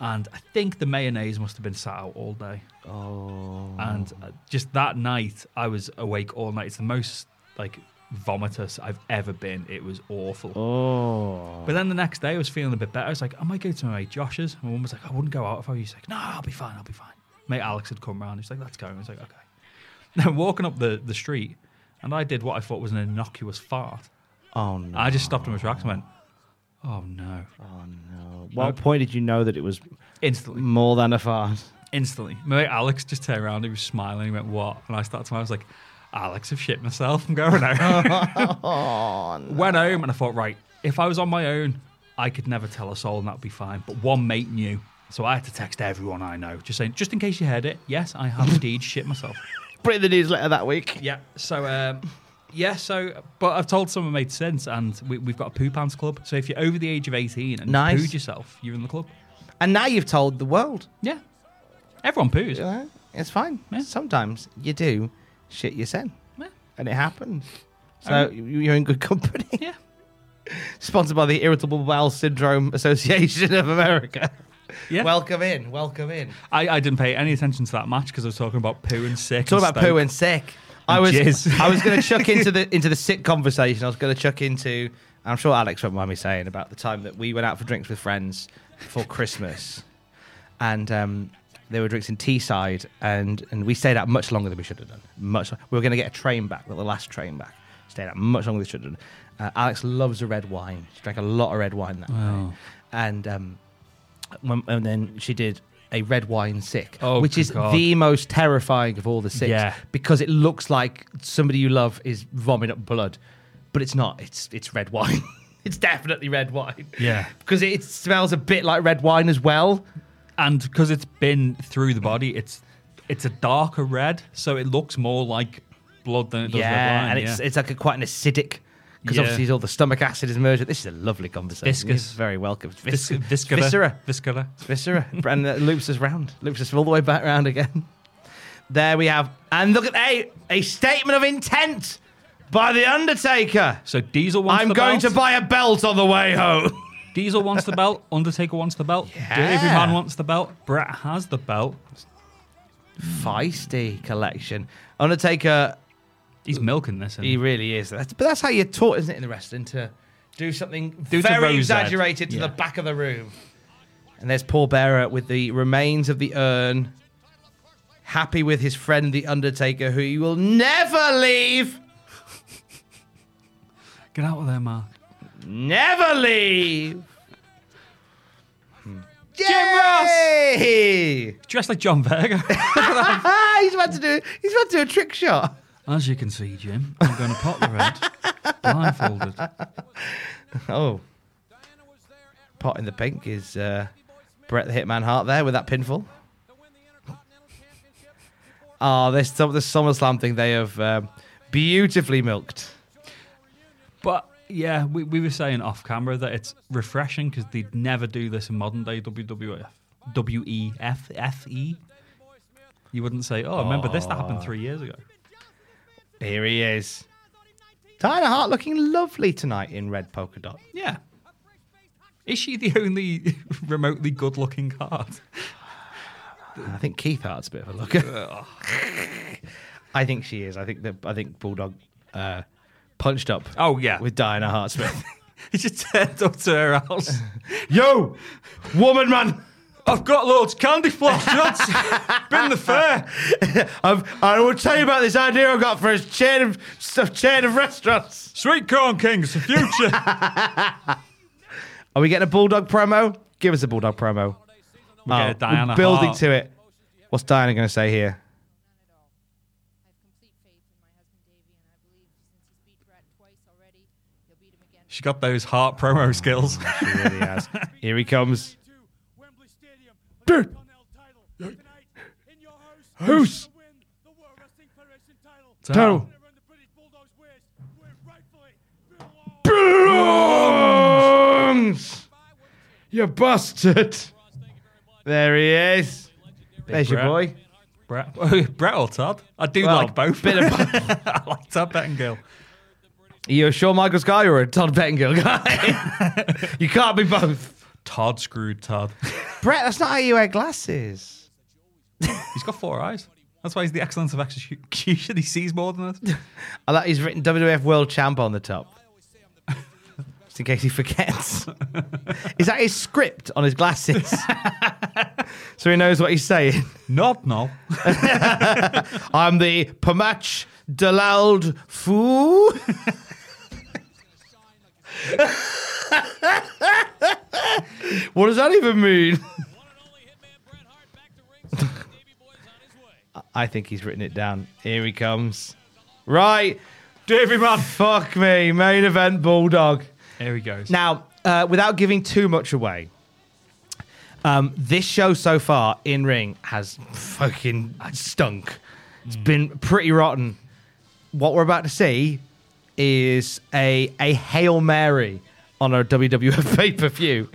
Speaker 3: And I think the mayonnaise must have been sat out all day.
Speaker 1: Oh.
Speaker 3: And uh, just that night, I was awake all night. It's the most like vomitous I've ever been. It was awful.
Speaker 1: Oh.
Speaker 3: But then the next day, I was feeling a bit better. I was like, I might go to my mate Josh's. My mum was like, I wouldn't go out if I was. you." She's like, No, I'll be fine. I'll be fine. Mate Alex had come round. He's like, Let's go. I was like, Okay. Then walking up the, the street, and I did what I thought was an innocuous fart.
Speaker 1: Oh no.
Speaker 3: I just stopped in my tracks and went, Oh no!
Speaker 1: Oh no. What point did you know that it was
Speaker 3: Instantly.
Speaker 1: more than a fart?
Speaker 3: instantly. My mate Alex just turned around, he was smiling, he went, What? And I started to I was like, Alex, I've shit myself. I'm going home. Went home and I thought, right, if I was on my own, I could never tell a soul and that'd be fine. But one mate knew. So I had to text everyone I know, just saying, just in case you heard it, yes, I have indeed shit myself.
Speaker 1: Put it in the newsletter that week.
Speaker 3: Yeah. So, um, yeah, so, but I've told some of my mates since, and we, we've got a poo pants club. So if you're over the age of 18 and
Speaker 1: Nice.
Speaker 3: pooed yourself, you're in the club.
Speaker 1: And now you've told the world.
Speaker 3: Yeah. Everyone poos.
Speaker 1: You know? It's fine.
Speaker 3: Yeah.
Speaker 1: Sometimes you do shit your sen,
Speaker 3: Yeah.
Speaker 1: and it happens. So you you're in good company.
Speaker 3: yeah.
Speaker 1: Sponsored by the Irritable Bowel Syndrome Association of America.
Speaker 3: Yeah.
Speaker 1: Welcome in. Welcome in.
Speaker 3: I, I didn't pay any attention to that match because I was talking about poo and sick.
Speaker 1: Talk about
Speaker 3: Stoke.
Speaker 1: poo and sick. I was
Speaker 3: jizz.
Speaker 1: I was going to chuck into the into the sick conversation. I was going to chuck into. I'm sure Alex won't mind me saying about the time that we went out for drinks with friends for Christmas, and um, they were drinks in Teesside, and and we stayed out much longer than we should have done. Much. We were going to get a train back, like the last train back. Stayed out much longer than we should have done. Uh, Alex loves a red wine. She drank a lot of red wine that night, and um, when, and then she did a red wine sick,
Speaker 3: Oh,
Speaker 1: which
Speaker 3: good
Speaker 1: is
Speaker 3: God.
Speaker 1: the most terrifying of all the six
Speaker 3: Yeah.
Speaker 1: because it looks like somebody you love is vomiting up blood, but it's not. It's it's red wine. it's definitely red wine.
Speaker 3: Yeah.
Speaker 1: because it, smells a bit like red wine as well.
Speaker 3: And because it's been through the body, it's it's a darker red, so it looks more like blood than it does red wine.
Speaker 1: and it's
Speaker 3: yeah.
Speaker 1: it's like a quite an acidic. Because
Speaker 3: Yeah.
Speaker 1: obviously all the stomach acid is merged. This is a lovely conversation.
Speaker 3: Viscous.
Speaker 1: You're very welcome. It's
Speaker 3: Vis-
Speaker 1: Vis-
Speaker 3: viscera.
Speaker 1: viscera.
Speaker 3: Viscera.
Speaker 1: Viscera. and that loops us round. Loops us all the way back round again. There we have. And look at a a statement of intent by the Undertaker.
Speaker 3: So Diesel wants
Speaker 1: I'm
Speaker 3: the
Speaker 1: going
Speaker 3: belt.
Speaker 1: to buy a belt on the way home.
Speaker 3: Diesel wants the belt. Undertaker wants the belt. Every man wants the belt. Brett has the belt.
Speaker 1: Feisty collection. Undertaker,
Speaker 3: He's milking this. isn't
Speaker 1: he really is. That's, but that's how you're taught, isn't it, in the wrestling to do something
Speaker 3: Do to
Speaker 1: very
Speaker 3: Rosed.
Speaker 1: exaggerated to
Speaker 3: Yeah.
Speaker 1: the back of the room. And there's Paul Bearer with the remains of the urn, happy with his friend the Undertaker, who he will never leave.
Speaker 3: Get out of there, Mark.
Speaker 1: Never leave. Jim Ross.
Speaker 3: Dressed like John Virgo.
Speaker 1: Ah, he's about to do. He's about to do a trick shot.
Speaker 3: As you can see, Jim, I'm going to pop the red, blindfolded.
Speaker 1: Oh. Pot in the pink is uh, Brett the Hitman Hart there with that pinfall. Oh, this the SummerSlam thing they have um, beautifully milked.
Speaker 3: But yeah, we, we were saying off camera that it's refreshing because they'd never do this in modern day WWF. WEFFE. E You wouldn't say, oh, remember this? That happened three years ago.
Speaker 1: Here he is. Diana Hart looking lovely tonight in red polka dot.
Speaker 3: Yeah. Is she the only remotely good looking card?
Speaker 1: I think Keith Hart's a bit of a looker. I think she is. I think that I think Bulldog uh, punched up
Speaker 3: Oh, yeah.
Speaker 1: with Diana Hart Smith.
Speaker 3: He just turned up to her house.
Speaker 1: Yo, woman man.
Speaker 3: I've got loads of candy floss nuts. Been the fair.
Speaker 1: I've, I will tell you about this idea I got for a chain of stuff chain of restaurants.
Speaker 3: Sweet corn kings, the future.
Speaker 1: Are we getting a bulldog promo? Give us a bulldog promo. Oh,
Speaker 3: We're getting Diana
Speaker 1: we're building
Speaker 3: Hart.
Speaker 1: to it. What's Diana going to say here?
Speaker 3: She got those heart promo skills.
Speaker 1: really has. Here he comes. Who's? Title. Belongs. You bastard. There he is. There's your boy.
Speaker 3: Brett. Brett, oh, Brett or Todd? I do
Speaker 1: Well,
Speaker 3: like both.
Speaker 1: bit of both.
Speaker 3: I like Todd Bettengill.
Speaker 1: Are you a Shawn Michaels guy or a Todd Bettengill guy? you can't be both.
Speaker 3: Todd screwed Todd.
Speaker 1: Brett, that's not how you wear glasses.
Speaker 3: He's got four eyes. That's why he's the excellence of execution. He sees more than us.
Speaker 1: I like he's Oh, written WWF World Champ on the top. Just in case he forgets. Is that his script on his glasses? so he knows what he's saying.
Speaker 3: Not no.
Speaker 1: I'm the Pamach Dalald Foo. what does that even mean? I think he's written it down. Here he comes. Right. Davy man. Fuck me. Main event Bulldog.
Speaker 3: Here he goes.
Speaker 1: Now, uh, without giving too much away, um, this show so far in ring has fucking stunk. It's been pretty rotten. What we're about to see is a a hail mary on a WWF pay per view.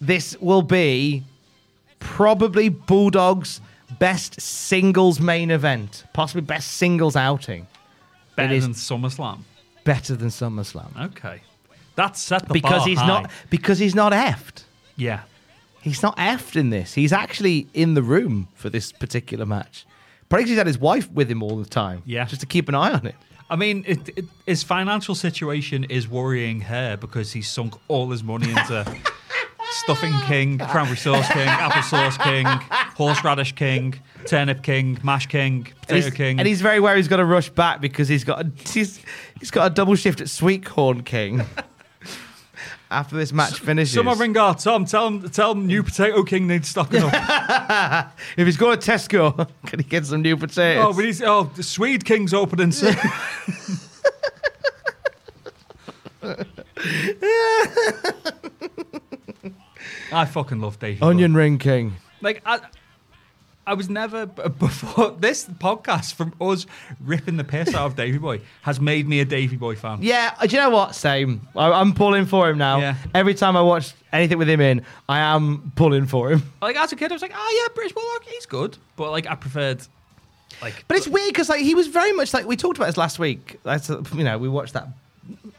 Speaker 1: This will be probably Bulldog's best singles main event, possibly best singles outing.
Speaker 3: Better
Speaker 1: it is-
Speaker 3: than SummerSlam.
Speaker 1: Better than SummerSlam
Speaker 3: Okay. That's set the
Speaker 1: because
Speaker 3: bar
Speaker 1: he's
Speaker 3: high.
Speaker 1: not because he's not effed.
Speaker 3: Yeah.
Speaker 1: He's not effed in this. He's actually in the room for this particular match. Perhaps he's had his wife with him all the time.
Speaker 3: Yeah.
Speaker 1: Just to keep an eye on it.
Speaker 3: I mean, it, it, his financial situation is worrying her because he's sunk all his money into stuffing king, cranberry sauce king, apple sauce king, horseradish king, turnip king, mash king,
Speaker 1: And
Speaker 3: potato
Speaker 1: he's,
Speaker 3: king.
Speaker 1: and he's very aware he's got to rush back because he's got a, he's, he's got a double shift at Sweet Corn King after this match finishes.
Speaker 3: Summer Ringar, Tom, tell him, tell him new potato king needs stocking up.
Speaker 1: if he's going to Tesco, can he get some new potatoes?
Speaker 3: oh, we need, oh, the Swede king's opening soon. I fucking love Davey. Boy.
Speaker 1: Onion Ring King.
Speaker 3: Like I, I was never b- before this podcast from us ripping the piss out of Davy Boy has made me a Davy Boy fan.
Speaker 1: Yeah, uh, do you know what? Same. I, I'm pulling for him now.
Speaker 3: Yeah.
Speaker 1: Every time I watch anything with him in, I am pulling for him.
Speaker 3: Like as a kid, I was like, oh yeah, British Bulldog, he's good, but like I preferred, like
Speaker 1: But it's weird because like he was very much like we talked about this last week. That's uh, you know we watched that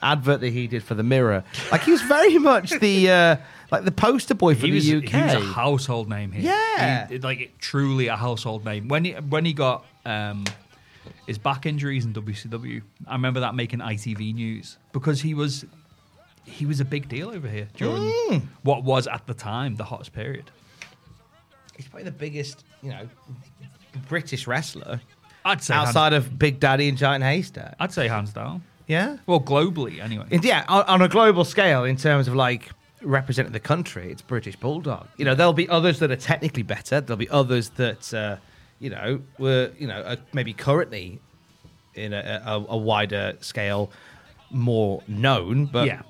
Speaker 1: advert that he did for the Mirror. Like he was very much the uh, like the poster boy for
Speaker 3: he was,
Speaker 1: the
Speaker 3: he was a
Speaker 1: UK.
Speaker 3: household name here.
Speaker 1: Yeah.
Speaker 3: He- like it, truly a household name. When he when he got um, his back injuries in WCW, I remember that making ITV news because he was he was a big deal over here during
Speaker 1: Mm.
Speaker 3: what was at the time the hottest period.
Speaker 1: He's probably the biggest you know British wrestler
Speaker 3: I'd say hands-
Speaker 1: outside of Big Daddy and Giant Haystack.
Speaker 3: I'd say hands down.
Speaker 1: Yeah,
Speaker 3: Well, globally, anyway.
Speaker 1: And yeah. On, on a global scale, in terms of like representing the country, it's British Bulldog. You know, there'll be others that are technically better. There'll be others that uh, you know were you know are maybe currently in a, a, a wider scale more known, but
Speaker 3: Yeah.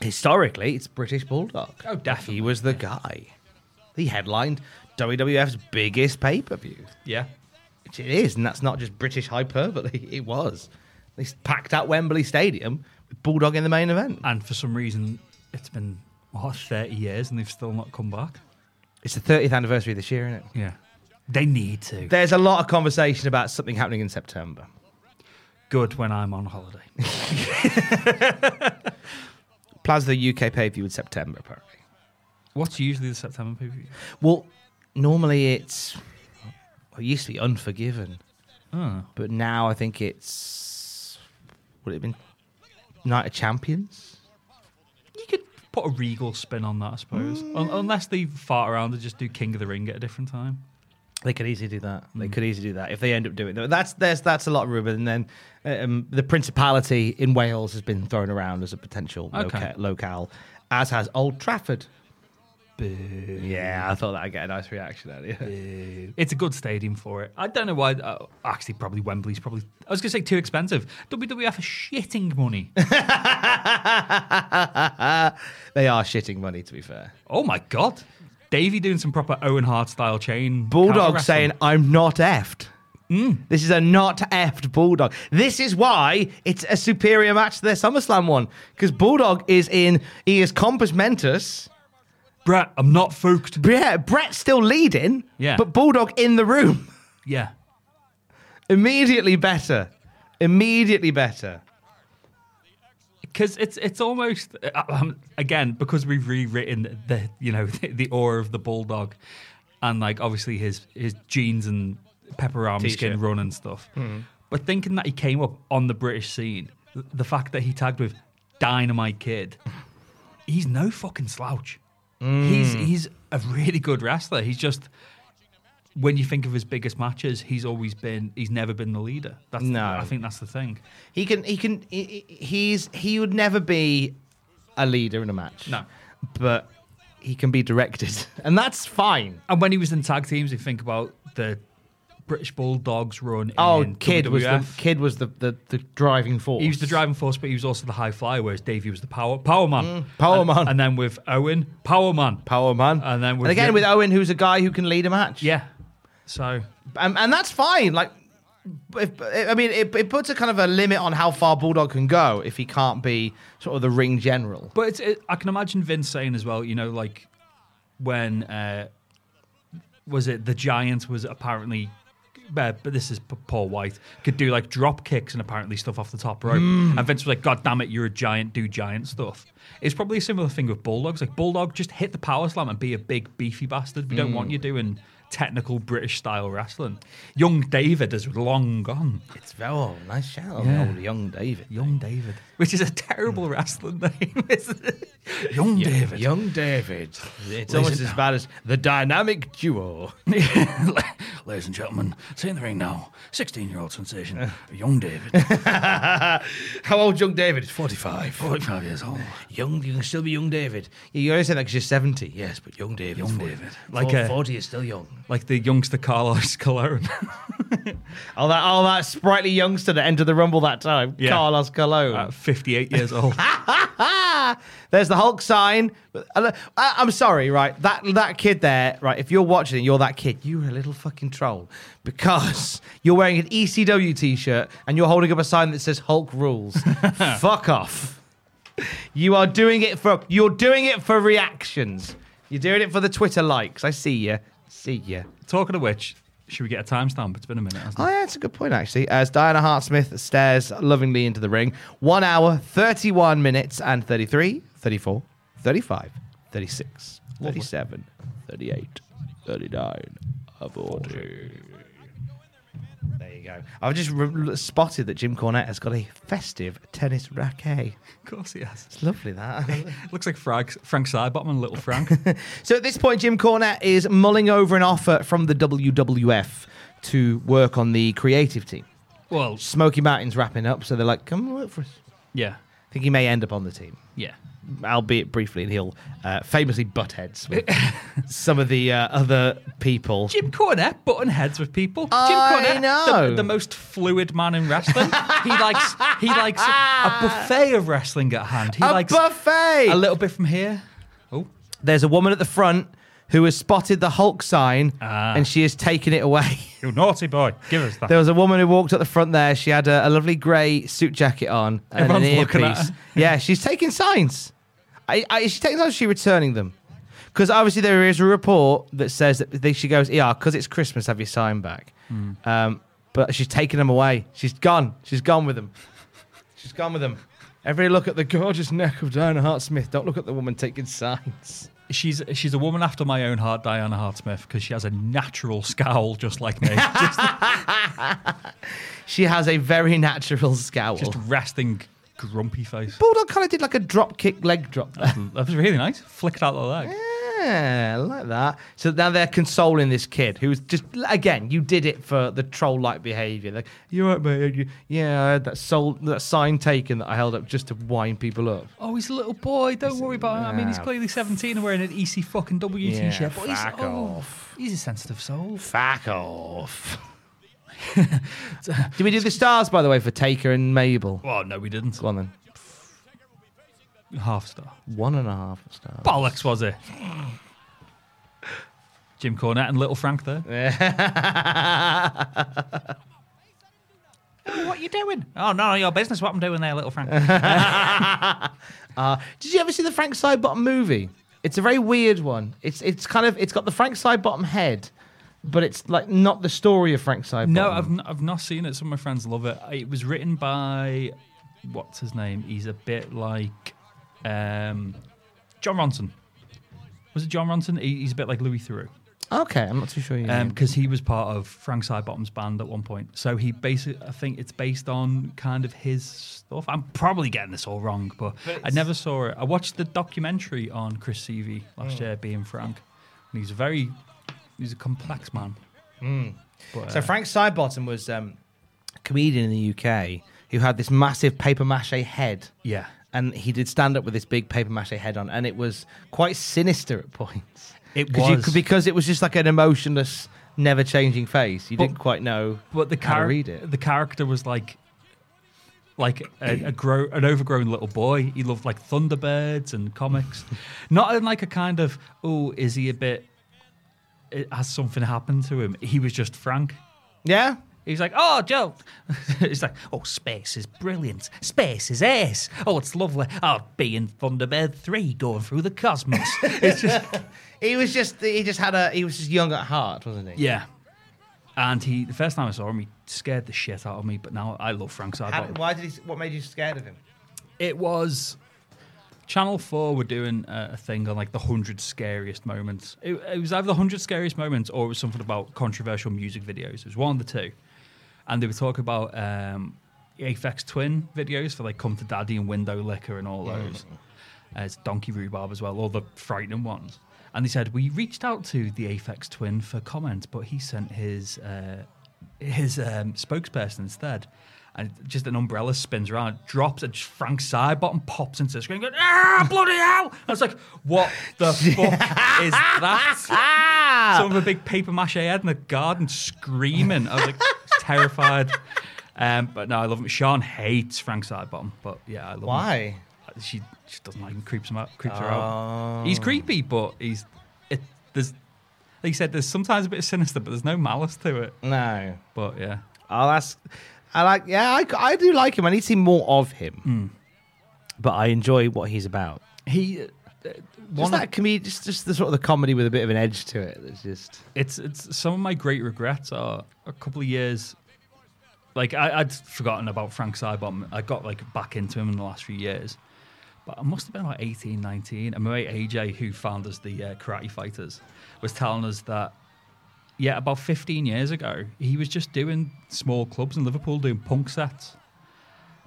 Speaker 1: historically it's British Bulldog.
Speaker 3: Oh, definitely,
Speaker 1: He was the guy. He headlined WWF's biggest pay per view,
Speaker 3: yeah.
Speaker 1: which it is, and that's not just British hyperbole. It was. They packed out Wembley Stadium with Bulldog in the main event.
Speaker 3: And for some reason, it's been what thirty years, and they've still not come back.
Speaker 1: It's the 30th anniversary this year, isn't it?
Speaker 3: Yeah, they need to.
Speaker 1: There's a lot of conversation about something happening in September.
Speaker 3: Good when I'm on holiday.
Speaker 1: Plaza the UK pay per view in September, apparently.
Speaker 3: What's usually the September pay
Speaker 1: Well, normally it's. well, it used to be Unforgiven,
Speaker 3: Oh,
Speaker 1: but now I think it's. Would it have been Night of Champions?
Speaker 3: you could put a regal spin on that, I suppose. Un-
Speaker 1: Mm.
Speaker 3: unless they fart around and just do King of the Ring at a different time.
Speaker 1: They could easily do that. They
Speaker 3: Mm.
Speaker 1: could easily do that if they end up doing that. That's there's that's a lot of rumour. And then um, the Principality in Wales has been thrown around as a potential
Speaker 3: Okay.
Speaker 1: loca- locale, as has Old Trafford.
Speaker 3: Boo.
Speaker 1: Yeah, I thought that'd get a nice reaction earlier.
Speaker 3: It's a good stadium for it. I don't know why. oh, actually, probably Wembley's probably. I was going to say too expensive. WWF are shitting money.
Speaker 1: they are shitting money, to be fair.
Speaker 3: oh my god, Davey doing some proper Owen Hart style chain.
Speaker 1: Bulldog saying, I'm not effed.
Speaker 3: Mm.
Speaker 1: This is a not effed Bulldog. This is why it's a superior match to their SummerSlam one. Because Bulldog is in, he is compos mentis.
Speaker 3: Brett, I'm not fucked.
Speaker 1: Yeah, Brett's still leading,
Speaker 3: Yeah.
Speaker 1: but Bulldog in the room.
Speaker 3: Yeah.
Speaker 1: Immediately better. Immediately better.
Speaker 3: because it's it's almost uh, um, again because we've rewritten the you know the, the aura of the bulldog and like obviously his his jeans and pepper army skin
Speaker 1: T-shirt. Hmm.
Speaker 3: run and stuff but thinking that he came up on the british scene th- the fact that he tagged with dynamite kid he's no fucking slouch
Speaker 1: Hmm.
Speaker 3: he's he's a really good wrestler he's just when you think of his biggest matches he's always been he's never been the leader that's
Speaker 1: No.
Speaker 3: i think that's the thing
Speaker 1: He can. He can. he- he- He's. He would never be a leader in a match.
Speaker 3: No.
Speaker 1: But he can be directed, and that's fine.
Speaker 3: And when he was in tag teams, you think about the British Bulldogs run.
Speaker 1: Oh,
Speaker 3: in
Speaker 1: kid was the
Speaker 3: WWF.
Speaker 1: kid was the, the, the driving force.
Speaker 3: He was the driving force, but he was also the high flyer. Whereas Davey was the power power man,
Speaker 1: Mm, power
Speaker 3: and,
Speaker 1: man.
Speaker 3: And then with Owen, power man.
Speaker 1: power man.
Speaker 3: And then with
Speaker 1: again
Speaker 3: Jim-
Speaker 1: with Owen, who's a guy who can lead a match.
Speaker 3: Yeah. So
Speaker 1: and, and that's fine. Like, if, I mean, it, it puts a kind of a limit on how far Bulldog can go if he can't be sort of the ring general.
Speaker 3: But it's, it, I can imagine Vince saying as well, you know, like when uh, was it the Giant was apparently, uh, but this is P- Paul White could do like drop kicks and apparently stuff off the top rope,
Speaker 1: Mm.
Speaker 3: and Vince was like, "God damn it, you're a giant, do giant stuff." It's probably a similar thing with Bulldogs. Like Bulldog, just hit the power slam and be a big beefy bastard. We
Speaker 1: Mm.
Speaker 3: don't want you doing technical British style wrestling. Young David is long gone.
Speaker 1: It's very oh, nice shout,
Speaker 3: Yeah.
Speaker 1: old young David.
Speaker 3: Young David, which is a
Speaker 1: Mm.
Speaker 3: terrible wrestling name. isn't it? Young David.
Speaker 1: Young David. It's almost as bad as the dynamic duo.
Speaker 3: Ladies and gentlemen, see in the ring now, 16 year old sensation, young David,
Speaker 1: How old young David? 45.
Speaker 3: 45 years old.
Speaker 1: Young, you can still be young David. You only say that because you're 70. Yes, but young David.
Speaker 3: Young
Speaker 1: 40.
Speaker 3: David.
Speaker 1: Like
Speaker 3: Like a-
Speaker 1: 40 is still young.
Speaker 3: Like the youngster Carlos Colon.
Speaker 1: All that, all that sprightly youngster that entered the Rumble that time,
Speaker 3: Yeah.
Speaker 1: Carlos Colon.
Speaker 3: at 58 years old.
Speaker 1: Ah, there's the Hulk sign. I- I'm sorry, right? That that kid there, right? If you're watching it, you're that kid. You're a little fucking troll because you're wearing an ECW t-shirt and you're holding up a sign that says Hulk rules. Fuck off. You are doing it for you're doing it for reactions. You're doing it for the Twitter likes. I see you. See you.
Speaker 3: Talking of which, should we get a timestamp? It's been a minute, hasn't
Speaker 1: Oh,
Speaker 3: it?
Speaker 1: yeah, that's a good point, actually. As Diana Hartsmith stares lovingly into the ring, one hour, 31 minutes, and 33, 34, 35, 36, 37, 38, 39, 40. There you go. I've just re- spotted that Jim Cornette has got a festive tennis racket.
Speaker 3: Of course he has.
Speaker 1: It's lovely, that.
Speaker 3: Looks like Frank, Frank Sidebottom and Little Frank.
Speaker 1: So at this point, Jim Cornette is mulling over an offer from the WWF to work on the creative team.
Speaker 3: well,
Speaker 1: Smoky Mountain's wrapping up, so they're like, come work for us.
Speaker 3: yeah,
Speaker 1: I think he may end up on the team,
Speaker 3: yeah.
Speaker 1: albeit briefly, and he'll uh, famously butt heads with some of the uh, other people.
Speaker 3: Jim Cornette button heads with people.
Speaker 1: I
Speaker 3: Jim Cornette,
Speaker 1: know.
Speaker 3: The, the most fluid man in wrestling. he likes he likes a buffet of wrestling at hand. He
Speaker 1: A
Speaker 3: likes
Speaker 1: buffet!
Speaker 3: a little bit from here. Oh,
Speaker 1: There's a woman at the front who has spotted the Hulk sign,
Speaker 3: Ah.
Speaker 1: and she has taken it away.
Speaker 3: you naughty boy! Give us that.
Speaker 1: There was a woman who walked up the front there. She had a, a lovely grey suit jacket on and an
Speaker 3: Everyone's
Speaker 1: earpiece.
Speaker 3: looking at her.
Speaker 1: yeah, she's taking signs. I, I, is she taking signs or is she returning them? Because obviously there is a report that says that they, she goes, yeah, because it's Christmas, have your sign back.
Speaker 3: Hmm.
Speaker 1: Um, but she's taking them away. She's gone. She's gone with them. She's gone with them. Everybody look at the gorgeous neck of Diana Hart Smith. Don't look at the woman taking signs.
Speaker 3: She's she's a woman after my own heart, Diana Hartsmith, because she has a natural scowl just like me, just,
Speaker 1: She has a very natural scowl.
Speaker 3: just resting grumpy face.
Speaker 1: Bulldog kind of did like a drop kick, leg drop there.
Speaker 3: That was really nice. Flicked out the leg.
Speaker 1: Yeah, I like that. So now they're consoling this kid who's just again, you did it for the troll like behaviour. Like, you're right, mate. You- yeah, I had that soul that sign taken that I held up just to wind people up.
Speaker 3: Oh, he's a little boy. Don't worry about him. I mean, he's
Speaker 1: Yeah.
Speaker 3: clearly 17 and wearing an EC fucking W
Speaker 1: Yeah,
Speaker 3: t-shirt. But he's,
Speaker 1: fuck
Speaker 3: oh, he's a sensitive soul.
Speaker 1: Fuck off. Did we do the stars by the way for Taker and Mabel?
Speaker 3: Well, no, we didn't.
Speaker 1: Go on then.
Speaker 3: Half star.
Speaker 1: One and a half stars.
Speaker 3: Bollocks, was it? Jim Cornette and Little Frank there. what you doing? Oh, no, your business what I'm doing there, Little Frank.
Speaker 1: Uh, did you ever see the Frank Sidebottom movie? It's a very weird one. It's it's kind of it's got the Frank Sidebottom head, but it's like not the story of Frank Sidebottom.
Speaker 3: no, I've, n- I've not seen it. Some of my friends love it. It was written by, what's his name? He's a bit like um, John Ronson. Was it John Ronson? He, he's a bit like Louis Theroux.
Speaker 1: Okay, I'm not too sure. You know.
Speaker 3: because Um, he was part of Frank Sidebottom's band at one point. So he basically, I think it's based on kind of his stuff. I'm probably getting this all wrong, but, I never saw it. I watched the documentary on Chris Seavey last year, being Frank, and he's a very, he's a complex man. But,
Speaker 1: So
Speaker 3: uh,
Speaker 1: Frank Sidebottom was um, a comedian in the UK who had this massive paper mache head.
Speaker 3: Yeah.
Speaker 1: And he did stand up with this big paper mache head on, and it was quite sinister at points.
Speaker 3: It
Speaker 1: 'Cause you
Speaker 3: was.
Speaker 1: could- because it was just like an emotionless, never changing face. You
Speaker 3: But-
Speaker 1: didn't quite know
Speaker 3: but the
Speaker 1: how to
Speaker 3: char-
Speaker 1: read it.
Speaker 3: the character was like. Like a, a grow, an overgrown little boy, he loved like Thunderbirds and comics, not in like a kind of oh, is he a bit? It, has something happened to him? He was just Frank.
Speaker 1: yeah.
Speaker 3: He's like, oh, Joe. He's like, oh, space is brilliant. Space is ace. Oh, it's lovely. I'll be in Thunderbird 3 going through the cosmos. it's just,
Speaker 1: He was just he just had a he was just young at heart, wasn't he?
Speaker 3: yeah. And he, the first time I saw him, he scared the shit out of me. But now I love Frank
Speaker 1: How,
Speaker 3: Sidebottom.
Speaker 1: why did he? What made you scared of him?
Speaker 3: It was Channel Four were doing a a thing on like the hundred scariest moments. It, it was either the hundred scariest moments or it was something about controversial music videos. It was one of the two, and they were talking about um, Aphex Twin videos for like "Come to Daddy" and "Window Licker" and all those. Uh, it's Donkey Rhubarb as well, all the frightening ones. And they said we reached out to the Aphex Twin for comment, but he sent his uh, his um, spokesperson instead. And just an umbrella spins around, drops, and just Frank Sidebottom pops into the screen, going, ah, bloody hell! I was like, what the fuck is that? Some of a big paper mache head in the garden screaming. I was like, terrified. Um, but no, I love him. Sean hates Frank Sidebottom, but yeah, I love him.
Speaker 1: Why?
Speaker 3: She she doesn't like him, creeps him out, creeps her out. He's creepy, but he's it. There's like you said, there's sometimes a bit of sinister, but there's no malice to it.
Speaker 1: No.
Speaker 3: But yeah,
Speaker 1: I'll ask. I like. Yeah, I, I do like him. I need to see more of
Speaker 3: Hmm.
Speaker 1: him. But I enjoy what he's about.
Speaker 3: he. Uh,
Speaker 1: Just
Speaker 3: one of-
Speaker 1: that comedy, just, just the sort of the comedy with a bit of an edge to it. It's just
Speaker 3: it's it's some of my great regrets are a couple of years like I, I'd forgotten about Frank Sidebottom. I got like back into him in the last few years. But I must have been like 18, 19. And my mate AJ, who found us the uh, Karate Fighters, was telling us that, yeah, about 15 years ago, he was just doing small clubs in Liverpool doing punk sets.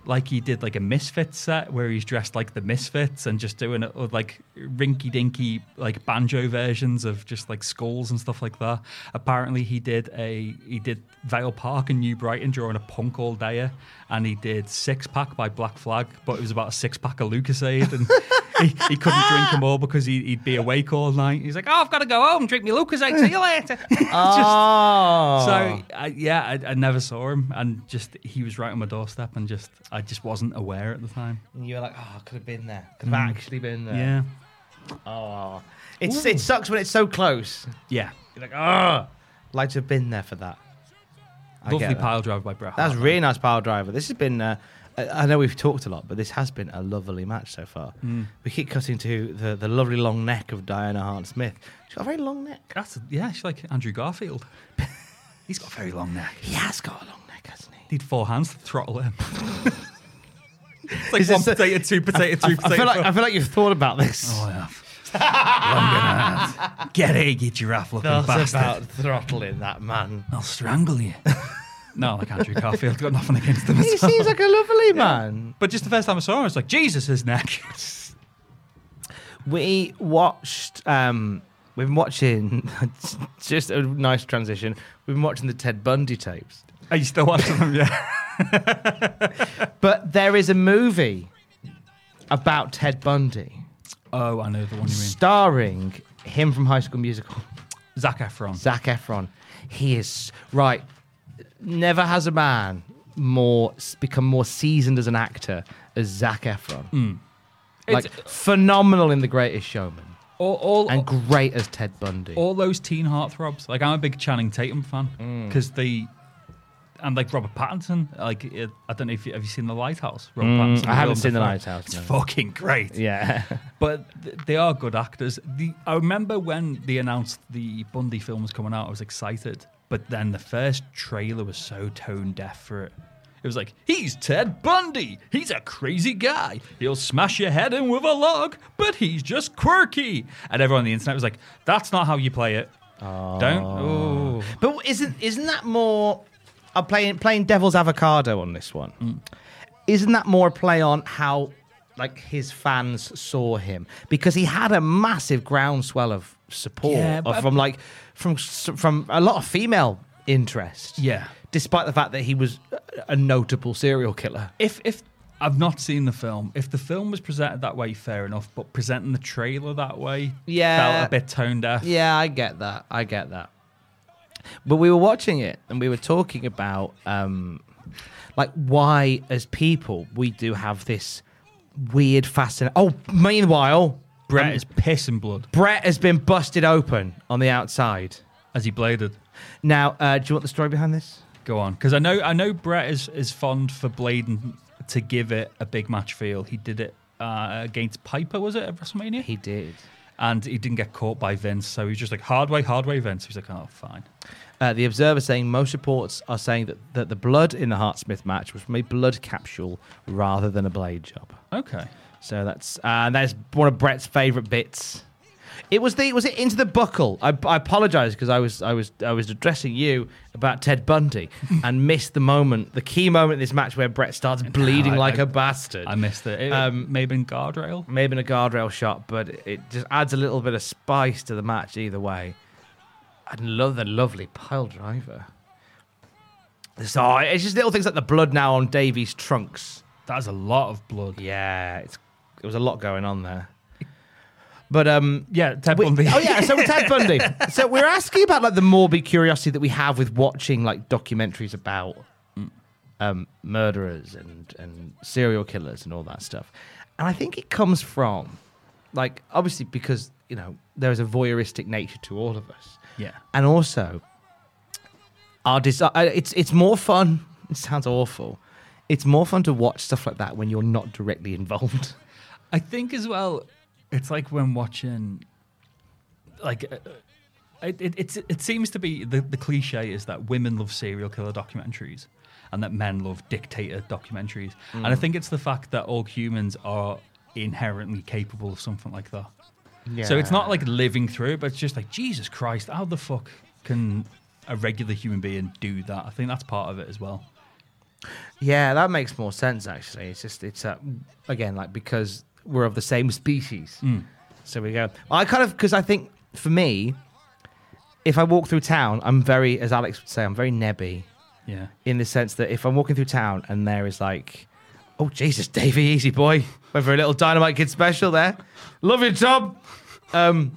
Speaker 3: Like he did like a Misfit set where he's dressed like the Misfits and just doing it with, like rinky dinky like banjo versions of just like skulls and stuff like that. Apparently he did a he did Vale Park in New Brighton during a punk all dayer and he did Six Pack by Black Flag, but it was about a six pack of Lucasade and he, he couldn't drink them all because he, he'd be awake all night. He's like, oh, I've got to go home, drink me Lucasade, see you later. Just-
Speaker 1: oh,
Speaker 3: so I, yeah, I, I never saw him, and just he was right on my doorstep, and just I just wasn't aware at the time.
Speaker 1: you're like, oh, I could have been there. Could have actually been there.
Speaker 3: Hmm. Yeah,
Speaker 1: Oh, it's it sucks when it's so close.
Speaker 3: yeah.
Speaker 1: You're like, oh, like to have been there for that. I get
Speaker 3: Lovely
Speaker 1: that.
Speaker 3: pile drive by Brett.
Speaker 1: That's
Speaker 3: Hart.
Speaker 1: really nice power driver. This has been. Uh, I I know we've talked a lot, but this has been a lovely match so far. We keep cutting to the, the lovely long neck of Diana Hart Smith. She's got a very long neck.
Speaker 3: That's yeah. She's like Andrew Garfield. He's got a very long neck.
Speaker 1: He has got a long neck, hasn't he?
Speaker 3: Need four hands to throttle him. it's like
Speaker 1: Is
Speaker 3: one
Speaker 1: this a-
Speaker 3: potato, two potato, two potato.
Speaker 1: I feel like
Speaker 3: four.
Speaker 1: I feel like you've thought about this.
Speaker 3: Oh, I have. Long enough. Get here, you giraffe looking
Speaker 1: Thought
Speaker 3: bastard.
Speaker 1: about throttling that man.
Speaker 3: I'll strangle you. no, like Andrew Garfield, got nothing against him. at
Speaker 1: He
Speaker 3: all.
Speaker 1: seems like a lovely man.
Speaker 3: But just the first time I saw him, I was like, Jesus, his neck.
Speaker 1: we watched. Um, we've been watching. just a nice transition. We've been watching the Ted Bundy tapes.
Speaker 3: Are you still watching them? Yeah.
Speaker 1: But there is a movie about Ted Bundy
Speaker 3: Oh, I know the one you mean.
Speaker 1: starring him from High School Musical,
Speaker 3: Zac Efron.
Speaker 1: Zach Efron. He is right. Never has a man more become more seasoned as an actor as Zach Efron. Like phenomenal in The Greatest Showman
Speaker 3: all, all,
Speaker 1: and great as Ted Bundy.
Speaker 3: all those teen heartthrobs. Like I'm a big Channing Tatum fan
Speaker 1: Mm.
Speaker 3: because they and like Robert Pattinson. Like it, I don't know if you, have you seen The Lighthouse. Robert Pattinson,
Speaker 1: Mm, I haven't
Speaker 3: Willem
Speaker 1: seen The
Speaker 3: Dafoe.
Speaker 1: Lighthouse,
Speaker 3: It's
Speaker 1: no.
Speaker 3: fucking great.
Speaker 1: yeah.
Speaker 3: But th- they are good actors. The, I remember when they announced the Bundy film was coming out, I was excited. But then the first trailer was so tone deaf for it. It was like, he's Ted Bundy. He's a crazy guy. He'll smash your head in with a log, but he's just quirky. And everyone on the internet was like, that's not how you play it. Don't. Oh.
Speaker 1: But isn't isn't that more? I'm playing playing devil's avocado on this one.
Speaker 3: Mm.
Speaker 1: Isn't that more a play on how like his fans saw him because he had a massive groundswell of support
Speaker 3: Yeah,
Speaker 1: of-
Speaker 3: but-
Speaker 1: from like from s- from a lot of female interest.
Speaker 3: Yeah.
Speaker 1: Despite the fact that he was a- a notable serial killer.
Speaker 3: If, if I've not seen the film, if the film was presented that way, fair enough. But presenting the trailer that way
Speaker 1: Yeah.
Speaker 3: felt a bit tone deaf.
Speaker 1: Yeah, I get that. I get that. But we were watching it and we were talking about um like why as people we do have this weird fascination. Oh, meanwhile,
Speaker 3: Brent
Speaker 1: um,
Speaker 3: is piss and blood
Speaker 1: Brett has been busted open on the outside.
Speaker 3: as he bladed.
Speaker 1: Now, uh, do you want the story behind this?
Speaker 3: Go on, because I know I know Brett is is fond for blading to give it a big match feel. He did it uh, against Piper, was it at WrestleMania?
Speaker 1: He did.
Speaker 3: and he didn't get caught by Vince, so he was just like hard way, hard way, Vince. He's like, oh, fine.
Speaker 1: Uh, the Observer saying most reports are saying that, that the blood in the Hartsmith match was from a blood capsule rather than a blade job.
Speaker 3: Okay.
Speaker 1: So that's uh, that's one of Brett's favourite bits. It was the was it into the buckle. I, I apologise because I was I was I was addressing you about Ted Bundy and missed the moment, the key moment in this match where Brett starts bleeding
Speaker 3: I-
Speaker 1: like
Speaker 3: I-
Speaker 1: a bastard.
Speaker 3: I missed it. it
Speaker 1: Um,
Speaker 3: um, may have been guardrail.
Speaker 1: Maybe in a guardrail shot, but it just adds a little bit of spice to the match either way. And love the lovely pile driver. So it's just little things like the blood now on Davy's trunks.
Speaker 3: That's a lot of blood.
Speaker 1: Yeah, it's there was a lot going on there. But um
Speaker 3: Yeah, Ted
Speaker 1: we-
Speaker 3: Bundy.
Speaker 1: oh yeah, so with Ted Bundy. So we're asking about like the morbid curiosity that we have with watching like documentaries about
Speaker 3: Mm.
Speaker 1: um, murderers and and serial killers and all that stuff, and I think it comes from like obviously because you know there is a voyeuristic nature to all of us,
Speaker 3: Yeah.
Speaker 1: and also our desire. It's it's more fun. It sounds awful. It's more fun to watch stuff like that when you're not directly involved.
Speaker 3: I think as well, it's like when watching, like, uh, it, it, it's, it seems to be the, the cliche is that women love serial killer documentaries and that men love dictator documentaries. And I think it's the fact that all humans are inherently capable of something like that. So it's not like living through it, but it's just like, Jesus Christ, how the fuck can a regular human being do that? I think that's part of it as well.
Speaker 1: Yeah, that makes more sense actually. It's just it's uh, again like because we're of the same species.
Speaker 3: Hmm.
Speaker 1: So we go. I kind of because I think for me, if I walk through town, I'm very, as Alex would say, I'm very nebby
Speaker 3: Yeah.
Speaker 1: in the sense that if I'm walking through town and there is like, oh Jesus, Davey, easy boy, went for a little Dynamite Kid special there. Love you, Tom. Um,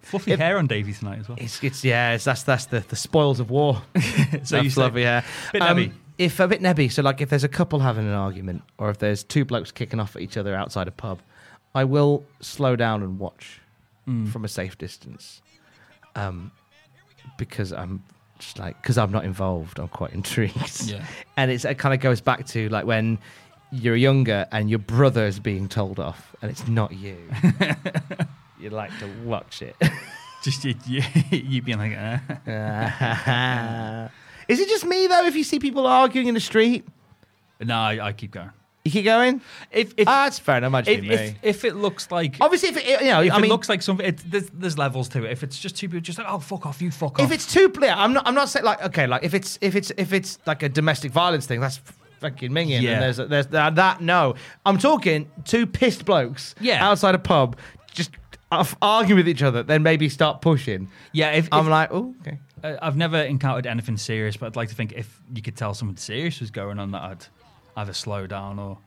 Speaker 3: Fluffy hair on Davey tonight as well.
Speaker 1: it's, it's yeah, it's, that's that's the, the spoils of war.
Speaker 3: So
Speaker 1: That's
Speaker 3: you say-
Speaker 1: lovely, yeah. Um,
Speaker 3: Bit nebby.
Speaker 1: If a bit nebby, so like if there's a couple having an argument, or if there's two blokes kicking off at each other outside a pub, I will slow down and watch
Speaker 3: Hmm.
Speaker 1: from a safe distance, um, because I'm just like because I'm not involved, I'm quite intrigued.
Speaker 3: Yeah.
Speaker 1: and it's, it kind of goes back to like when you're younger and your brother's being told off, and it's not you. you like to watch it.
Speaker 3: Just you, you, you being like, eh.
Speaker 1: Is it just me though? If you see people arguing in the street,
Speaker 3: No, I, I keep going.
Speaker 1: you keep going.
Speaker 3: If if,
Speaker 1: Ah, it's fair. No, might just
Speaker 3: if,
Speaker 1: be me.
Speaker 3: if if it looks like
Speaker 1: Obviously, if it, you know,
Speaker 3: if
Speaker 1: I
Speaker 3: it
Speaker 1: mean,
Speaker 3: looks like something, it, there's, there's levels to it. If it's just two people, just like oh fuck off, you fuck
Speaker 1: if
Speaker 3: off.
Speaker 1: it's too clear, I'm not. I'm not saying like okay, like if it's if it's if it's like a domestic violence thing, that's f- fucking minging.
Speaker 3: Yeah.
Speaker 1: And there's, there's that, that. No, I'm talking two pissed blokes.
Speaker 3: Yeah.
Speaker 1: outside a pub, just off- arguing with each other, then maybe start pushing.
Speaker 3: Yeah, if,
Speaker 1: I'm
Speaker 3: if-
Speaker 1: like, oh, okay.
Speaker 3: uh, I've never encountered anything serious, but I'd like to think if you could tell something serious was going on, that I'd either slow down or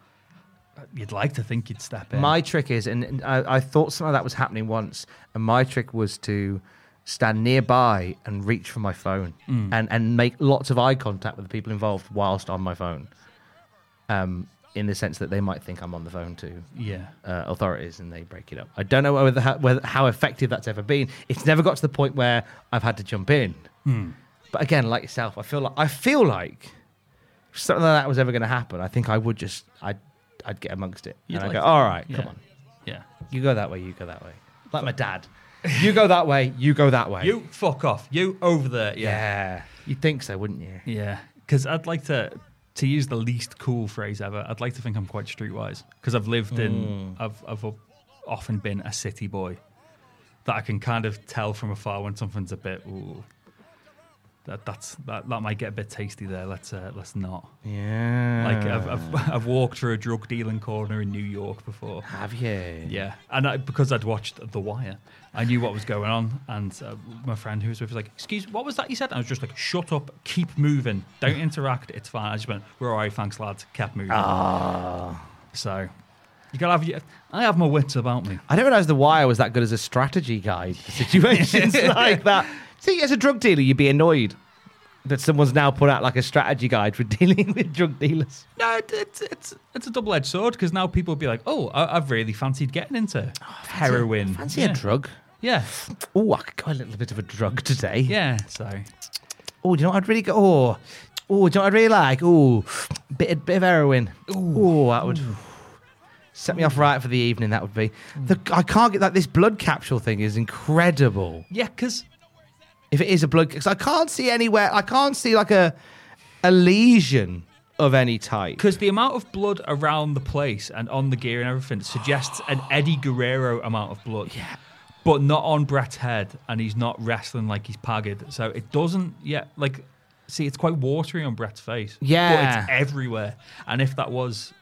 Speaker 3: you'd like to think you'd step in.
Speaker 1: My trick is, and and I, I thought something like that was happening once, and my trick was to stand nearby and reach for my phone
Speaker 3: Mm.
Speaker 1: and, and make lots of eye contact with the people involved whilst on my phone. Um, in the sense that they might think I'm on the phone to
Speaker 3: Yeah.
Speaker 1: uh, authorities and they break it up. I don't know whether, how- whether how effective that's ever been. It's never got to the point where I've had to jump in.
Speaker 3: Hmm.
Speaker 1: But again, like yourself, I feel like I feel like if something like that was ever going to happen. I think I would just I'd I'd get amongst it
Speaker 3: You'd
Speaker 1: and I
Speaker 3: like
Speaker 1: go,
Speaker 3: to-
Speaker 1: all right,
Speaker 3: yeah.
Speaker 1: come on,
Speaker 3: Yeah.
Speaker 1: you go that way, you go that way. Like my dad, you go that way, you go that way.
Speaker 3: You fuck off. You over there. Yeah.
Speaker 1: yeah, you'd think so, wouldn't you?
Speaker 3: Yeah. Because I'd like to to use the least cool phrase ever. I'd like to think I'm quite streetwise because I've lived in. I've I've o- often been a city boy that I can kind of tell from afar when something's a bit. Ooh, that that's that, that might get a bit tasty there. Let's uh, let's not.
Speaker 1: Yeah,
Speaker 3: Like I've, I've I've walked through a drug dealing corner in New York before.
Speaker 1: have you?
Speaker 3: Yeah, and I, because I'd watched The Wire, I knew what was going on. And uh, my friend who was with was like, "Excuse, what was that you said?" And I was just like, "Shut up, keep moving, don't interact, it's fine." I just went, "We're all right, thanks, lads." Kept moving.
Speaker 1: Ah.
Speaker 3: So you gotta have. your- I have my wits about me.
Speaker 1: I didn't realize The Wire was that good as a strategy guide for situations like that. See, as a drug dealer, you'd be annoyed that someone's now put out like a strategy guide for dealing with drug dealers.
Speaker 3: No, it, it's it's it's a double edged sword because now people will be like, "Oh, I, I've really fancied getting into heroin."
Speaker 1: Fancy
Speaker 3: yeah.
Speaker 1: a drug?
Speaker 3: Yeah,
Speaker 1: Oh, I could go a little bit of a drug today.
Speaker 3: yeah. So
Speaker 1: Oh, do you know what I'd really go? Oh, oh, do you know what I'd really like? Oh, bit, bit of heroin. Oh, that would set me off right for the evening. That would be. The, I can't get that. This blood capsule thing is incredible.
Speaker 3: yeah, because
Speaker 1: if it is a blood because I can't see anywhere I can't see like a a lesion of any type.
Speaker 3: Because the amount of blood around the place and on the gear and everything suggests an Eddie Guerrero amount of blood. Yeah. But not on Brett's head, and he's not wrestling like he's pagged. So it doesn't yet, like, see, it's quite watery on Brett's face.
Speaker 1: Yeah.
Speaker 3: But it's everywhere. And if that was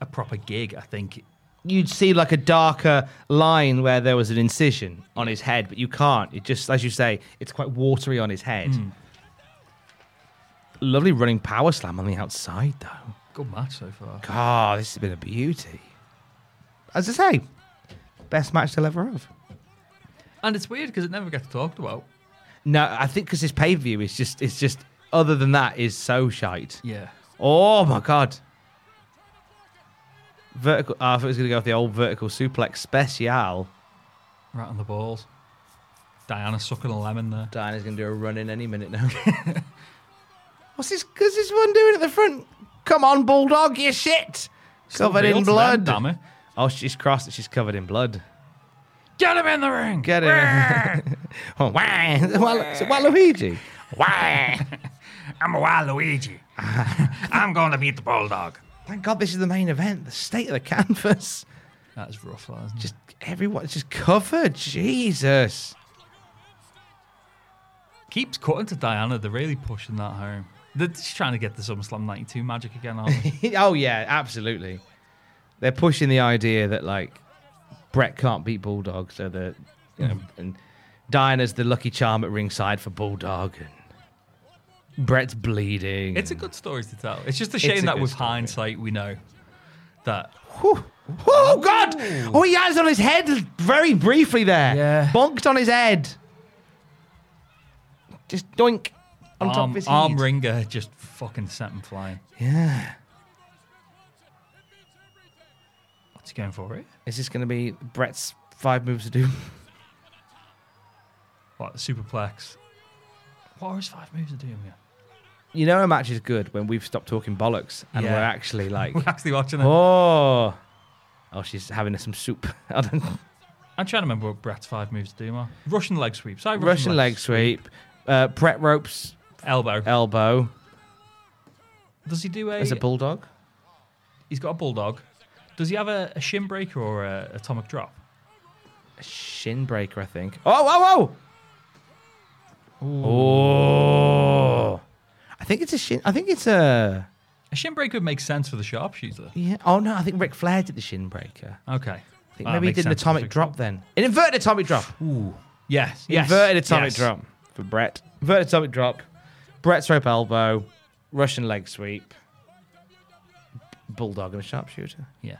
Speaker 3: a proper gig, I think.
Speaker 1: You'd see like a darker line where there was an incision on his head, but you can't. It just as you say, it's quite watery on his head. Lovely running power slam on the outside though.
Speaker 3: Good match so far.
Speaker 1: God, this has been a beauty. As I say, best match they'll ever have.
Speaker 3: And it's weird because it never gets talked about.
Speaker 1: No, I think because this pay per view is just it's just other than that is so shite.
Speaker 3: Yeah.
Speaker 1: Oh my god. Vertical. ah, I thought it was going to go with the old vertical suplex special.
Speaker 3: Right on the balls. Diana sucking a lemon there.
Speaker 1: Diana's going to do a run in any minute now. What's this? Cause this one doing at the front? Come on, bulldog, you shit!
Speaker 3: Still
Speaker 1: covered
Speaker 3: real
Speaker 1: in
Speaker 3: to them,
Speaker 1: blood.
Speaker 3: damn it.
Speaker 1: Oh, she's crossed. She's covered in blood.
Speaker 3: Get him in the ring.
Speaker 1: Get it? oh, wah! Is it Wa- is it Waluigi? Wah!
Speaker 9: I'm a wild Luigi. I'm going to beat the bulldog.
Speaker 1: Thank God this is the main event. The state of the canvas.
Speaker 3: That is rough, that, isn't it?
Speaker 1: Just everyone's just covered. Jesus.
Speaker 3: keeps cutting to Diana. They're really pushing that home. They're just trying to get the SummerSlam 92 magic again, aren't they?
Speaker 1: oh yeah, absolutely. They're pushing the idea that like Brett can't beat Bulldog, so the you know,
Speaker 3: Hmm.
Speaker 1: and Diana's the lucky charm at ringside for Bulldog, and Brett's bleeding.
Speaker 3: it's a
Speaker 1: and-
Speaker 3: good story to tell. It's just a shame
Speaker 1: It's a
Speaker 3: that
Speaker 1: good
Speaker 3: with
Speaker 1: story.
Speaker 3: hindsight, we know that.
Speaker 1: Whew. Oh God! Oh, he has on his head very briefly there.
Speaker 3: Yeah.
Speaker 1: Bonked on his head. Just doink on top of
Speaker 3: Arm,
Speaker 1: his head.
Speaker 3: arm ringer just fucking sent him flying.
Speaker 1: Yeah.
Speaker 3: What's he going for eh? it?
Speaker 1: Is this going to be Brett's five moves to do?
Speaker 3: What, superplex? What are his five moves of doing here?
Speaker 1: You know a match is good when we've stopped talking bollocks and
Speaker 3: Yeah.
Speaker 1: we're actually like
Speaker 3: We're actually watching it.
Speaker 1: Oh. Oh, she's having some soup. I don't-
Speaker 3: I'm trying to remember what Brett's five moves to do are. Russian leg sweep. Sorry, Russian,
Speaker 1: Russian leg sweep. Uh, Brett ropes
Speaker 3: Elbow.
Speaker 1: elbow.
Speaker 3: Does he do a.
Speaker 1: As a bulldog.
Speaker 3: he's got a bulldog. Does he have a, a shin breaker or a atomic drop?
Speaker 1: A shin breaker, I think. Oh, oh, oh. Oh. I think it's a shin. I think it's a.
Speaker 3: A shin breaker would make sense for the sharpshooter.
Speaker 1: Yeah. Oh no, I think Ric Flair did the shin breaker.
Speaker 3: Okay.
Speaker 1: I think
Speaker 3: Ah,
Speaker 1: maybe he
Speaker 3: makes
Speaker 1: did an
Speaker 3: sense.
Speaker 1: atomic drop then. An inverted atomic drop.
Speaker 3: Ooh. Yes. yes,
Speaker 1: Inverted atomic
Speaker 3: yes.
Speaker 1: drop for Brett. Inverted atomic drop. Brett's rope elbow. Russian leg sweep. Bulldog and a sharpshooter.
Speaker 3: Yeah.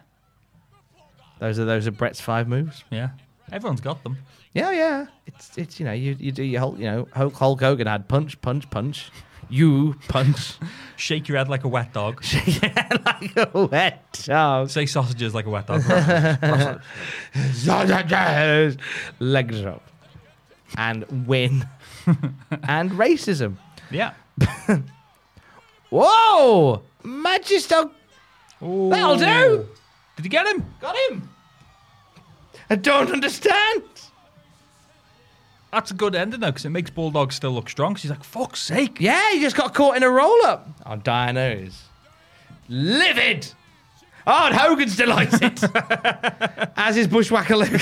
Speaker 1: Those are those are Brett's five moves.
Speaker 3: Yeah. Everyone's got them.
Speaker 1: Yeah, yeah. It's it's you know you you do your whole you know Hulk, Hulk Hogan had punch punch punch. You punch
Speaker 3: Shake your head like a wet dog.
Speaker 1: like a wet dog.
Speaker 3: Say sausages like a wet dog.
Speaker 1: sausages, leg drop, and win, and racism.
Speaker 3: yeah.
Speaker 1: Whoa, Magister, that'll do.
Speaker 3: Did you get him?
Speaker 1: Got him. I don't understand.
Speaker 3: That's a good ending though, because it makes Bulldog still look strong. 'cause he's like, fuck's sake.
Speaker 1: Yeah, he just got caught in a roll up. Oh, Diana is livid. Oh, and Hogan's delighted, as is Bushwhacker Luke.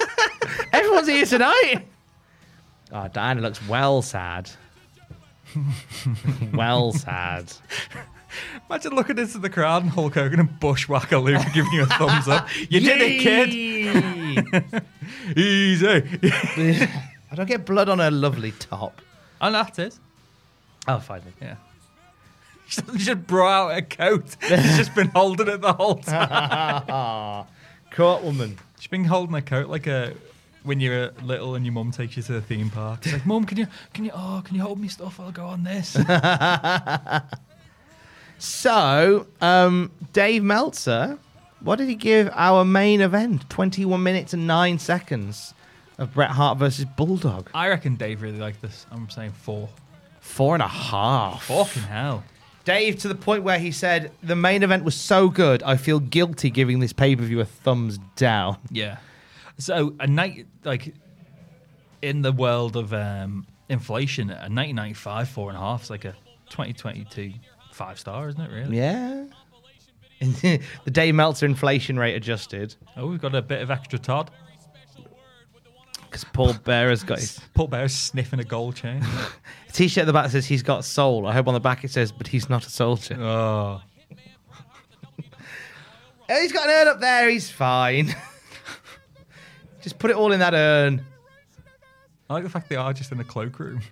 Speaker 1: Everyone's here tonight. Oh, Diana looks well sad. well sad.
Speaker 3: Imagine looking into the crowd and Hulk Hogan and Bushwhacker Luke giving you a thumbs up. You did it, kid.
Speaker 1: kid.
Speaker 3: Easy.
Speaker 1: I don't get blood on her lovely top.
Speaker 3: and that is.
Speaker 1: Oh, finally.
Speaker 3: Yeah. She doesn't just brought out a coat. She's just been holding it the whole time.
Speaker 1: Court woman.
Speaker 3: She's been holding a coat like a when you're little and your mum takes you to the theme park. It's like, Mum, can you can you oh can you hold me stuff? I'll go on this.
Speaker 1: So, um, Dave Meltzer, what did he give our main event? 21 minutes and 9 seconds of Bret Hart versus Bulldog.
Speaker 3: I reckon Dave really liked this. I'm saying four.
Speaker 1: Four and a half.
Speaker 3: Fucking hell.
Speaker 1: Dave, to the point where he said, The main event was so good, I feel guilty giving this pay per view a thumbs down.
Speaker 3: Yeah. So a night like in the world of um, inflation, a 1995 four and a half is like a 2022 five star, isn't it? Really?
Speaker 1: Yeah. the Dave Meltzer inflation rate adjusted.
Speaker 3: Oh, we've got a bit of extra Todd.
Speaker 1: Because Paul Bearer's got his
Speaker 3: Paul Bear's sniffing a gold chain.
Speaker 1: t shirt at the back says he's got soul. I hope on the back it says, But he's not a soldier.
Speaker 3: oh.
Speaker 1: Oh, He's got an urn up there. He's fine. just put it all in that urn.
Speaker 3: I like the fact they are just in a cloakroom.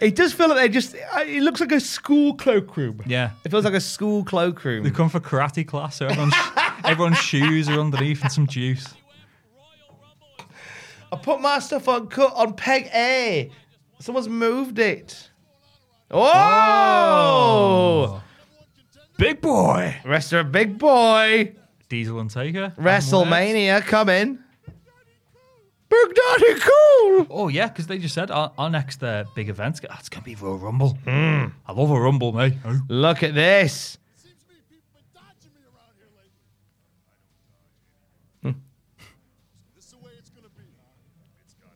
Speaker 1: It does feel like they just. uh, It looks like a school cloakroom.
Speaker 3: Yeah.
Speaker 1: It feels like a school
Speaker 3: They
Speaker 1: cloakroom.
Speaker 3: come for karate class, so everyone's, everyone's shoes are underneath and some juice.
Speaker 1: I put my stuff on cut on peg A. Someone's moved it. Oh!
Speaker 3: Big boy!
Speaker 1: Wrestler, big boy.
Speaker 3: Diesel and Taker.
Speaker 1: WrestleMania coming. Big Daddy Cool.
Speaker 3: Oh, yeah, because they just said our, our next uh, big event's go- that's going to be Royal Rumble. I love a Rumble, mate. Hmm. Oh.
Speaker 1: Look at this. Hmm.
Speaker 7: This is the way it's gonna be. It's gonna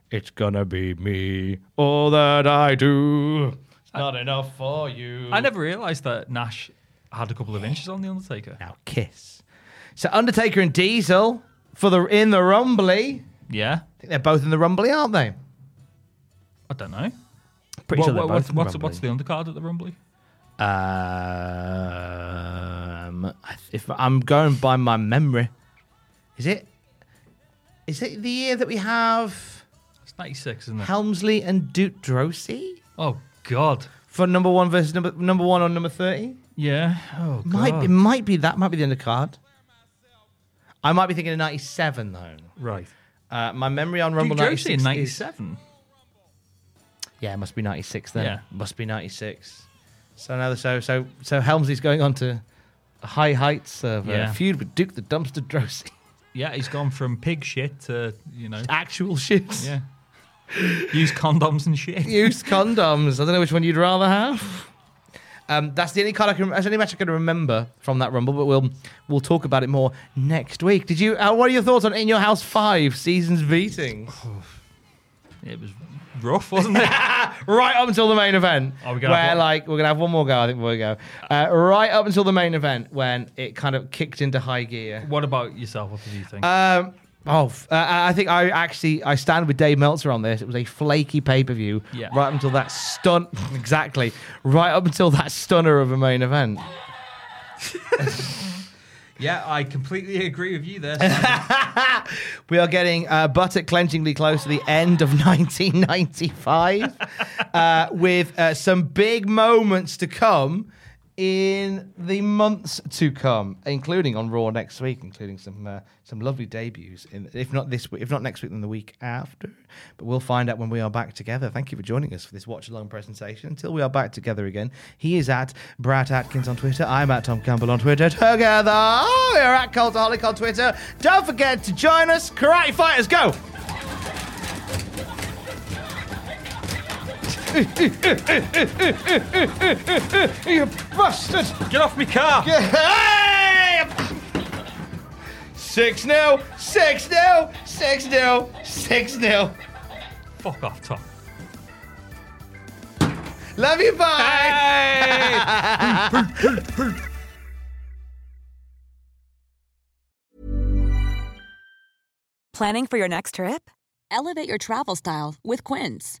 Speaker 7: be.
Speaker 1: It's gonna be me. All that I do. It's not enough for you.
Speaker 3: I never realised that Nash had a couple of inches on The Undertaker.
Speaker 1: Now kiss. So Undertaker and Diesel for the in the Rumbly.
Speaker 3: Yeah?
Speaker 1: I think they're both in the Rumbly, aren't they?
Speaker 3: I don't know.
Speaker 1: Pretty
Speaker 3: What-
Speaker 1: sure they're both
Speaker 3: what- what's,
Speaker 1: in the
Speaker 3: what's, what's the undercard at the Rumbly?
Speaker 1: Rumbly. Um, I- if I'm going by my memory, is it? Is it the year that we have
Speaker 3: It's 96, isn't it?
Speaker 1: Helmsley and Dudrossi
Speaker 3: oh, God.
Speaker 1: for number one versus number number one on number thirty?
Speaker 3: Yeah. Oh, God.
Speaker 1: Might it might be that might be the undercard. I might be thinking of '97 though.
Speaker 3: Right.
Speaker 1: Uh, my memory on Rumble
Speaker 3: Rumble
Speaker 1: '96
Speaker 3: in
Speaker 1: is-
Speaker 3: 97.
Speaker 1: Yeah, it must be ninety six then.
Speaker 3: Yeah.
Speaker 1: Must be ninety six. So now, so so so Helmsley's going on to high heights of a
Speaker 3: Yeah.
Speaker 1: feud with Duke the Dumpster Drosy.
Speaker 3: Yeah, he's gone from pig shit to, you know,
Speaker 1: Actual shit.
Speaker 3: yeah. Use condoms and shit.
Speaker 1: Used condoms. I don't know which one you'd rather have. Um, that's the only card I can. That's the only match I can remember from that rumble. But we'll we'll talk about it more next week. Did you? Uh, what are your thoughts on In Your House Five Seasons Beatings?
Speaker 3: It was rough, wasn't it?
Speaker 1: right up until the main event.
Speaker 3: Oh, we're gonna have
Speaker 1: where
Speaker 3: one-
Speaker 1: like we're gonna have one more go. I think we'll go uh, right up until the main event when it kind of kicked into high gear.
Speaker 3: what about yourself? What did you think?
Speaker 1: Um, Oh, f- uh, I think I actually I stand with Dave Meltzer on this. It was a flaky pay per view,
Speaker 3: Yeah.
Speaker 1: right up until that stunt. exactly, right up until that stunner of a main event.
Speaker 10: Yeah, I completely agree with you there.
Speaker 1: We are getting uh, buttock clenchingly close to the end of 1995, uh, with uh, some big moments to come in the months to come, including on Raw next week, including some uh, some lovely debuts. In, if not this week, if not next week, then the week after. But we'll find out when we are back together. Thank you for joining us for this watch along presentation. Until we are back together again, he is at Brad Atkins on Twitter. I'm at Tom Campbell on Twitter. Together, we're at Cultaholic on Twitter. Don't forget to join us. Karate fighters, go! you bastard!
Speaker 3: Get off me car!
Speaker 1: Hey! 6 0, 6 0, 6 0, 6 0.
Speaker 3: Fuck off, Tom.
Speaker 1: Love you, bye!
Speaker 4: Planning for your next trip? Elevate your travel style with Quince.